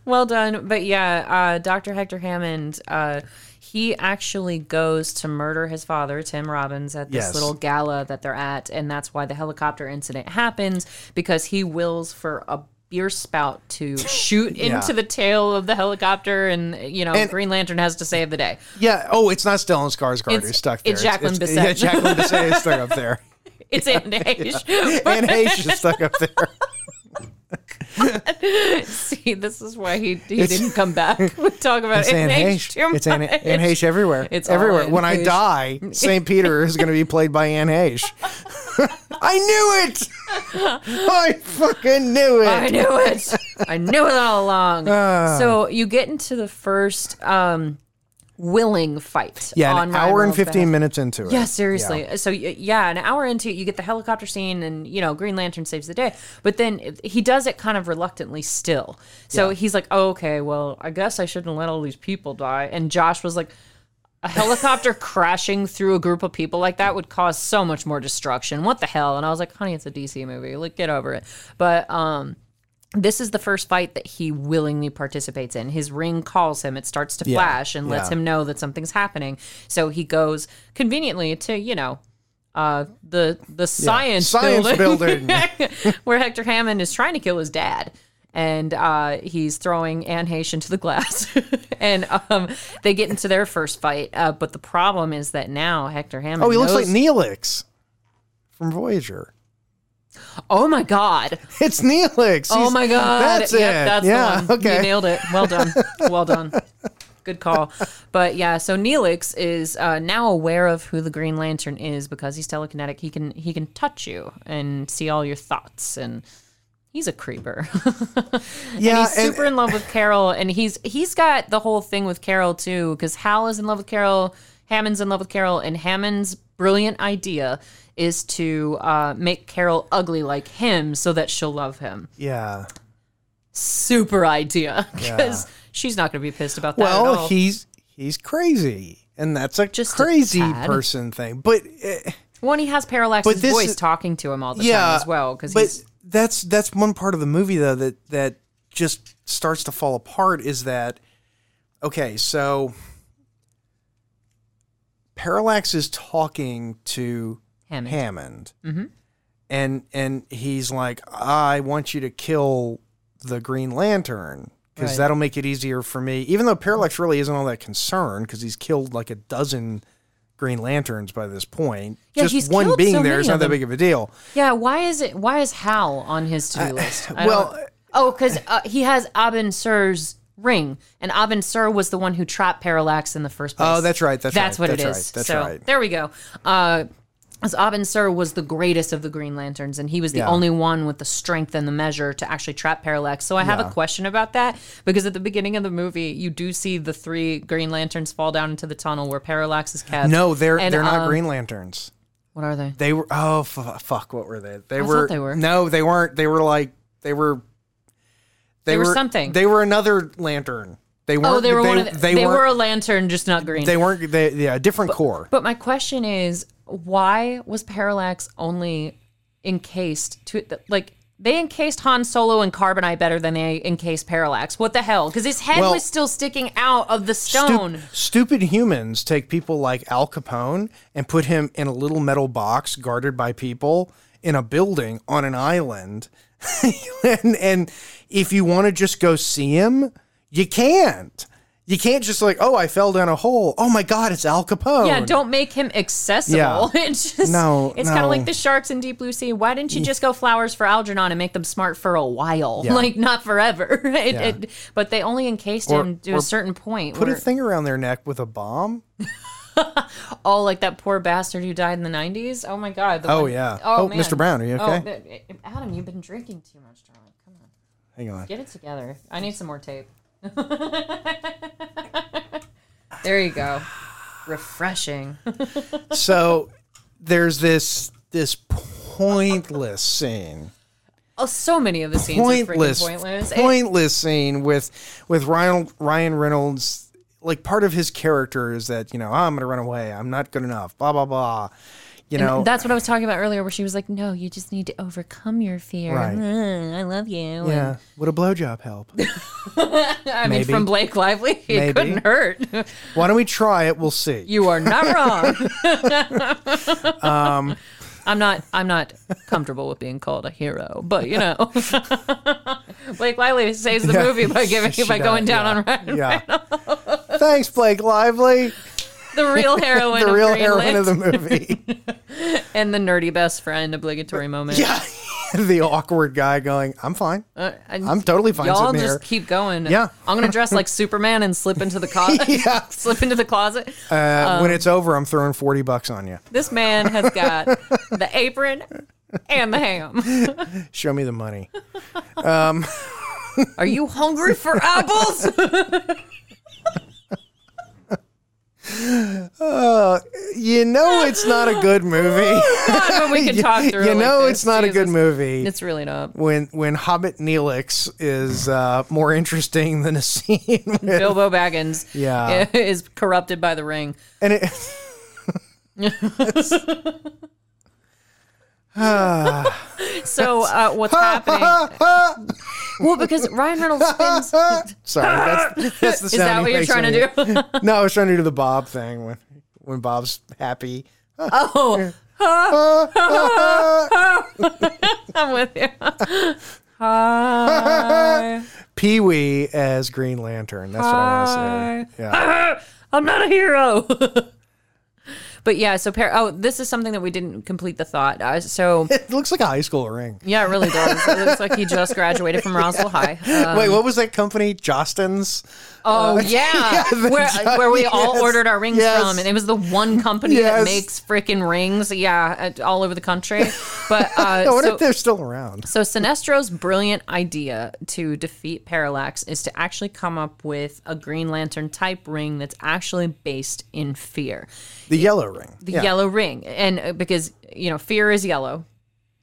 Speaker 3: well done but yeah uh, dr hector hammond uh, he actually goes to murder his father tim robbins at this
Speaker 2: Yes.
Speaker 3: little gala that they're at and that's why the helicopter incident happens because he wills for a beer spout to shoot into the tail of the helicopter and you know
Speaker 2: And-
Speaker 3: green lantern has to save the day
Speaker 2: yeah. Oh, it's not Stellan Skarsgård
Speaker 3: It's-
Speaker 2: who's stuck there.
Speaker 3: it's Jacqueline Bisset.
Speaker 2: Yeah, Jacqueline Bisset is stuck up there,
Speaker 3: it's in Hage.
Speaker 2: and Hayes is stuck up there.
Speaker 3: see this is why he, he
Speaker 2: It's-
Speaker 3: didn't come back we talk about
Speaker 2: It's Anne
Speaker 3: N
Speaker 2: Heche.
Speaker 3: H too
Speaker 2: It's Anne,
Speaker 3: much.
Speaker 2: Anne Heche everywhere.
Speaker 3: It's all
Speaker 2: everywhere.
Speaker 3: Anne
Speaker 2: When I
Speaker 3: Heche.
Speaker 2: die, St. Peter is going to be played by Anne Heche. I knew it. I fucking knew it. Ah.
Speaker 3: I knew it. I knew it all along. so you get into the first um, willing fight.
Speaker 2: yeah,
Speaker 3: on
Speaker 2: an
Speaker 3: Ryan
Speaker 2: hour and
Speaker 3: Reynolds'
Speaker 2: 15
Speaker 3: behalf.
Speaker 2: minutes into it.
Speaker 3: Yeah, seriously. So y- yeah, an hour into it, you get the helicopter scene, and you know Green Lantern saves the day. But then it- he does it kind of reluctantly still. So he's like, oh, "Okay, well, I guess I shouldn't let all these people die." And Josh was like. A helicopter crashing through a group of people like that would cause so much more destruction. What the hell? And I was like, honey, it's a DC movie. Like, get over it. But um, this is the first fight that he willingly participates in. His ring calls him, it starts to flash and lets
Speaker 2: yeah.
Speaker 3: him know that something's happening. So he goes conveniently to, you know, uh, the the science,
Speaker 2: Science
Speaker 3: where Hector Hammond is trying to kill his dad. And uh, he's throwing Anne Heche into the glass. and um, they get into their first fight. Uh, but the problem is that now Hector Hammond.
Speaker 2: Oh, he looks like
Speaker 3: knows-
Speaker 2: Neelix from Voyager.
Speaker 3: Oh my God.
Speaker 2: It's Neelix.
Speaker 3: Oh
Speaker 2: He's-
Speaker 3: my god!
Speaker 2: That's
Speaker 3: Yep,
Speaker 2: it.
Speaker 3: That's
Speaker 2: yeah.
Speaker 3: the one.
Speaker 2: Okay.
Speaker 3: You nailed it. Well done. Well done. Good call. But yeah, so Neelix is uh, now aware of who the Green Lantern is because he's telekinetic. He can he can touch you and see all your thoughts and. He's a creeper.
Speaker 2: yeah.
Speaker 3: he's super in love with Carol, and he's he's got the whole thing with Carol too, because Hal is in love with Carol, Hammond's in love with Carol, and Hammond's brilliant idea is to uh, make Carol ugly like him, so that she'll love him
Speaker 2: yeah.
Speaker 3: super idea because she's not going to be pissed about that at
Speaker 2: Well,
Speaker 3: all.
Speaker 2: he's he's crazy, and that's a
Speaker 3: Just a
Speaker 2: crazy
Speaker 3: tad.
Speaker 2: person thing. But uh,
Speaker 3: when he has Parallax's
Speaker 2: But this
Speaker 3: voice
Speaker 2: is-
Speaker 3: talking to him all the
Speaker 2: yeah,
Speaker 3: time as well because
Speaker 2: but
Speaker 3: he's
Speaker 2: that's that's one part of the movie though that that just starts to fall apart is that okay, so Parallax is talking to
Speaker 3: Hammond. Mm-hmm.
Speaker 2: Hammond. And and he's like, I want you to kill the Green Lantern because
Speaker 3: Right.
Speaker 2: that'll make it easier for me. Even though Parallax really isn't all that concerned because he's killed like a dozen Green Lanterns by this point.
Speaker 3: Yeah,
Speaker 2: Just
Speaker 3: he's
Speaker 2: one
Speaker 3: killed
Speaker 2: being
Speaker 3: so
Speaker 2: there
Speaker 3: many
Speaker 2: is not
Speaker 3: of
Speaker 2: that
Speaker 3: them.
Speaker 2: big of a deal.
Speaker 3: Yeah, why is it? Why is Hal on his to do list? I
Speaker 2: well,
Speaker 3: don't- oh, because uh, he has Abin Sur's ring, and Abin Sur was the one who trapped Parallax in the first place.
Speaker 2: Oh, that's right. That's,
Speaker 3: that's
Speaker 2: right.
Speaker 3: what
Speaker 2: that's
Speaker 3: it is.
Speaker 2: Right, that's
Speaker 3: so
Speaker 2: right.
Speaker 3: there we go. Uh, as Abin Sur was the greatest of the Green Lanterns, and he was the
Speaker 2: Yeah.
Speaker 3: only one with the strength and the measure to actually trap Parallax. So I have a question about that because at the beginning of the movie, you do see the three Green Lanterns fall down into the tunnel where Parallax is kept.
Speaker 2: uh, No, they're
Speaker 3: And,
Speaker 2: they're not
Speaker 3: um,
Speaker 2: Green Lanterns.
Speaker 3: What are they?
Speaker 2: They were oh f- fuck. What were they? They
Speaker 3: thought
Speaker 2: were.
Speaker 3: they were.
Speaker 2: No, they weren't. They were like they were. They,
Speaker 3: were something.
Speaker 2: They were another lantern. They weren't.
Speaker 3: Oh, they were
Speaker 2: They,
Speaker 3: one of the,
Speaker 2: they
Speaker 3: they, were
Speaker 2: weren't.
Speaker 3: a lantern, just not green.
Speaker 2: They weren't. They yeah. Different core.
Speaker 3: But my question is, why was Parallax only encased to like they encased Han Solo and Carbonite better than they encased Parallax? What the hell? Because his head
Speaker 2: Well,
Speaker 3: was still sticking out of the
Speaker 2: Stup-
Speaker 3: stone.
Speaker 2: stupid humans take people like Al Capone and put him in a little metal box guarded by people in a building on an island. and, and if you want to just go see him, you can't. You can't just like, oh, I fell down a hole. Oh my God, it's Al Capone.
Speaker 3: yeah, don't make him accessible.
Speaker 2: Yeah.
Speaker 3: It's just
Speaker 2: No,
Speaker 3: it's kind
Speaker 2: no. Mm.
Speaker 3: of like the sharks in Deep Blue Sea. Why didn't you just go flowers for Algernon and make them smart for a while,
Speaker 2: Yeah.
Speaker 3: like not forever? It,
Speaker 2: Yeah.
Speaker 3: it, but they only encased
Speaker 2: Or-
Speaker 3: him to
Speaker 2: or
Speaker 3: a certain point.
Speaker 2: Put a
Speaker 3: where,
Speaker 2: thing around their neck with a bomb.
Speaker 3: Oh, like that poor bastard who died in the nineties. Oh my god. the
Speaker 2: Oh,
Speaker 3: one-
Speaker 2: yeah.
Speaker 3: Oh,
Speaker 2: Oh,
Speaker 3: man.
Speaker 2: Mr. Brown, are you
Speaker 3: Oh,
Speaker 2: okay?
Speaker 3: but- uh, Adam, you've been drinking too much, darling. Come on,
Speaker 2: Hang on.
Speaker 3: get it together. I need some more tape. there you go. Refreshing.
Speaker 2: So there's this this pointless scene.
Speaker 3: Oh, so many of the scenes
Speaker 2: pointless,
Speaker 3: are freaking pointless.
Speaker 2: pointless scene with with Ryan Ryan Reynolds. Like part of his character is that you know I'm gonna run away. I'm not good enough. Blah blah blah. You know
Speaker 3: That's what I was talking about earlier, where she was like, "No, you just need to overcome your fear."
Speaker 2: Right.
Speaker 3: Mm, I love you. And-
Speaker 2: Yeah. Would a blowjob help?
Speaker 3: I mean,
Speaker 2: Maybe.
Speaker 3: from Blake Lively, it
Speaker 2: Maybe.
Speaker 3: couldn't hurt.
Speaker 2: Why don't we try it? We'll see.
Speaker 3: You are not wrong.
Speaker 2: Um,
Speaker 3: I'm not. I'm not comfortable with being called a hero, but you know, Blake Lively saves the movie by giving
Speaker 2: She
Speaker 3: by going
Speaker 2: died,
Speaker 3: down on
Speaker 2: yeah.
Speaker 3: Ryan,
Speaker 2: Yeah. Thanks, Blake Lively,
Speaker 3: the real heroine,
Speaker 2: the real
Speaker 3: of
Speaker 2: heroine of
Speaker 3: the
Speaker 2: the movie.
Speaker 3: and the nerdy best friend obligatory moment.
Speaker 2: yeah. the awkward guy going, I'm fine.
Speaker 3: Uh, and
Speaker 2: I'm totally fine
Speaker 3: Y'all
Speaker 2: sitting
Speaker 3: just
Speaker 2: here.
Speaker 3: keep going.
Speaker 2: Yeah.
Speaker 3: I'm gonna dress like Superman and slip into the closet.
Speaker 2: Yeah.
Speaker 3: slip into the closet.
Speaker 2: Uh,
Speaker 3: Um,
Speaker 2: when it's over, I'm throwing forty bucks on you.
Speaker 3: This man has got the apron and the ham.
Speaker 2: Show me the money.
Speaker 3: Are you hungry for apples?
Speaker 2: You know it's not a good movie.
Speaker 3: God, when we can talk through.
Speaker 2: you
Speaker 3: it like
Speaker 2: know
Speaker 3: this.
Speaker 2: it's not a good
Speaker 3: Jesus.
Speaker 2: movie
Speaker 3: It's really not.
Speaker 2: when when Hobbit Neelix is uh, more interesting than a scene with,
Speaker 3: Bilbo Baggins,
Speaker 2: Yeah.
Speaker 3: is corrupted by the ring.
Speaker 2: and it
Speaker 3: So uh, what's happening? well, because Ryan Reynolds spins.
Speaker 2: sorry that's that's the
Speaker 3: Is that what you're trying to do?
Speaker 2: do? no, I was trying to do the Bob thing when when Bob's happy.
Speaker 3: oh, I'm with you. Hi.
Speaker 2: Pee Wee as Green Lantern. That's what I want to say. Yeah.
Speaker 3: I'm not a hero. but yeah, so par- oh, this is something that we didn't complete the thought. Uh, so
Speaker 2: It looks like a high school ring.
Speaker 3: yeah, it really does. It looks like he just graduated from Roswell High. Uh,
Speaker 2: Wait, what was that company? Jostins?
Speaker 3: Oh yeah,
Speaker 2: the
Speaker 3: where,
Speaker 2: giant-
Speaker 3: where we all
Speaker 2: yes,
Speaker 3: ordered our rings
Speaker 2: yes.
Speaker 3: from, and it was the one company
Speaker 2: Yes.
Speaker 3: that makes freaking rings. Yeah, at- all over the country. But uh,
Speaker 2: I wonder
Speaker 3: so,
Speaker 2: Oh, if they're still around.
Speaker 3: so Sinestro's brilliant idea to defeat Parallax is to actually come up with a Green Lantern type ring that's actually based in fear,
Speaker 2: The yellow ring.
Speaker 3: the
Speaker 2: yeah.
Speaker 3: yellow ring, and uh, because you know fear is yellow,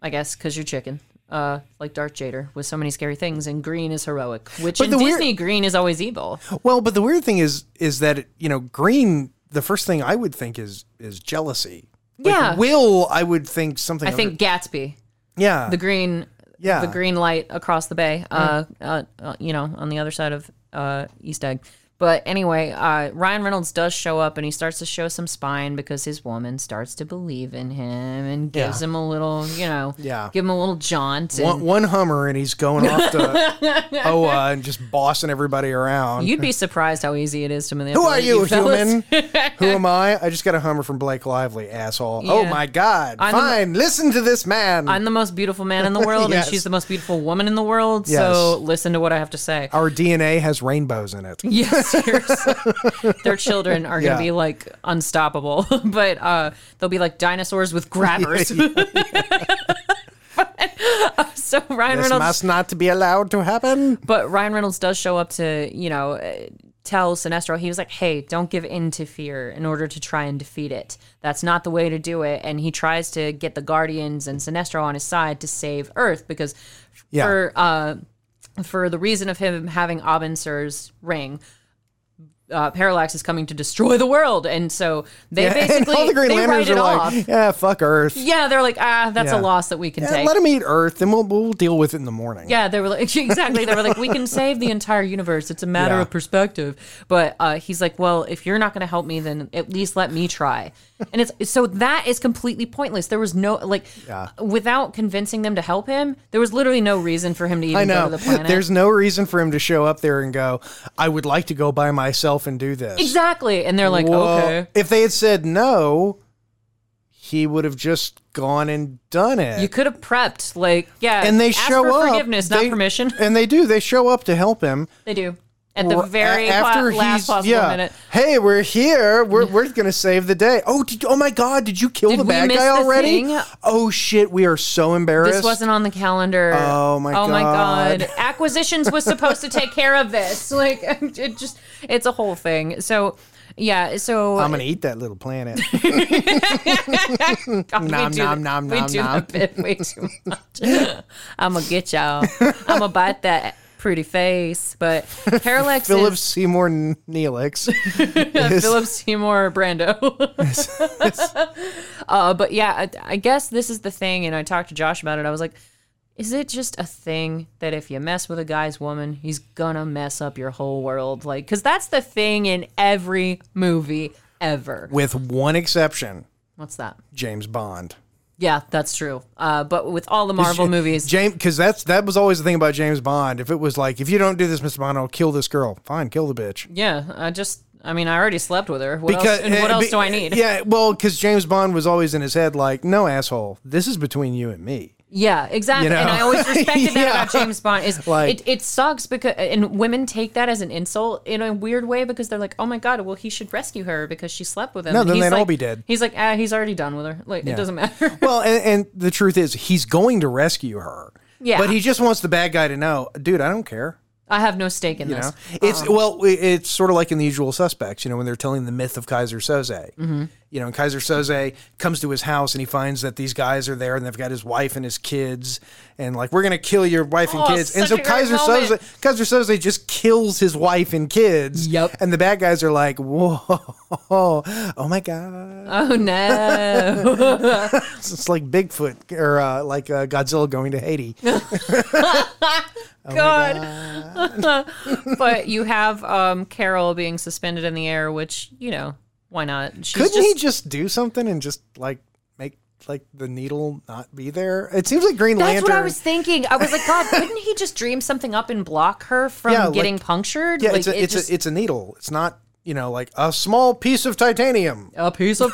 Speaker 3: I guess because you're chicken. Uh, like Darth Jader with so many scary things, and green is heroic. Which in
Speaker 2: the weird-
Speaker 3: Disney, green is always evil.
Speaker 2: Well, but the weird thing is, is that you know, green. The first thing I would think is is jealousy. Like,
Speaker 3: Yeah.
Speaker 2: Will I would think something.
Speaker 3: I think Gatsby.
Speaker 2: Yeah.
Speaker 3: the green
Speaker 2: Yeah.
Speaker 3: the green light across the bay uh, uh, uh you know on the other side of uh east egg but But anyway, uh, Ryan Reynolds does show up and he starts to show some spine because his woman starts to believe in him and gives
Speaker 2: Yeah.
Speaker 3: him a little, you know,
Speaker 2: Yeah.
Speaker 3: give him a little jaunt. And
Speaker 2: One, one Hummer and he's going off to Oa and just bossing everybody around.
Speaker 3: you'd be surprised how easy it is to manipulate.
Speaker 2: Who are you,
Speaker 3: fellas.
Speaker 2: human? Who am I? I just got a Hummer from Blake Lively, asshole. Oh
Speaker 3: Yeah.
Speaker 2: my God.
Speaker 3: I'm the-
Speaker 2: Fine. Listen to this man.
Speaker 3: I'm the most beautiful man in the world,
Speaker 2: Yes.
Speaker 3: and she's the most beautiful woman in the world.
Speaker 2: Yes.
Speaker 3: So listen to what I have to say.
Speaker 2: Our DNA has rainbows in it.
Speaker 3: Yes, seriously. Their children are going
Speaker 2: Yeah.
Speaker 3: to be like unstoppable, but uh, they'll be like dinosaurs with grabbers. so Ryan
Speaker 2: This
Speaker 3: Reynolds,
Speaker 2: must not be allowed to happen.
Speaker 3: but Ryan Reynolds does show up to you know uh, tell Sinestro he was like, "Hey, don't give in to fear in order to try and defeat it. That's not the way to do it." And he tries to get the Guardians and Sinestro on his side to save Earth because
Speaker 2: Yeah.
Speaker 3: for uh, for the reason of him having Abinsur's ring. Uh, Parallax is coming to destroy the world, and so they
Speaker 2: and
Speaker 3: basically
Speaker 2: all the Green
Speaker 3: they write
Speaker 2: Lanterns
Speaker 3: it
Speaker 2: are
Speaker 3: off.
Speaker 2: like, yeah, fuck Earth.
Speaker 3: yeah, they're like, ah, that's
Speaker 2: Yeah.
Speaker 3: a loss that we can
Speaker 2: Yeah,
Speaker 3: take.
Speaker 2: let him eat Earth, then we'll, we'll deal with it in the morning.
Speaker 3: Yeah, they were like exactly. They were like, we can save the entire universe. It's a matter
Speaker 2: Yeah.
Speaker 3: of perspective. But uh, he's like, well, if you're not going to help me, then at least let me try. And it's so that is completely pointless. There was no like, without convincing them to help him, there was literally no reason for him to even
Speaker 2: I
Speaker 3: go
Speaker 2: know.
Speaker 3: to the planet.
Speaker 2: There's no reason for him to show up there and go, I would like to go by myself and do this.
Speaker 3: exactly, and they're like,
Speaker 2: Well,
Speaker 3: okay,
Speaker 2: If they had said no, he would have just gone and done it.
Speaker 3: you could have prepped. Like, yeah,
Speaker 2: and they
Speaker 3: ask
Speaker 2: show
Speaker 3: for
Speaker 2: up.
Speaker 3: forgiveness, not
Speaker 2: they-
Speaker 3: permission.
Speaker 2: And they do. They show up to help him.
Speaker 3: They do at the
Speaker 2: Or a-
Speaker 3: very po- last possible
Speaker 2: yeah,
Speaker 3: minute.
Speaker 2: Hey, we're here. We're, we're gonna save the day. Oh, did, oh my God! Did you kill
Speaker 3: Did
Speaker 2: the
Speaker 3: we
Speaker 2: bad
Speaker 3: miss
Speaker 2: guy
Speaker 3: the
Speaker 2: already?
Speaker 3: thing?
Speaker 2: Oh shit! We are so embarrassed.
Speaker 3: This wasn't on the calendar.
Speaker 2: Oh, my
Speaker 3: Oh my
Speaker 2: God.
Speaker 3: god. Acquisitions was supposed to take care of this. Like it just it's a whole thing. So yeah, so
Speaker 2: I'm gonna eat that little planet.
Speaker 3: God, we
Speaker 2: nom,
Speaker 3: do-
Speaker 2: nom, nom,
Speaker 3: we
Speaker 2: nom,
Speaker 3: do
Speaker 2: nom.
Speaker 3: that bit way too much. I'm gonna get y'all. I'm gonna bite that pretty face. But Parallax
Speaker 2: Philip
Speaker 3: is
Speaker 2: Seymour Neelix. is-
Speaker 3: Philip Seymour Brando. uh, but yeah, I, I guess this is the thing. And I talked to Josh about it. I was like, is it just a thing that if you mess with a guy's woman, he's gonna mess up your whole world? Like, because that's the thing in every movie ever.
Speaker 2: with one exception,
Speaker 3: What's that?
Speaker 2: James Bond.
Speaker 3: Yeah, that's true. Uh, but with all the Marvel movies,
Speaker 2: James, because that's that was always the thing about James Bond. If it was like, if you don't do this, Mr. Bond, I'll kill this girl. Fine, kill the bitch.
Speaker 3: yeah, I just, I mean, I already slept with her. What else? And what
Speaker 2: uh,
Speaker 3: else
Speaker 2: be-
Speaker 3: do I need?
Speaker 2: Yeah, well, because James Bond was always in his head like, "No asshole, this is between you and me."
Speaker 3: Yeah, exactly.
Speaker 2: You know?
Speaker 3: And I always respected that
Speaker 2: Yeah.
Speaker 3: about James Bond. Is
Speaker 2: Like-
Speaker 3: it, it sucks because and women take that as an insult in a weird way because they're like, oh my god, well he should rescue her because she slept with him.
Speaker 2: No,
Speaker 3: And
Speaker 2: then
Speaker 3: he's
Speaker 2: they'd all
Speaker 3: like-
Speaker 2: be dead.
Speaker 3: He's like, ah, he's already done with her. Like it doesn't matter.
Speaker 2: well, and, and the truth is, he's going to rescue her.
Speaker 3: Yeah.
Speaker 2: but he just wants the bad guy to know, dude. I don't care.
Speaker 3: I have no stake in
Speaker 2: You
Speaker 3: this.
Speaker 2: know, it's
Speaker 3: Uh-huh.
Speaker 2: well, i- it's sort of like in The Usual Suspects. You know, when they're telling the myth of Kaiser Soze.
Speaker 3: Mm-hmm.
Speaker 2: You know, and Kaiser Soze comes to his house and he finds that these guys are there and they've got his wife and his kids and like we're gonna kill your wife and
Speaker 3: Oh,
Speaker 2: kids. And
Speaker 3: such
Speaker 2: so
Speaker 3: a great
Speaker 2: Kaiser
Speaker 3: moment.
Speaker 2: Soze, Kaiser Soze just kills his wife and kids.
Speaker 3: Yep.
Speaker 2: And the bad guys are like, whoa, oh my god,
Speaker 3: Oh no.
Speaker 2: it's, it's like Bigfoot or uh, like uh, Godzilla going to Haiti. Oh
Speaker 3: God. but you have um, Carol being suspended in the air, which, you know, why not? She's
Speaker 2: Couldn't
Speaker 3: just
Speaker 2: he just do something and just like make like the needle not be there? It seems like Green
Speaker 3: That's
Speaker 2: Lantern.
Speaker 3: what I was thinking. I was like, God, couldn't he just dream something up and block her from
Speaker 2: Yeah, like-
Speaker 3: getting punctured?
Speaker 2: yeah,
Speaker 3: like,
Speaker 2: it's a,
Speaker 3: it
Speaker 2: it's
Speaker 3: just-
Speaker 2: a it's a needle. It's not you know like a small piece of titanium.
Speaker 3: a piece of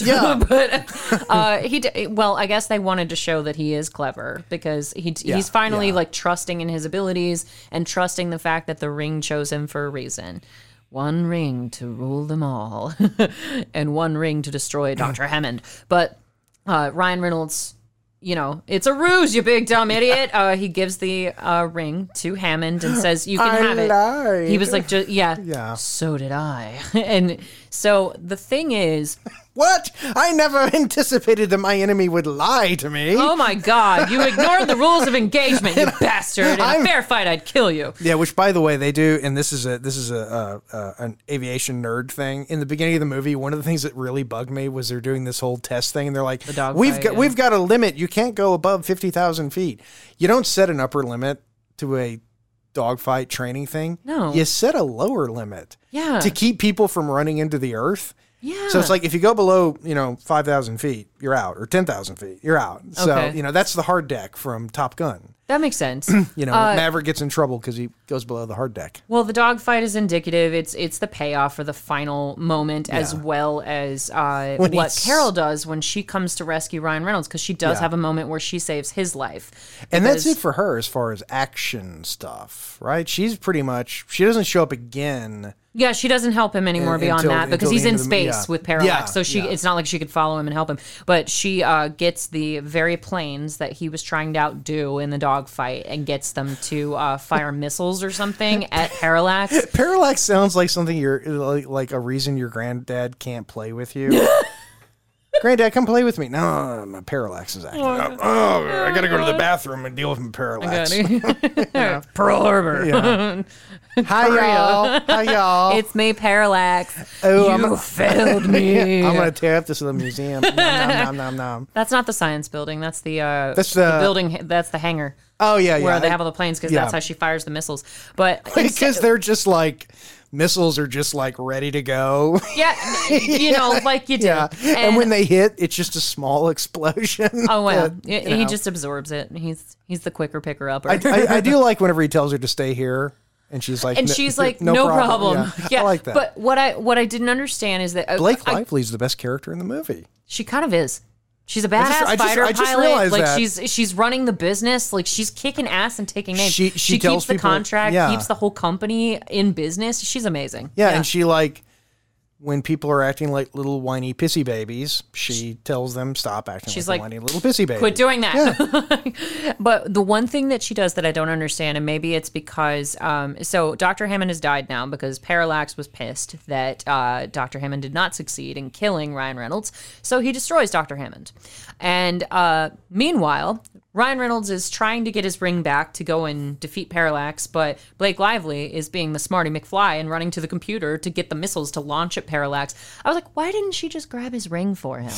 Speaker 2: Yeah.
Speaker 3: but uh, he. d- Well, I guess they wanted to show that he is clever because he d
Speaker 2: Yeah,
Speaker 3: he's finally
Speaker 2: yeah.
Speaker 3: like trusting in his abilities and trusting the fact that the ring chose him for a reason. One ring to rule them all, and one ring to destroy Doctor Hammond. But uh, Ryan Reynolds. You know, it's a ruse, you big dumb idiot. Uh, he gives the uh, ring to Hammond and says, "You can
Speaker 2: I
Speaker 3: have it." He
Speaker 2: lied.
Speaker 3: was like, ju- "Yeah,
Speaker 2: Yeah.
Speaker 3: So did I. and so the thing is,
Speaker 2: What? I never anticipated that my enemy would lie to me.
Speaker 3: oh my God, you ignored the rules of engagement, you bastard. In
Speaker 2: I'm-
Speaker 3: a fair fight, I'd kill you.
Speaker 2: Yeah, which by the way they do, and this is a this is a, a, a an aviation nerd thing. In the beginning of the movie, one of the things that really bugged me was they're doing this whole test thing, and they're like,
Speaker 3: dog
Speaker 2: "We've
Speaker 3: fight,
Speaker 2: got
Speaker 3: yeah.
Speaker 2: we've got a limit. You can't go above fifty thousand feet. You don't set an upper limit to a dogfight training thing.
Speaker 3: No.
Speaker 2: You set a lower limit.
Speaker 3: Yeah.
Speaker 2: To keep people from running into the earth.
Speaker 3: Yeah.
Speaker 2: So it's like if you go below, you know, 5,000 feet, you're out, or 10,000 feet, you're out. So,
Speaker 3: Okay.
Speaker 2: you know, that's the hard deck from Top Gun.
Speaker 3: that makes sense.
Speaker 2: You know,
Speaker 3: Uh,
Speaker 2: Maverick gets in trouble because he goes below the hard deck.
Speaker 3: Well, the dogfight is indicative. It's it's the payoff for the final moment, as well as uh,
Speaker 2: When
Speaker 3: what
Speaker 2: he's-
Speaker 3: Carol does when she comes to rescue Ryan Reynolds, because she does have a moment where she saves his life.
Speaker 2: And that's
Speaker 3: Because-
Speaker 2: it for her as far as action stuff, right? She's pretty much, she doesn't show up again.
Speaker 3: Yeah, she doesn't help him anymore
Speaker 2: Un-
Speaker 3: beyond
Speaker 2: until-
Speaker 3: that because
Speaker 2: until
Speaker 3: he's
Speaker 2: the
Speaker 3: in
Speaker 2: end of the mo-
Speaker 3: space
Speaker 2: yeah.
Speaker 3: with Parallax.
Speaker 2: Yeah,
Speaker 3: so she
Speaker 2: yeah.
Speaker 3: it's not like she could follow him and help him. But she uh, gets the very planes that he was trying to outdo in the dogfight and gets them to uh, fire missiles or something at Parallax.
Speaker 2: Parallax sounds like something you're like, like a reason your granddad can't play with you. granddad, come play with me. No, my parallax is acting. up. Oh, I gotta go to the bathroom and deal with my parallax.
Speaker 3: Pearl Harbor.
Speaker 2: Hi y'all. Hi y'all.
Speaker 3: It's me, Parallax.
Speaker 2: Oh,
Speaker 3: you
Speaker 2: I'm a-
Speaker 3: failed me.
Speaker 2: I'm gonna tear up this little museum. nom, nom, nom, nom, nom.
Speaker 3: that's not the science building. That's the uh,
Speaker 2: That's
Speaker 3: the
Speaker 2: the-
Speaker 3: building. That's the hangar
Speaker 2: Oh yeah, yeah.
Speaker 3: where they have all the planes because
Speaker 2: yeah.
Speaker 3: that's how she fires the missiles. But
Speaker 2: because they're just like missiles are just like ready to go.
Speaker 3: yeah, you know, like you do.
Speaker 2: yeah. And, when they hit, it's just a small explosion.
Speaker 3: Oh wow!
Speaker 2: that,
Speaker 3: Yeah,
Speaker 2: Uh, you
Speaker 3: he
Speaker 2: know.
Speaker 3: just absorbs it. He's he's the quicker picker upper.
Speaker 2: I, I do like whenever he tells her to stay here, and she's like,
Speaker 3: and
Speaker 2: "No-
Speaker 3: she's like, no, problem.
Speaker 2: Yeah.
Speaker 3: Yeah.
Speaker 2: I like that.
Speaker 3: But what I what I didn't understand is that uh,
Speaker 2: Blake
Speaker 3: I-
Speaker 2: Lively's the best character in the movie.
Speaker 3: she kind of is. She's a badass
Speaker 2: just- I just-
Speaker 3: fighter
Speaker 2: I just
Speaker 3: pilot.
Speaker 2: realized
Speaker 3: Like
Speaker 2: that.
Speaker 3: she's she's running the business. Like she's kicking ass and taking names.
Speaker 2: She- she tells
Speaker 3: keeps the
Speaker 2: people-
Speaker 3: contract.
Speaker 2: yeah.
Speaker 3: Keeps the whole company in business. She's amazing.
Speaker 2: Yeah, and she like when people are acting like little whiny pissy babies, she tells them stop acting
Speaker 3: She's
Speaker 2: like,
Speaker 3: like,
Speaker 2: a whiny little pissy baby.
Speaker 3: Quit doing that. but the one thing that she does that I don't understand, and maybe it's because, um, so Dr. Hammond has died now because Parallax was pissed that uh, Dr. Hammond did not succeed in killing Ryan Reynolds. So he destroys Dr. Hammond. And uh, meanwhile, Ryan Reynolds is trying to get his ring back to go and defeat Parallax, but Blake Lively is being the smarty McFly and running to the computer to get the missiles to launch at Parallax. I was like, why didn't she just grab his ring for him?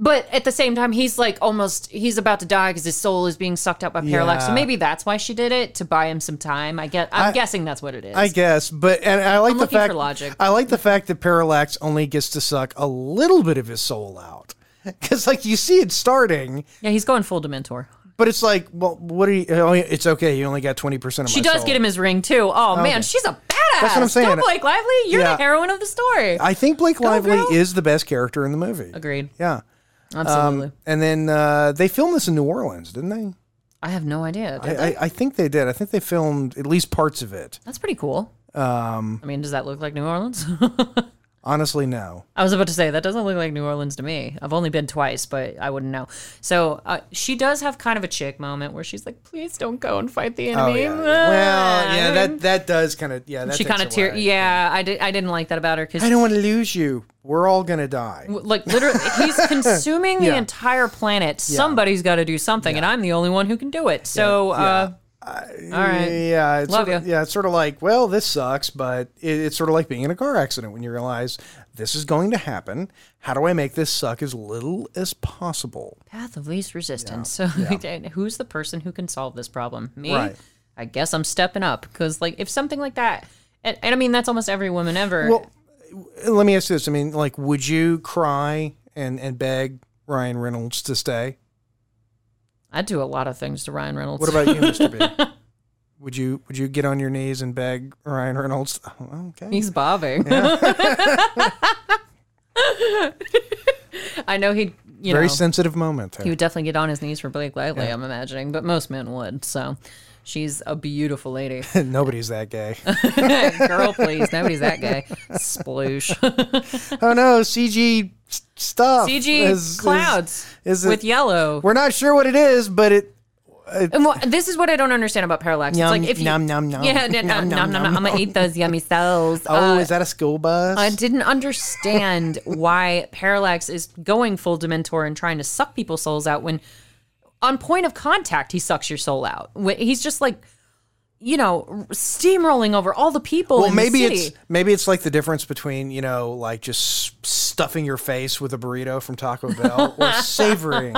Speaker 3: But at the same time, he's like almost, he's about to die because his soul is being sucked up by Parallax. So
Speaker 2: Yeah.
Speaker 3: maybe that's why she did it to buy him some time. I guess, I'm guessing that's what it is.
Speaker 2: I guess, but and I like the
Speaker 3: looking for
Speaker 2: fact
Speaker 3: logic.
Speaker 2: I like the fact that Parallax only gets to suck a little bit of his soul out. Cuz like you see it starting,
Speaker 3: yeah, he's going full Dementor.
Speaker 2: but it's like, well, what are you oh, it's okay, you only got 20% of my
Speaker 3: She does
Speaker 2: soul.
Speaker 3: get him his ring too. Oh, man, she's a badass.
Speaker 2: That's what I'm saying.
Speaker 3: Go, Blake Lively, you're
Speaker 2: Yeah.
Speaker 3: the heroine of the story.
Speaker 2: I think Blake Lively
Speaker 3: girl.
Speaker 2: is the best character in the movie.
Speaker 3: Agreed.
Speaker 2: Yeah. Um,
Speaker 3: Absolutely.
Speaker 2: And then uh, they filmed this in New Orleans, didn't they?
Speaker 3: I have no idea.
Speaker 2: I, I, I think they did. I think they filmed at least parts of it.
Speaker 3: That's pretty cool. Um, I mean, does that look like New Orleans?
Speaker 2: Honestly, no.
Speaker 3: I was about to say that doesn't look like New Orleans to me. I've only been twice, but I wouldn't know. So uh, she does have kind of a chick moment where she's like, "Please don't go and fight the enemy."
Speaker 2: Oh, Well, yeah,
Speaker 3: Ah.
Speaker 2: that that does kind of yeah. That
Speaker 3: she
Speaker 2: takes
Speaker 3: kind of
Speaker 2: away.
Speaker 3: tear. Yeah, I did. I didn't like that about her because
Speaker 2: I don't want to lose you. We're all gonna die.
Speaker 3: like literally he's consuming the
Speaker 2: Yeah.
Speaker 3: entire planet. Somebody's got to do something, and I'm the only one who can do it. So. Uh, all right.
Speaker 2: Yeah, it's
Speaker 3: Love
Speaker 2: sort of-
Speaker 3: you.
Speaker 2: Yeah, it's sort of like well, this sucks, but it, it's sort of like being in a car accident when you realize this is going to happen. How do I make this suck as little as possible?
Speaker 3: path of least resistance. So who's the person who can solve this problem? Me?
Speaker 2: Right.
Speaker 3: I guess I'm stepping up because like if something like that and, and I mean that's almost every woman ever.
Speaker 2: Well, let me ask you this. I mean, like, would you cry and and beg Ryan Reynolds to stay?
Speaker 3: I do a lot of things to Ryan Reynolds.
Speaker 2: What about you, Mr. B? Would you would you get on your knees and beg Ryan Reynolds? Oh, okay.
Speaker 3: He's bobbing. I know he'd you
Speaker 2: Very
Speaker 3: know
Speaker 2: sensitive moment. There.
Speaker 3: he would definitely get on his knees for Blake Lively, I'm imagining, but most men would, so She's a beautiful lady.
Speaker 2: Nobody's that gay.
Speaker 3: Girl, please. Nobody's that gay. Sploosh.
Speaker 2: oh no, CG s- stuff.
Speaker 3: CG clouds
Speaker 2: is it-
Speaker 3: with yellow.
Speaker 2: We're not sure what it is, but it.
Speaker 3: And well, this is what I don't understand about Parallax.
Speaker 2: Yum,
Speaker 3: it's like if you,
Speaker 2: yum, yum, yum.
Speaker 3: yeah,
Speaker 2: Yum,
Speaker 3: nom, nom, nom,
Speaker 2: yum,
Speaker 3: nom,
Speaker 2: yum.
Speaker 3: I'm gonna eat those yummy cells.
Speaker 2: Oh,
Speaker 3: Uh,
Speaker 2: is that a school bus?
Speaker 3: I didn't understand why Parallax is going full Dementor and trying to suck people's souls out when, on point of contact, he sucks your soul out. When- He's just like, you know, r- steamrolling over all the people.
Speaker 2: well,
Speaker 3: in
Speaker 2: maybe
Speaker 3: the city.
Speaker 2: it's maybe it's like the difference between you know like just s- stuffing your face with a burrito from Taco Bell or savoring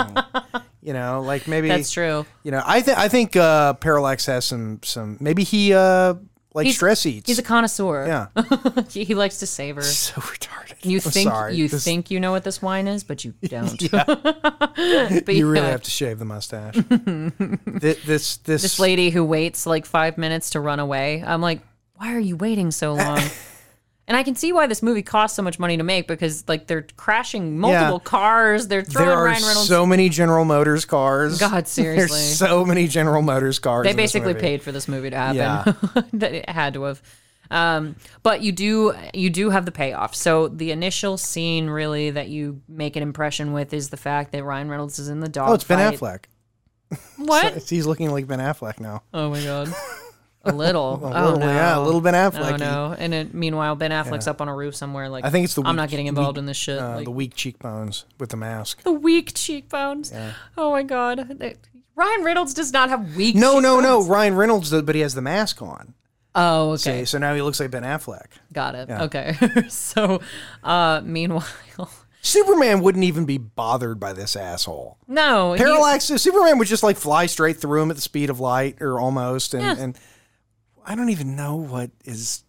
Speaker 2: You know, like maybe
Speaker 3: That's true.
Speaker 2: You know, I think I think uh, Parallax has some some. Maybe he uh like
Speaker 3: He's-
Speaker 2: stress eats.
Speaker 3: He's a connoisseur.
Speaker 2: yeah,
Speaker 3: he, he likes to savor.
Speaker 2: so retarded.
Speaker 3: You
Speaker 2: I'm
Speaker 3: think
Speaker 2: sorry.
Speaker 3: you
Speaker 2: This-
Speaker 3: think you know what this wine is, but you don't. but
Speaker 2: you really
Speaker 3: yeah,
Speaker 2: have to shave the mustache. Thi- this this this,
Speaker 3: this lady who waits like five minutes to run away. I'm like, why are you waiting so long? and I can see why this movie cost so much money to make because like they're crashing multiple cars. They're throwing
Speaker 2: there are
Speaker 3: Ryan Reynolds.
Speaker 2: so many General Motors cars.
Speaker 3: God, seriously.
Speaker 2: there's so many General Motors cars.
Speaker 3: they
Speaker 2: in this
Speaker 3: basically
Speaker 2: movie.
Speaker 3: paid for this movie to happen.
Speaker 2: Yeah.
Speaker 3: that it had to have. Um, but you do you do have the payoff. So the initial scene really that you make an impression with is the fact that Ryan Reynolds is in the dog.
Speaker 2: Oh, it's Ben
Speaker 3: fight.
Speaker 2: Affleck.
Speaker 3: What?
Speaker 2: He's looking like Ben Affleck now.
Speaker 3: Oh my god. A little.
Speaker 2: A
Speaker 3: oh
Speaker 2: little,
Speaker 3: no.
Speaker 2: Yeah, a little Ben Affleck.
Speaker 3: Oh no. And it, meanwhile, Ben Affleck's up on a roof somewhere. Like
Speaker 2: I think it's the
Speaker 3: I'm
Speaker 2: weak-
Speaker 3: not getting involved
Speaker 2: weak,
Speaker 3: in this shit.
Speaker 2: Uh,
Speaker 3: like,
Speaker 2: the weak cheekbones with the mask.
Speaker 3: the weak cheekbones. Oh my god. That- Ryan Reynolds does not have weak.
Speaker 2: No, no, no.
Speaker 3: cheekbones.
Speaker 2: Ryan Reynolds, does, but he has the mask on.
Speaker 3: Oh, okay.
Speaker 2: Okay, so now he looks like Ben Affleck.
Speaker 3: Got it. Okay. so, uh, meanwhile,
Speaker 2: Superman wouldn't even be bothered by this asshole.
Speaker 3: no. he-
Speaker 2: Parallax. Superman would just like fly straight through him at the speed of light, or almost. And,
Speaker 3: Yeah.
Speaker 2: and I don't even know what is.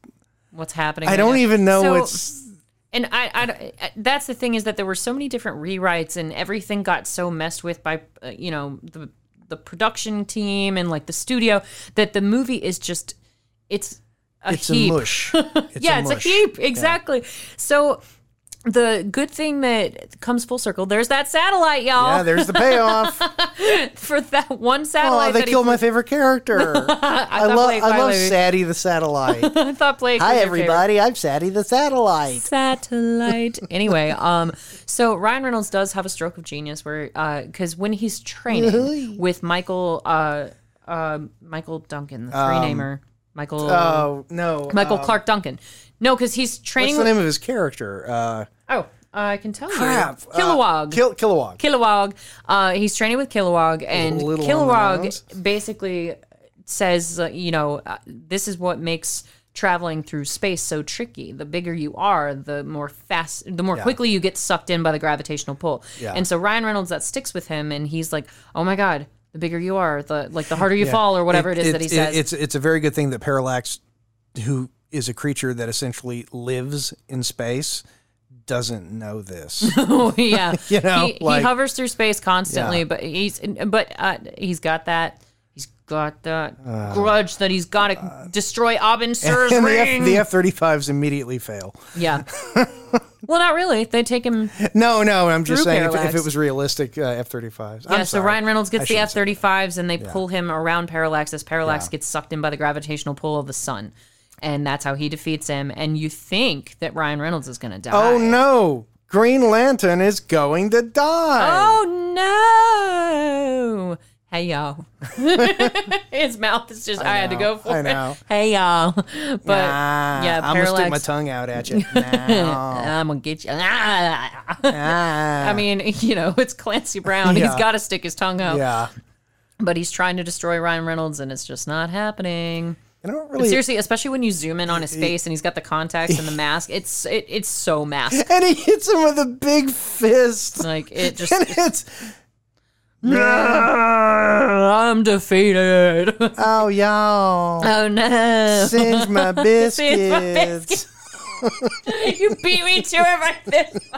Speaker 3: what's happening?
Speaker 2: I
Speaker 3: right
Speaker 2: don't
Speaker 3: now.
Speaker 2: even know
Speaker 3: So-
Speaker 2: what's.
Speaker 3: And I, I, I- that's the thing is that there were so many different rewrites, and everything got so messed with by, uh, you know, the the production team and like the studio that the movie is just, it's a
Speaker 2: It's
Speaker 3: heap.
Speaker 2: a mush. It's
Speaker 3: yeah,
Speaker 2: a
Speaker 3: it's
Speaker 2: mush.
Speaker 3: a heap. Exactly. So. The good thing that comes full circle, there's that satellite, y'all.
Speaker 2: Yeah, there's the payoff.
Speaker 3: for that one satellite
Speaker 2: oh, they
Speaker 3: that he
Speaker 2: killed my favorite character. I,
Speaker 3: thought
Speaker 2: love,
Speaker 3: Blake
Speaker 2: I love
Speaker 3: Lively-
Speaker 2: Sadie the satellite.
Speaker 3: I thought Blake. was
Speaker 2: Hi,
Speaker 3: your favorite.
Speaker 2: everybody. I'm Sadie the satellite.
Speaker 3: satellite. anyway, um, so Ryan Reynolds does have a stroke of genius where, uh, because when he's training with Michael, uh, uh, Michael Duncan, the three namer,
Speaker 2: Um,
Speaker 3: Michael,
Speaker 2: Oh no,
Speaker 3: Michael Clark Duncan. No, because he's training.
Speaker 2: What's the name of his character? Uh,
Speaker 3: oh, I can tell
Speaker 2: crap.
Speaker 3: you,
Speaker 2: Uh,
Speaker 3: Kilowog.
Speaker 2: Kil- Kilowog.
Speaker 3: Kilowog. Uh, he's training with Kilowog, and
Speaker 2: Little
Speaker 3: Kilowog
Speaker 2: unannounced.
Speaker 3: basically says, uh, you know, uh, this is what makes traveling through space so tricky. The bigger you are, the more fast, the more quickly you get sucked in by the gravitational pull.
Speaker 2: Yeah.
Speaker 3: And so Ryan Reynolds that sticks with him, and he's like, oh my god, the bigger you are, the like the harder you fall, or whatever it is that he says.
Speaker 2: It's it's a very good thing that Parallax, who is a creature that essentially lives in space, doesn't know this.
Speaker 3: yeah,
Speaker 2: You know,
Speaker 3: he,
Speaker 2: like-
Speaker 3: he hovers through space constantly,
Speaker 2: Yeah.
Speaker 3: but he's but uh, he's got that. He's got that grudge that he's got to destroy Abin Sur's
Speaker 2: Uh, and the
Speaker 3: ring.
Speaker 2: F the F thirty fives immediately fail.
Speaker 3: yeah. well, not really. They take him.
Speaker 2: No, no, I'm just
Speaker 3: Through
Speaker 2: saying if, if
Speaker 3: Parallax.
Speaker 2: it was realistic, uh, F thirty fives.
Speaker 3: Yeah, so Ryan Reynolds gets the
Speaker 2: shouldn't
Speaker 3: F 35s and they pull him around Parallax as Parallax gets sucked in by the gravitational pull of the sun. And that's how he defeats him. And you think that Ryan Reynolds is going to die.
Speaker 2: Oh no, Green Lantern is going to die.
Speaker 3: Oh no! Hey y'all. His mouth is just. I, had to
Speaker 2: know,
Speaker 3: go for
Speaker 2: I
Speaker 3: it.
Speaker 2: know.
Speaker 3: Hey y'all. But
Speaker 2: Ah,
Speaker 3: yeah,
Speaker 2: I'm gonna stick my
Speaker 3: parallax.
Speaker 2: tongue out at you. Now.
Speaker 3: I'm gonna get you. Ah.
Speaker 2: Ah.
Speaker 3: I mean, you know, it's Clancy Brown.
Speaker 2: Yeah.
Speaker 3: He's got to stick his tongue out.
Speaker 2: yeah,
Speaker 3: But he's trying to destroy Ryan Reynolds, and it's just not happening.
Speaker 2: I don't
Speaker 3: But
Speaker 2: really.
Speaker 3: seriously, especially when you zoom in on his face and he's got the contacts and the mask. It's it, it's so masked.
Speaker 2: and he hits him with a big fist.
Speaker 3: Like it just.
Speaker 2: And it's
Speaker 3: I'm defeated.
Speaker 2: oh y'all,
Speaker 3: oh no.
Speaker 2: singe my
Speaker 3: Singe my
Speaker 2: biscuits.
Speaker 3: you beat me to it right this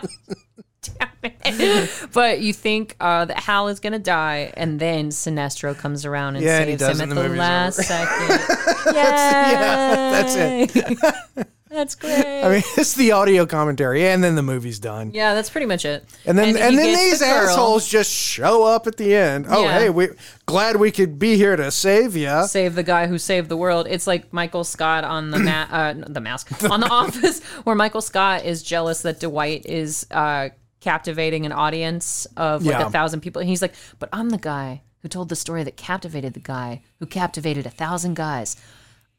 Speaker 3: Damn it. But you think uh, that Hal is gonna die, and then Sinestro comes around and
Speaker 2: Yeah, and he
Speaker 3: saves
Speaker 2: does,
Speaker 3: him
Speaker 2: and
Speaker 3: at
Speaker 2: the
Speaker 3: the,
Speaker 2: movie's
Speaker 3: last
Speaker 2: over.
Speaker 3: second.
Speaker 2: yeah, that's
Speaker 3: it. that's great.
Speaker 2: I mean, it's the audio commentary, and then the movie's done,
Speaker 3: yeah, that's pretty much it.
Speaker 2: and then and,
Speaker 3: he
Speaker 2: then
Speaker 3: gets
Speaker 2: these
Speaker 3: the girl.
Speaker 2: assholes just show up at the end. Oh,
Speaker 3: Yeah.
Speaker 2: hey, we glad we could be here to save ya.
Speaker 3: save the guy who saved the world. It's like Michael Scott on the ma- uh, the mask on the Office, where Michael Scott is jealous that Dwight is uh, captivating an audience of like
Speaker 2: Yeah.
Speaker 3: a thousand people, and he's like, "But I'm the guy who told the story that captivated the guy who captivated a thousand guys."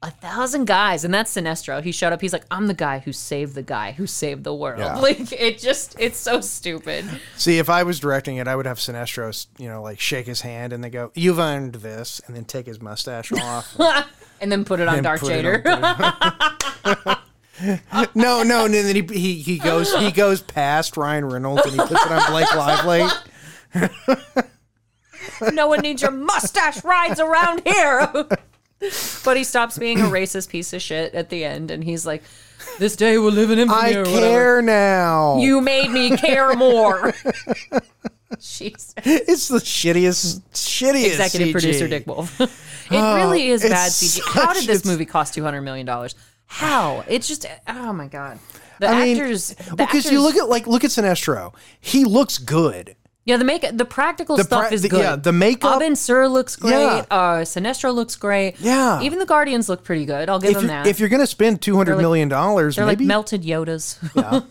Speaker 3: A thousand guys, and that's Sinestro. He showed up. He's like, "I'm the guy who saved the guy who saved the world."
Speaker 2: Yeah.
Speaker 3: Like it just—it's so stupid.
Speaker 2: See, if I was directing it, I would have Sinestro, s- you know, like shake his hand, and they go, "You've earned this," and then take his mustache off.
Speaker 3: And then put it on
Speaker 2: and
Speaker 3: Darth
Speaker 2: put it
Speaker 3: Vader.
Speaker 2: on- no, no, and then he, he he goes he goes past Ryan Reynolds and he puts it on Blake Lively.
Speaker 3: no one needs your mustache rides around here. but he stops being a racist piece of shit at the end, and he's like, "This day will live in infamy."
Speaker 2: I
Speaker 3: or whatever.
Speaker 2: care now.
Speaker 3: You made me care more. Jesus.
Speaker 2: it's the shittiest, shittiest.
Speaker 3: Executive
Speaker 2: CG.
Speaker 3: producer Dick Wolf. it really is
Speaker 2: Oh, it's
Speaker 3: bad CG. How
Speaker 2: such-
Speaker 3: did this
Speaker 2: it's-
Speaker 3: movie cost two hundred million dollars? How? It's just oh my god. The
Speaker 2: I mean,
Speaker 3: actors. the
Speaker 2: because you
Speaker 3: actors-
Speaker 2: look at like look at Sinestro. He looks good.
Speaker 3: Yeah, the make the practical
Speaker 2: The
Speaker 3: stuff
Speaker 2: prac-
Speaker 3: is
Speaker 2: the-
Speaker 3: good.
Speaker 2: yeah, the makeup-
Speaker 3: Abin Sur looks great.
Speaker 2: Yeah.
Speaker 3: Uh, Sinestro looks great.
Speaker 2: Yeah.
Speaker 3: Even the Guardians look pretty good. I'll give
Speaker 2: if
Speaker 3: them
Speaker 2: you're,
Speaker 3: that.
Speaker 2: if you're gonna spend two hundred million dollars,
Speaker 3: They're
Speaker 2: maybe
Speaker 3: like melted Yodas.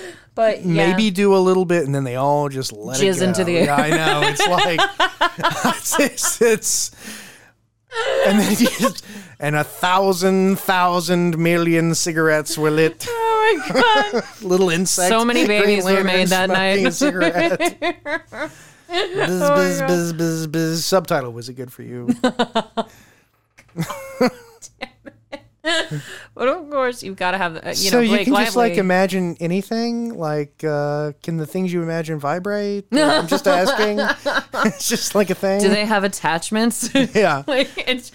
Speaker 3: but yeah.
Speaker 2: maybe do a little bit, and then they all just let it
Speaker 3: Jizz
Speaker 2: go.
Speaker 3: into the air.
Speaker 2: Yeah, I know. It's like it's, it's, it's- and then you just, and a thousand thousand million cigarettes were lit.
Speaker 3: Oh my god.
Speaker 2: Little insects.
Speaker 3: So many babies were made that night. Oh
Speaker 2: Cigarette. buzz, buzz, buzz, buzz, buzz. Subtitle was it good for you?
Speaker 3: But of course, you've got to have uh, you
Speaker 2: so
Speaker 3: know Blake
Speaker 2: you can just like
Speaker 3: Lively.
Speaker 2: imagine anything like uh can the things you imagine vibrate i'm just asking it's just like a thing
Speaker 3: Do they have attachments?
Speaker 2: yeah
Speaker 3: like, it's,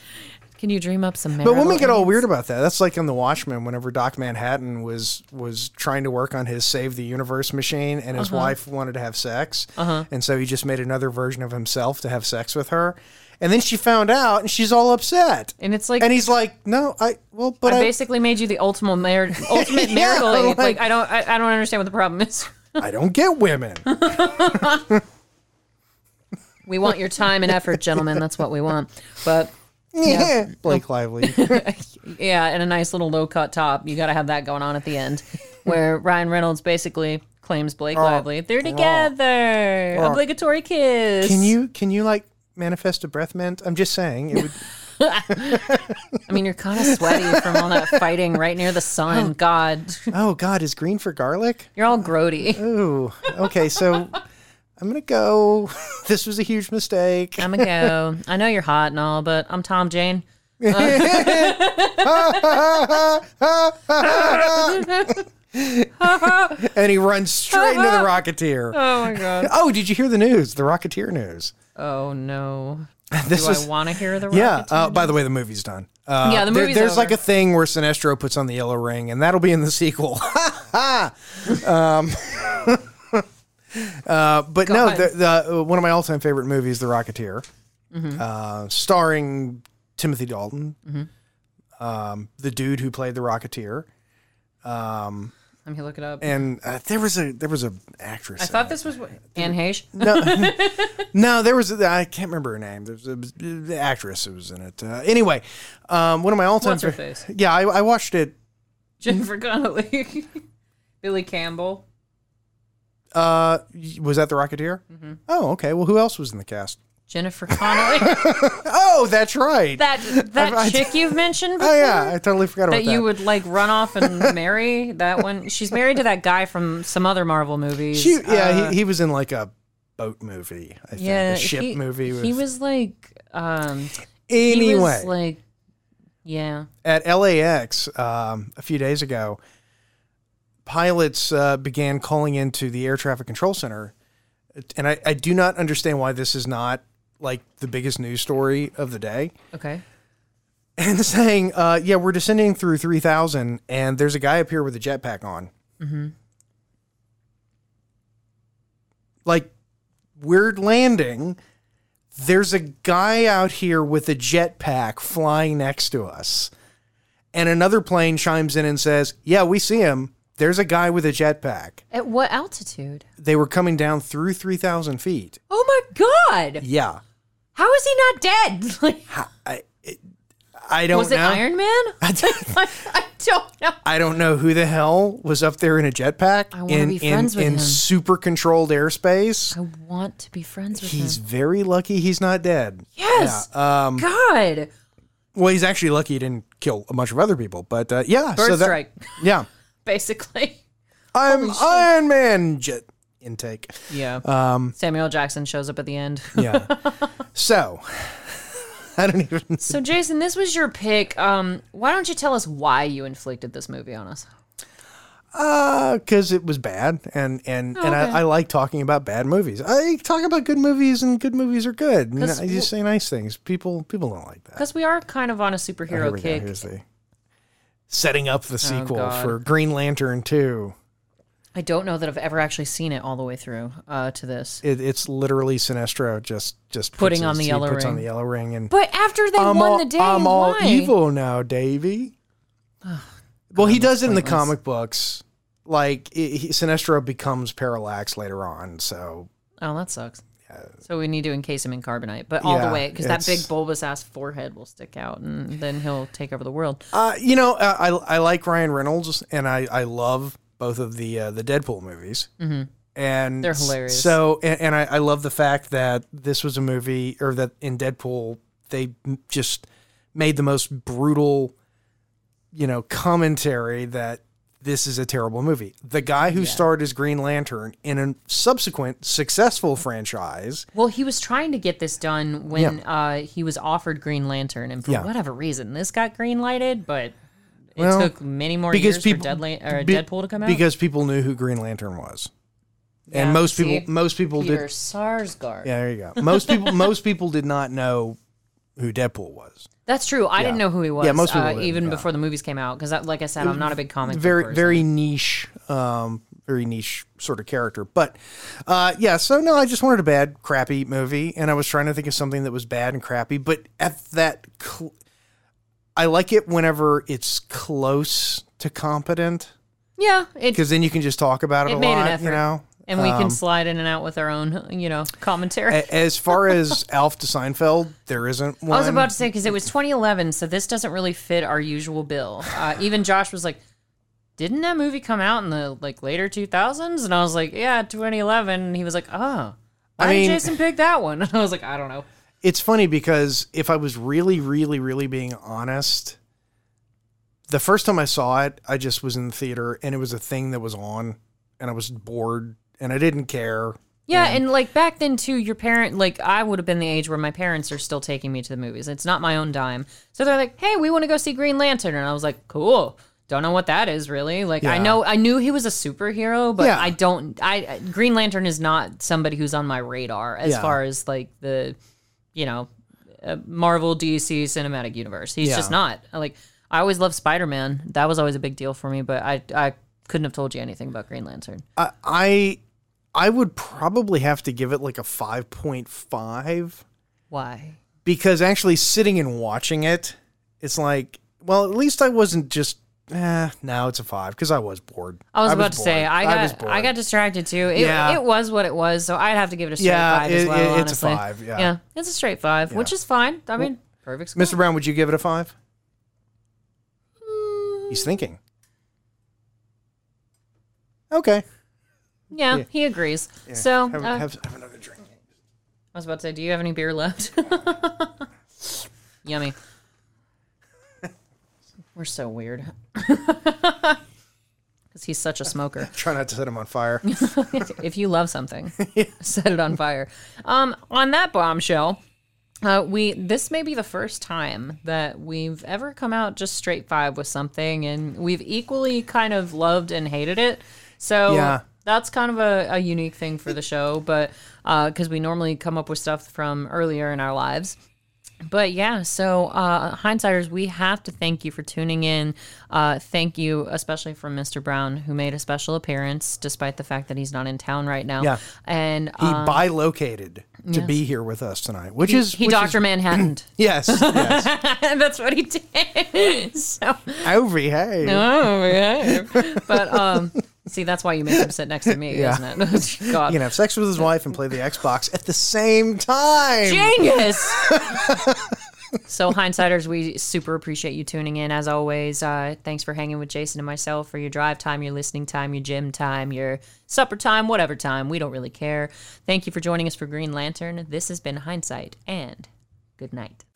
Speaker 3: can you dream up some?
Speaker 2: but women
Speaker 3: marital
Speaker 2: get all
Speaker 3: image?
Speaker 2: weird about that that's like in the watchmen whenever doc manhattan was was trying to work on his save the universe machine and
Speaker 3: Uh-huh.
Speaker 2: his wife wanted to have sex and so he just made another version of himself to have sex with her and then she found out and she's all upset
Speaker 3: And it's like
Speaker 2: and he's like no i well but
Speaker 3: I
Speaker 2: i,
Speaker 3: basically made you the ultimate mar- ultimate
Speaker 2: Yeah,
Speaker 3: miracle. like,
Speaker 2: like-
Speaker 3: I don't I, I don't understand what the problem is.
Speaker 2: I don't get women
Speaker 3: We want your time and effort, gentlemen. That's what we want. But
Speaker 2: yeah blake lively
Speaker 3: yeah, and a nice little low cut top. You got to have that going on at the end, where Ryan Reynolds basically claims
Speaker 2: Oh.
Speaker 3: Blake Lively. They're together. Obligatory kiss.
Speaker 2: Can you can you like manifest a breath mint? I'm just saying it would
Speaker 3: I mean, you're kind of sweaty from all that fighting right near the sun. God,
Speaker 2: Oh god, is green for garlic?
Speaker 3: you're all grody.
Speaker 2: Ooh. Okay, so I'm gonna go. This was a huge mistake.
Speaker 3: I'm a go. I know you're hot and all, but I'm Tom Jane.
Speaker 2: And he runs straight into the Rocketeer.
Speaker 3: Oh my god.
Speaker 2: Oh, did you hear the news? The Rocketeer news.
Speaker 3: Oh no.
Speaker 2: This
Speaker 3: Do
Speaker 2: is
Speaker 3: I want to hear the
Speaker 2: yeah.
Speaker 3: Rocket?
Speaker 2: Uh, by the way, the movie's done. Uh,
Speaker 3: Yeah, the
Speaker 2: there-
Speaker 3: movie's
Speaker 2: There's like
Speaker 3: over.
Speaker 2: a thing where Sinestro puts on the yellow ring, and that'll be in the sequel. Um, but no,
Speaker 3: God.
Speaker 2: the, the uh, one of my all-time favorite movies, The Rocketeer,
Speaker 3: Mm-hmm.
Speaker 2: uh, starring Timothy Dalton,
Speaker 3: Mm-hmm.
Speaker 2: um, the dude who played the Rocketeer,
Speaker 3: Let me look it up.
Speaker 2: and uh, there was a there was a actress.
Speaker 3: I
Speaker 2: in
Speaker 3: thought this was what- Anne Heche.
Speaker 2: it. no, there was I I can't remember her name. There was a, the actress who was in it. Uh, anyway, um, one of my all-time.
Speaker 3: What's her
Speaker 2: fa-
Speaker 3: face?
Speaker 2: Yeah, I, I watched it.
Speaker 3: Jennifer Connelly. Billy Campbell.
Speaker 2: Uh, was that The Rocketeer?
Speaker 3: Mm-hmm.
Speaker 2: Oh, okay. Well, who else was in the cast?
Speaker 3: Jennifer Connelly.
Speaker 2: Oh, that's right.
Speaker 3: that that
Speaker 2: I-
Speaker 3: chick you've mentioned
Speaker 2: oh
Speaker 3: before
Speaker 2: yeah, I totally forgot about
Speaker 3: that
Speaker 2: that.
Speaker 3: you would like run off and marry that one. She's married to that guy from some other Marvel movies.
Speaker 2: She, yeah,
Speaker 3: Uh,
Speaker 2: he, he was in like a boat movie, I think.
Speaker 3: yeah,
Speaker 2: a ship
Speaker 3: he,
Speaker 2: movie. With,
Speaker 3: He was like um he
Speaker 2: anyway
Speaker 3: was like yeah.
Speaker 2: at LAX um, a few days ago. Pilots uh, began calling into the air traffic control center, and I, I do not understand why this is not like the biggest news story of the day.
Speaker 3: Okay.
Speaker 2: and saying, uh, "Yeah, we're descending through three thousand, and there's a guy up here with a jetpack on."
Speaker 3: Mm-hmm.
Speaker 2: Like, we're landing. There's a guy out here with a jetpack flying next to us, and another plane chimes in and says, "Yeah, we see him. There's a guy with a jetpack."
Speaker 3: At what altitude?
Speaker 2: They were coming down through three thousand feet.
Speaker 3: Oh my god.
Speaker 2: Yeah,
Speaker 3: How is he not dead? Like
Speaker 2: I, it- I don't
Speaker 3: was it
Speaker 2: know.
Speaker 3: Iron Man?
Speaker 2: I don't-
Speaker 3: Like, I don't know.
Speaker 2: I don't know who the hell was up there in a jetpack
Speaker 3: I wanna
Speaker 2: in,
Speaker 3: be
Speaker 2: in,
Speaker 3: friends with
Speaker 2: in
Speaker 3: him.
Speaker 2: super controlled airspace.
Speaker 3: I want to be friends with
Speaker 2: He's um,
Speaker 3: him.
Speaker 2: very lucky he's not dead.
Speaker 3: Yes. God.
Speaker 2: Well, he's actually lucky he didn't kill a bunch of other people, but uh, yeah.
Speaker 3: Bird
Speaker 2: so that-
Speaker 3: strike,
Speaker 2: Yeah.
Speaker 3: basically.
Speaker 2: I'm Iron Man jet intake.
Speaker 3: Yeah. Um, Samuel Jackson shows up at the end.
Speaker 2: Yeah. so, I don't even.
Speaker 3: so Jason, this was your pick. Um, why don't you tell us why you inflicted this movie on us?
Speaker 2: Uh, because it was bad, and and and
Speaker 3: Oh, okay.
Speaker 2: I, I like talking about bad movies. I talk about good movies, and good movies are good. And
Speaker 3: 'Cause
Speaker 2: I just say nice things. People people don't like that.
Speaker 3: Because we are kind of on a superhero
Speaker 2: Here we go.
Speaker 3: kick. Oh,
Speaker 2: Here's the setting up the sequel
Speaker 3: God.
Speaker 2: for Green Lantern Two.
Speaker 3: I don't know that I've ever actually seen it all the way through uh, to this.
Speaker 2: It, it's literally Sinestro just just puts
Speaker 3: Putting on
Speaker 2: his-
Speaker 3: the
Speaker 2: he
Speaker 3: yellow
Speaker 2: puts on
Speaker 3: ring.
Speaker 2: the yellow ring and
Speaker 3: But after they
Speaker 2: I'm
Speaker 3: won
Speaker 2: all,
Speaker 3: the day,
Speaker 2: I'm all
Speaker 3: why?
Speaker 2: evil now, Davy. well, he does it in the
Speaker 3: pointless.
Speaker 2: comic books. Like i he, Sinestro becomes Parallax later on, so
Speaker 3: Oh, that sucks. So we need to encase him in carbonite, but all the
Speaker 2: Yeah,
Speaker 3: way because that
Speaker 2: it's-
Speaker 3: big bulbous ass forehead will stick out, and then he'll take over the world.
Speaker 2: uh, you know uh, I I like Ryan Reynolds and I, I love both of the uh, the Deadpool movies, mm-hmm. and
Speaker 3: They're hilarious.
Speaker 2: So and, and I, I love the fact that this was a movie or that in Deadpool they m- just made the most brutal, you know, commentary that this is a terrible movie. The guy who starred as Green Lantern in a subsequent successful franchise
Speaker 3: Well, he was trying to get this done when uh, he was offered Green Lantern, and for
Speaker 2: Yeah.
Speaker 3: whatever reason, this got green lighted, but it
Speaker 2: Well,
Speaker 3: took many more
Speaker 2: because
Speaker 3: years
Speaker 2: people-
Speaker 3: for Deadla- or
Speaker 2: be-
Speaker 3: Deadpool to come out.
Speaker 2: because people knew who Green Lantern was.
Speaker 3: Yeah,
Speaker 2: and most
Speaker 3: see?
Speaker 2: people most people did
Speaker 3: Peter Sarsgaard.
Speaker 2: Yeah, there you go. Most people, most people did not know who Deadpool was.
Speaker 3: That's true. I didn't know who he was.
Speaker 2: Yeah, most people
Speaker 3: uh,
Speaker 2: didn't,
Speaker 3: even
Speaker 2: yeah.
Speaker 3: before the movies came out, because like I said, I'm not a big comic. book
Speaker 2: Very,
Speaker 3: person.
Speaker 2: very niche, um, very niche sort of character. But uh, yeah, so no, I just wanted a bad, crappy movie, and I was trying to think of something that was bad and crappy. But at that, cl- I like it whenever it's close to competent,
Speaker 3: yeah. It,
Speaker 2: because then you can just talk about it,
Speaker 3: It
Speaker 2: a
Speaker 3: made an
Speaker 2: lot,
Speaker 3: effort.
Speaker 2: you know.
Speaker 3: and we
Speaker 2: um,
Speaker 3: can slide in and out with our own, you know, commentary.
Speaker 2: A- As far as Alf to Seinfeld, there isn't one.
Speaker 3: I was about to say because it was 2011, so this doesn't really fit our usual bill. Uh, even Josh was like, "Didn't that movie come out in the like later 2000s?" And I was like, "Yeah, 2011." And he was like, "Oh, why
Speaker 2: I mean-
Speaker 3: did Jason pick that one?" And I was like, "I don't know."
Speaker 2: it's funny because if I was really, really, really being honest, the first time I saw it, I just was in the theater and it was a thing that was on and I was bored and I didn't care.
Speaker 3: Yeah, and like back then too, your parent like I would have been the age where my parents are still taking me to the movies. It's not my own dime. So they're like, "Hey, we want to go see Green Lantern." And I was like, "Cool." Don't know what that is really. Like I
Speaker 2: Yeah.
Speaker 3: know I knew he was a superhero, but
Speaker 2: Yeah.
Speaker 3: I don't I Green Lantern is not somebody who's on my radar as
Speaker 2: Yeah.
Speaker 3: far as like the you know, uh, Marvel DC cinematic universe. He's
Speaker 2: Yeah.
Speaker 3: just not. Like I always loved Spider-Man. That was always a big deal for me, but I I couldn't have told you anything about Green Lantern.
Speaker 2: I I, I would probably have to give it like a 5.5
Speaker 3: Why?
Speaker 2: because actually sitting and watching it, it's like, well, at least I wasn't just, eh, no, it's a 5 because I was bored.
Speaker 3: I was about to
Speaker 2: bored.
Speaker 3: say I
Speaker 2: was
Speaker 3: got
Speaker 2: bored.
Speaker 3: I, got distracted too. It,
Speaker 2: Yeah.
Speaker 3: it was what it was, so I'd have to give it a straight
Speaker 2: Yeah,
Speaker 3: five as
Speaker 2: it-
Speaker 3: well.
Speaker 2: it- it's a
Speaker 3: honestly.
Speaker 2: five, yeah.
Speaker 3: it's a straight five, which is fine. I mean, perfect. Score.
Speaker 2: Mr. Brown, would you give it a 5?
Speaker 3: Mm.
Speaker 2: He's thinking. Okay.
Speaker 3: Yeah, he agrees. So
Speaker 2: have,
Speaker 3: uh,
Speaker 2: have, have another drink.
Speaker 3: I was about to say, do you have any beer left? Yummy. We're so weird. Because he's such a smoker.
Speaker 2: Try not to set him on fire.
Speaker 3: if you love something, set it on fire. Um, on that bombshell, uh, we this may be the first time that we've ever come out just straight five with something, and we've equally kind of loved and hated it. So
Speaker 2: Yeah.
Speaker 3: that's kind of a, a unique thing for the show, but because we normally come up with stuff from earlier in our lives. But yeah, so uh, hindsighters, we have to thank you for tuning in. Uh, thank you, especially from Mr. Brown, who made a special appearance, despite the fact that he's not in town right now.
Speaker 2: Yeah.
Speaker 3: and
Speaker 2: He
Speaker 3: uh,
Speaker 2: bilocated to be here with us tonight, which is
Speaker 3: he
Speaker 2: which is-
Speaker 3: Doctor Manhattan.
Speaker 2: yes, yes.
Speaker 3: That's what he did. so
Speaker 2: Over hey.
Speaker 3: oh yeah, but um, see, that's why you make him sit next to me, isn't it? God,
Speaker 2: You can have sex with his wife and play the Xbox at the same time.
Speaker 3: genius. so, hindsiders, we super appreciate you tuning in as always. Uh, thanks for hanging with Jason and myself for your drive time, your listening time, your gym time, your supper time, whatever time. We don't really care. Thank you for joining us for Green Lantern. This has been Hindsight, and good night.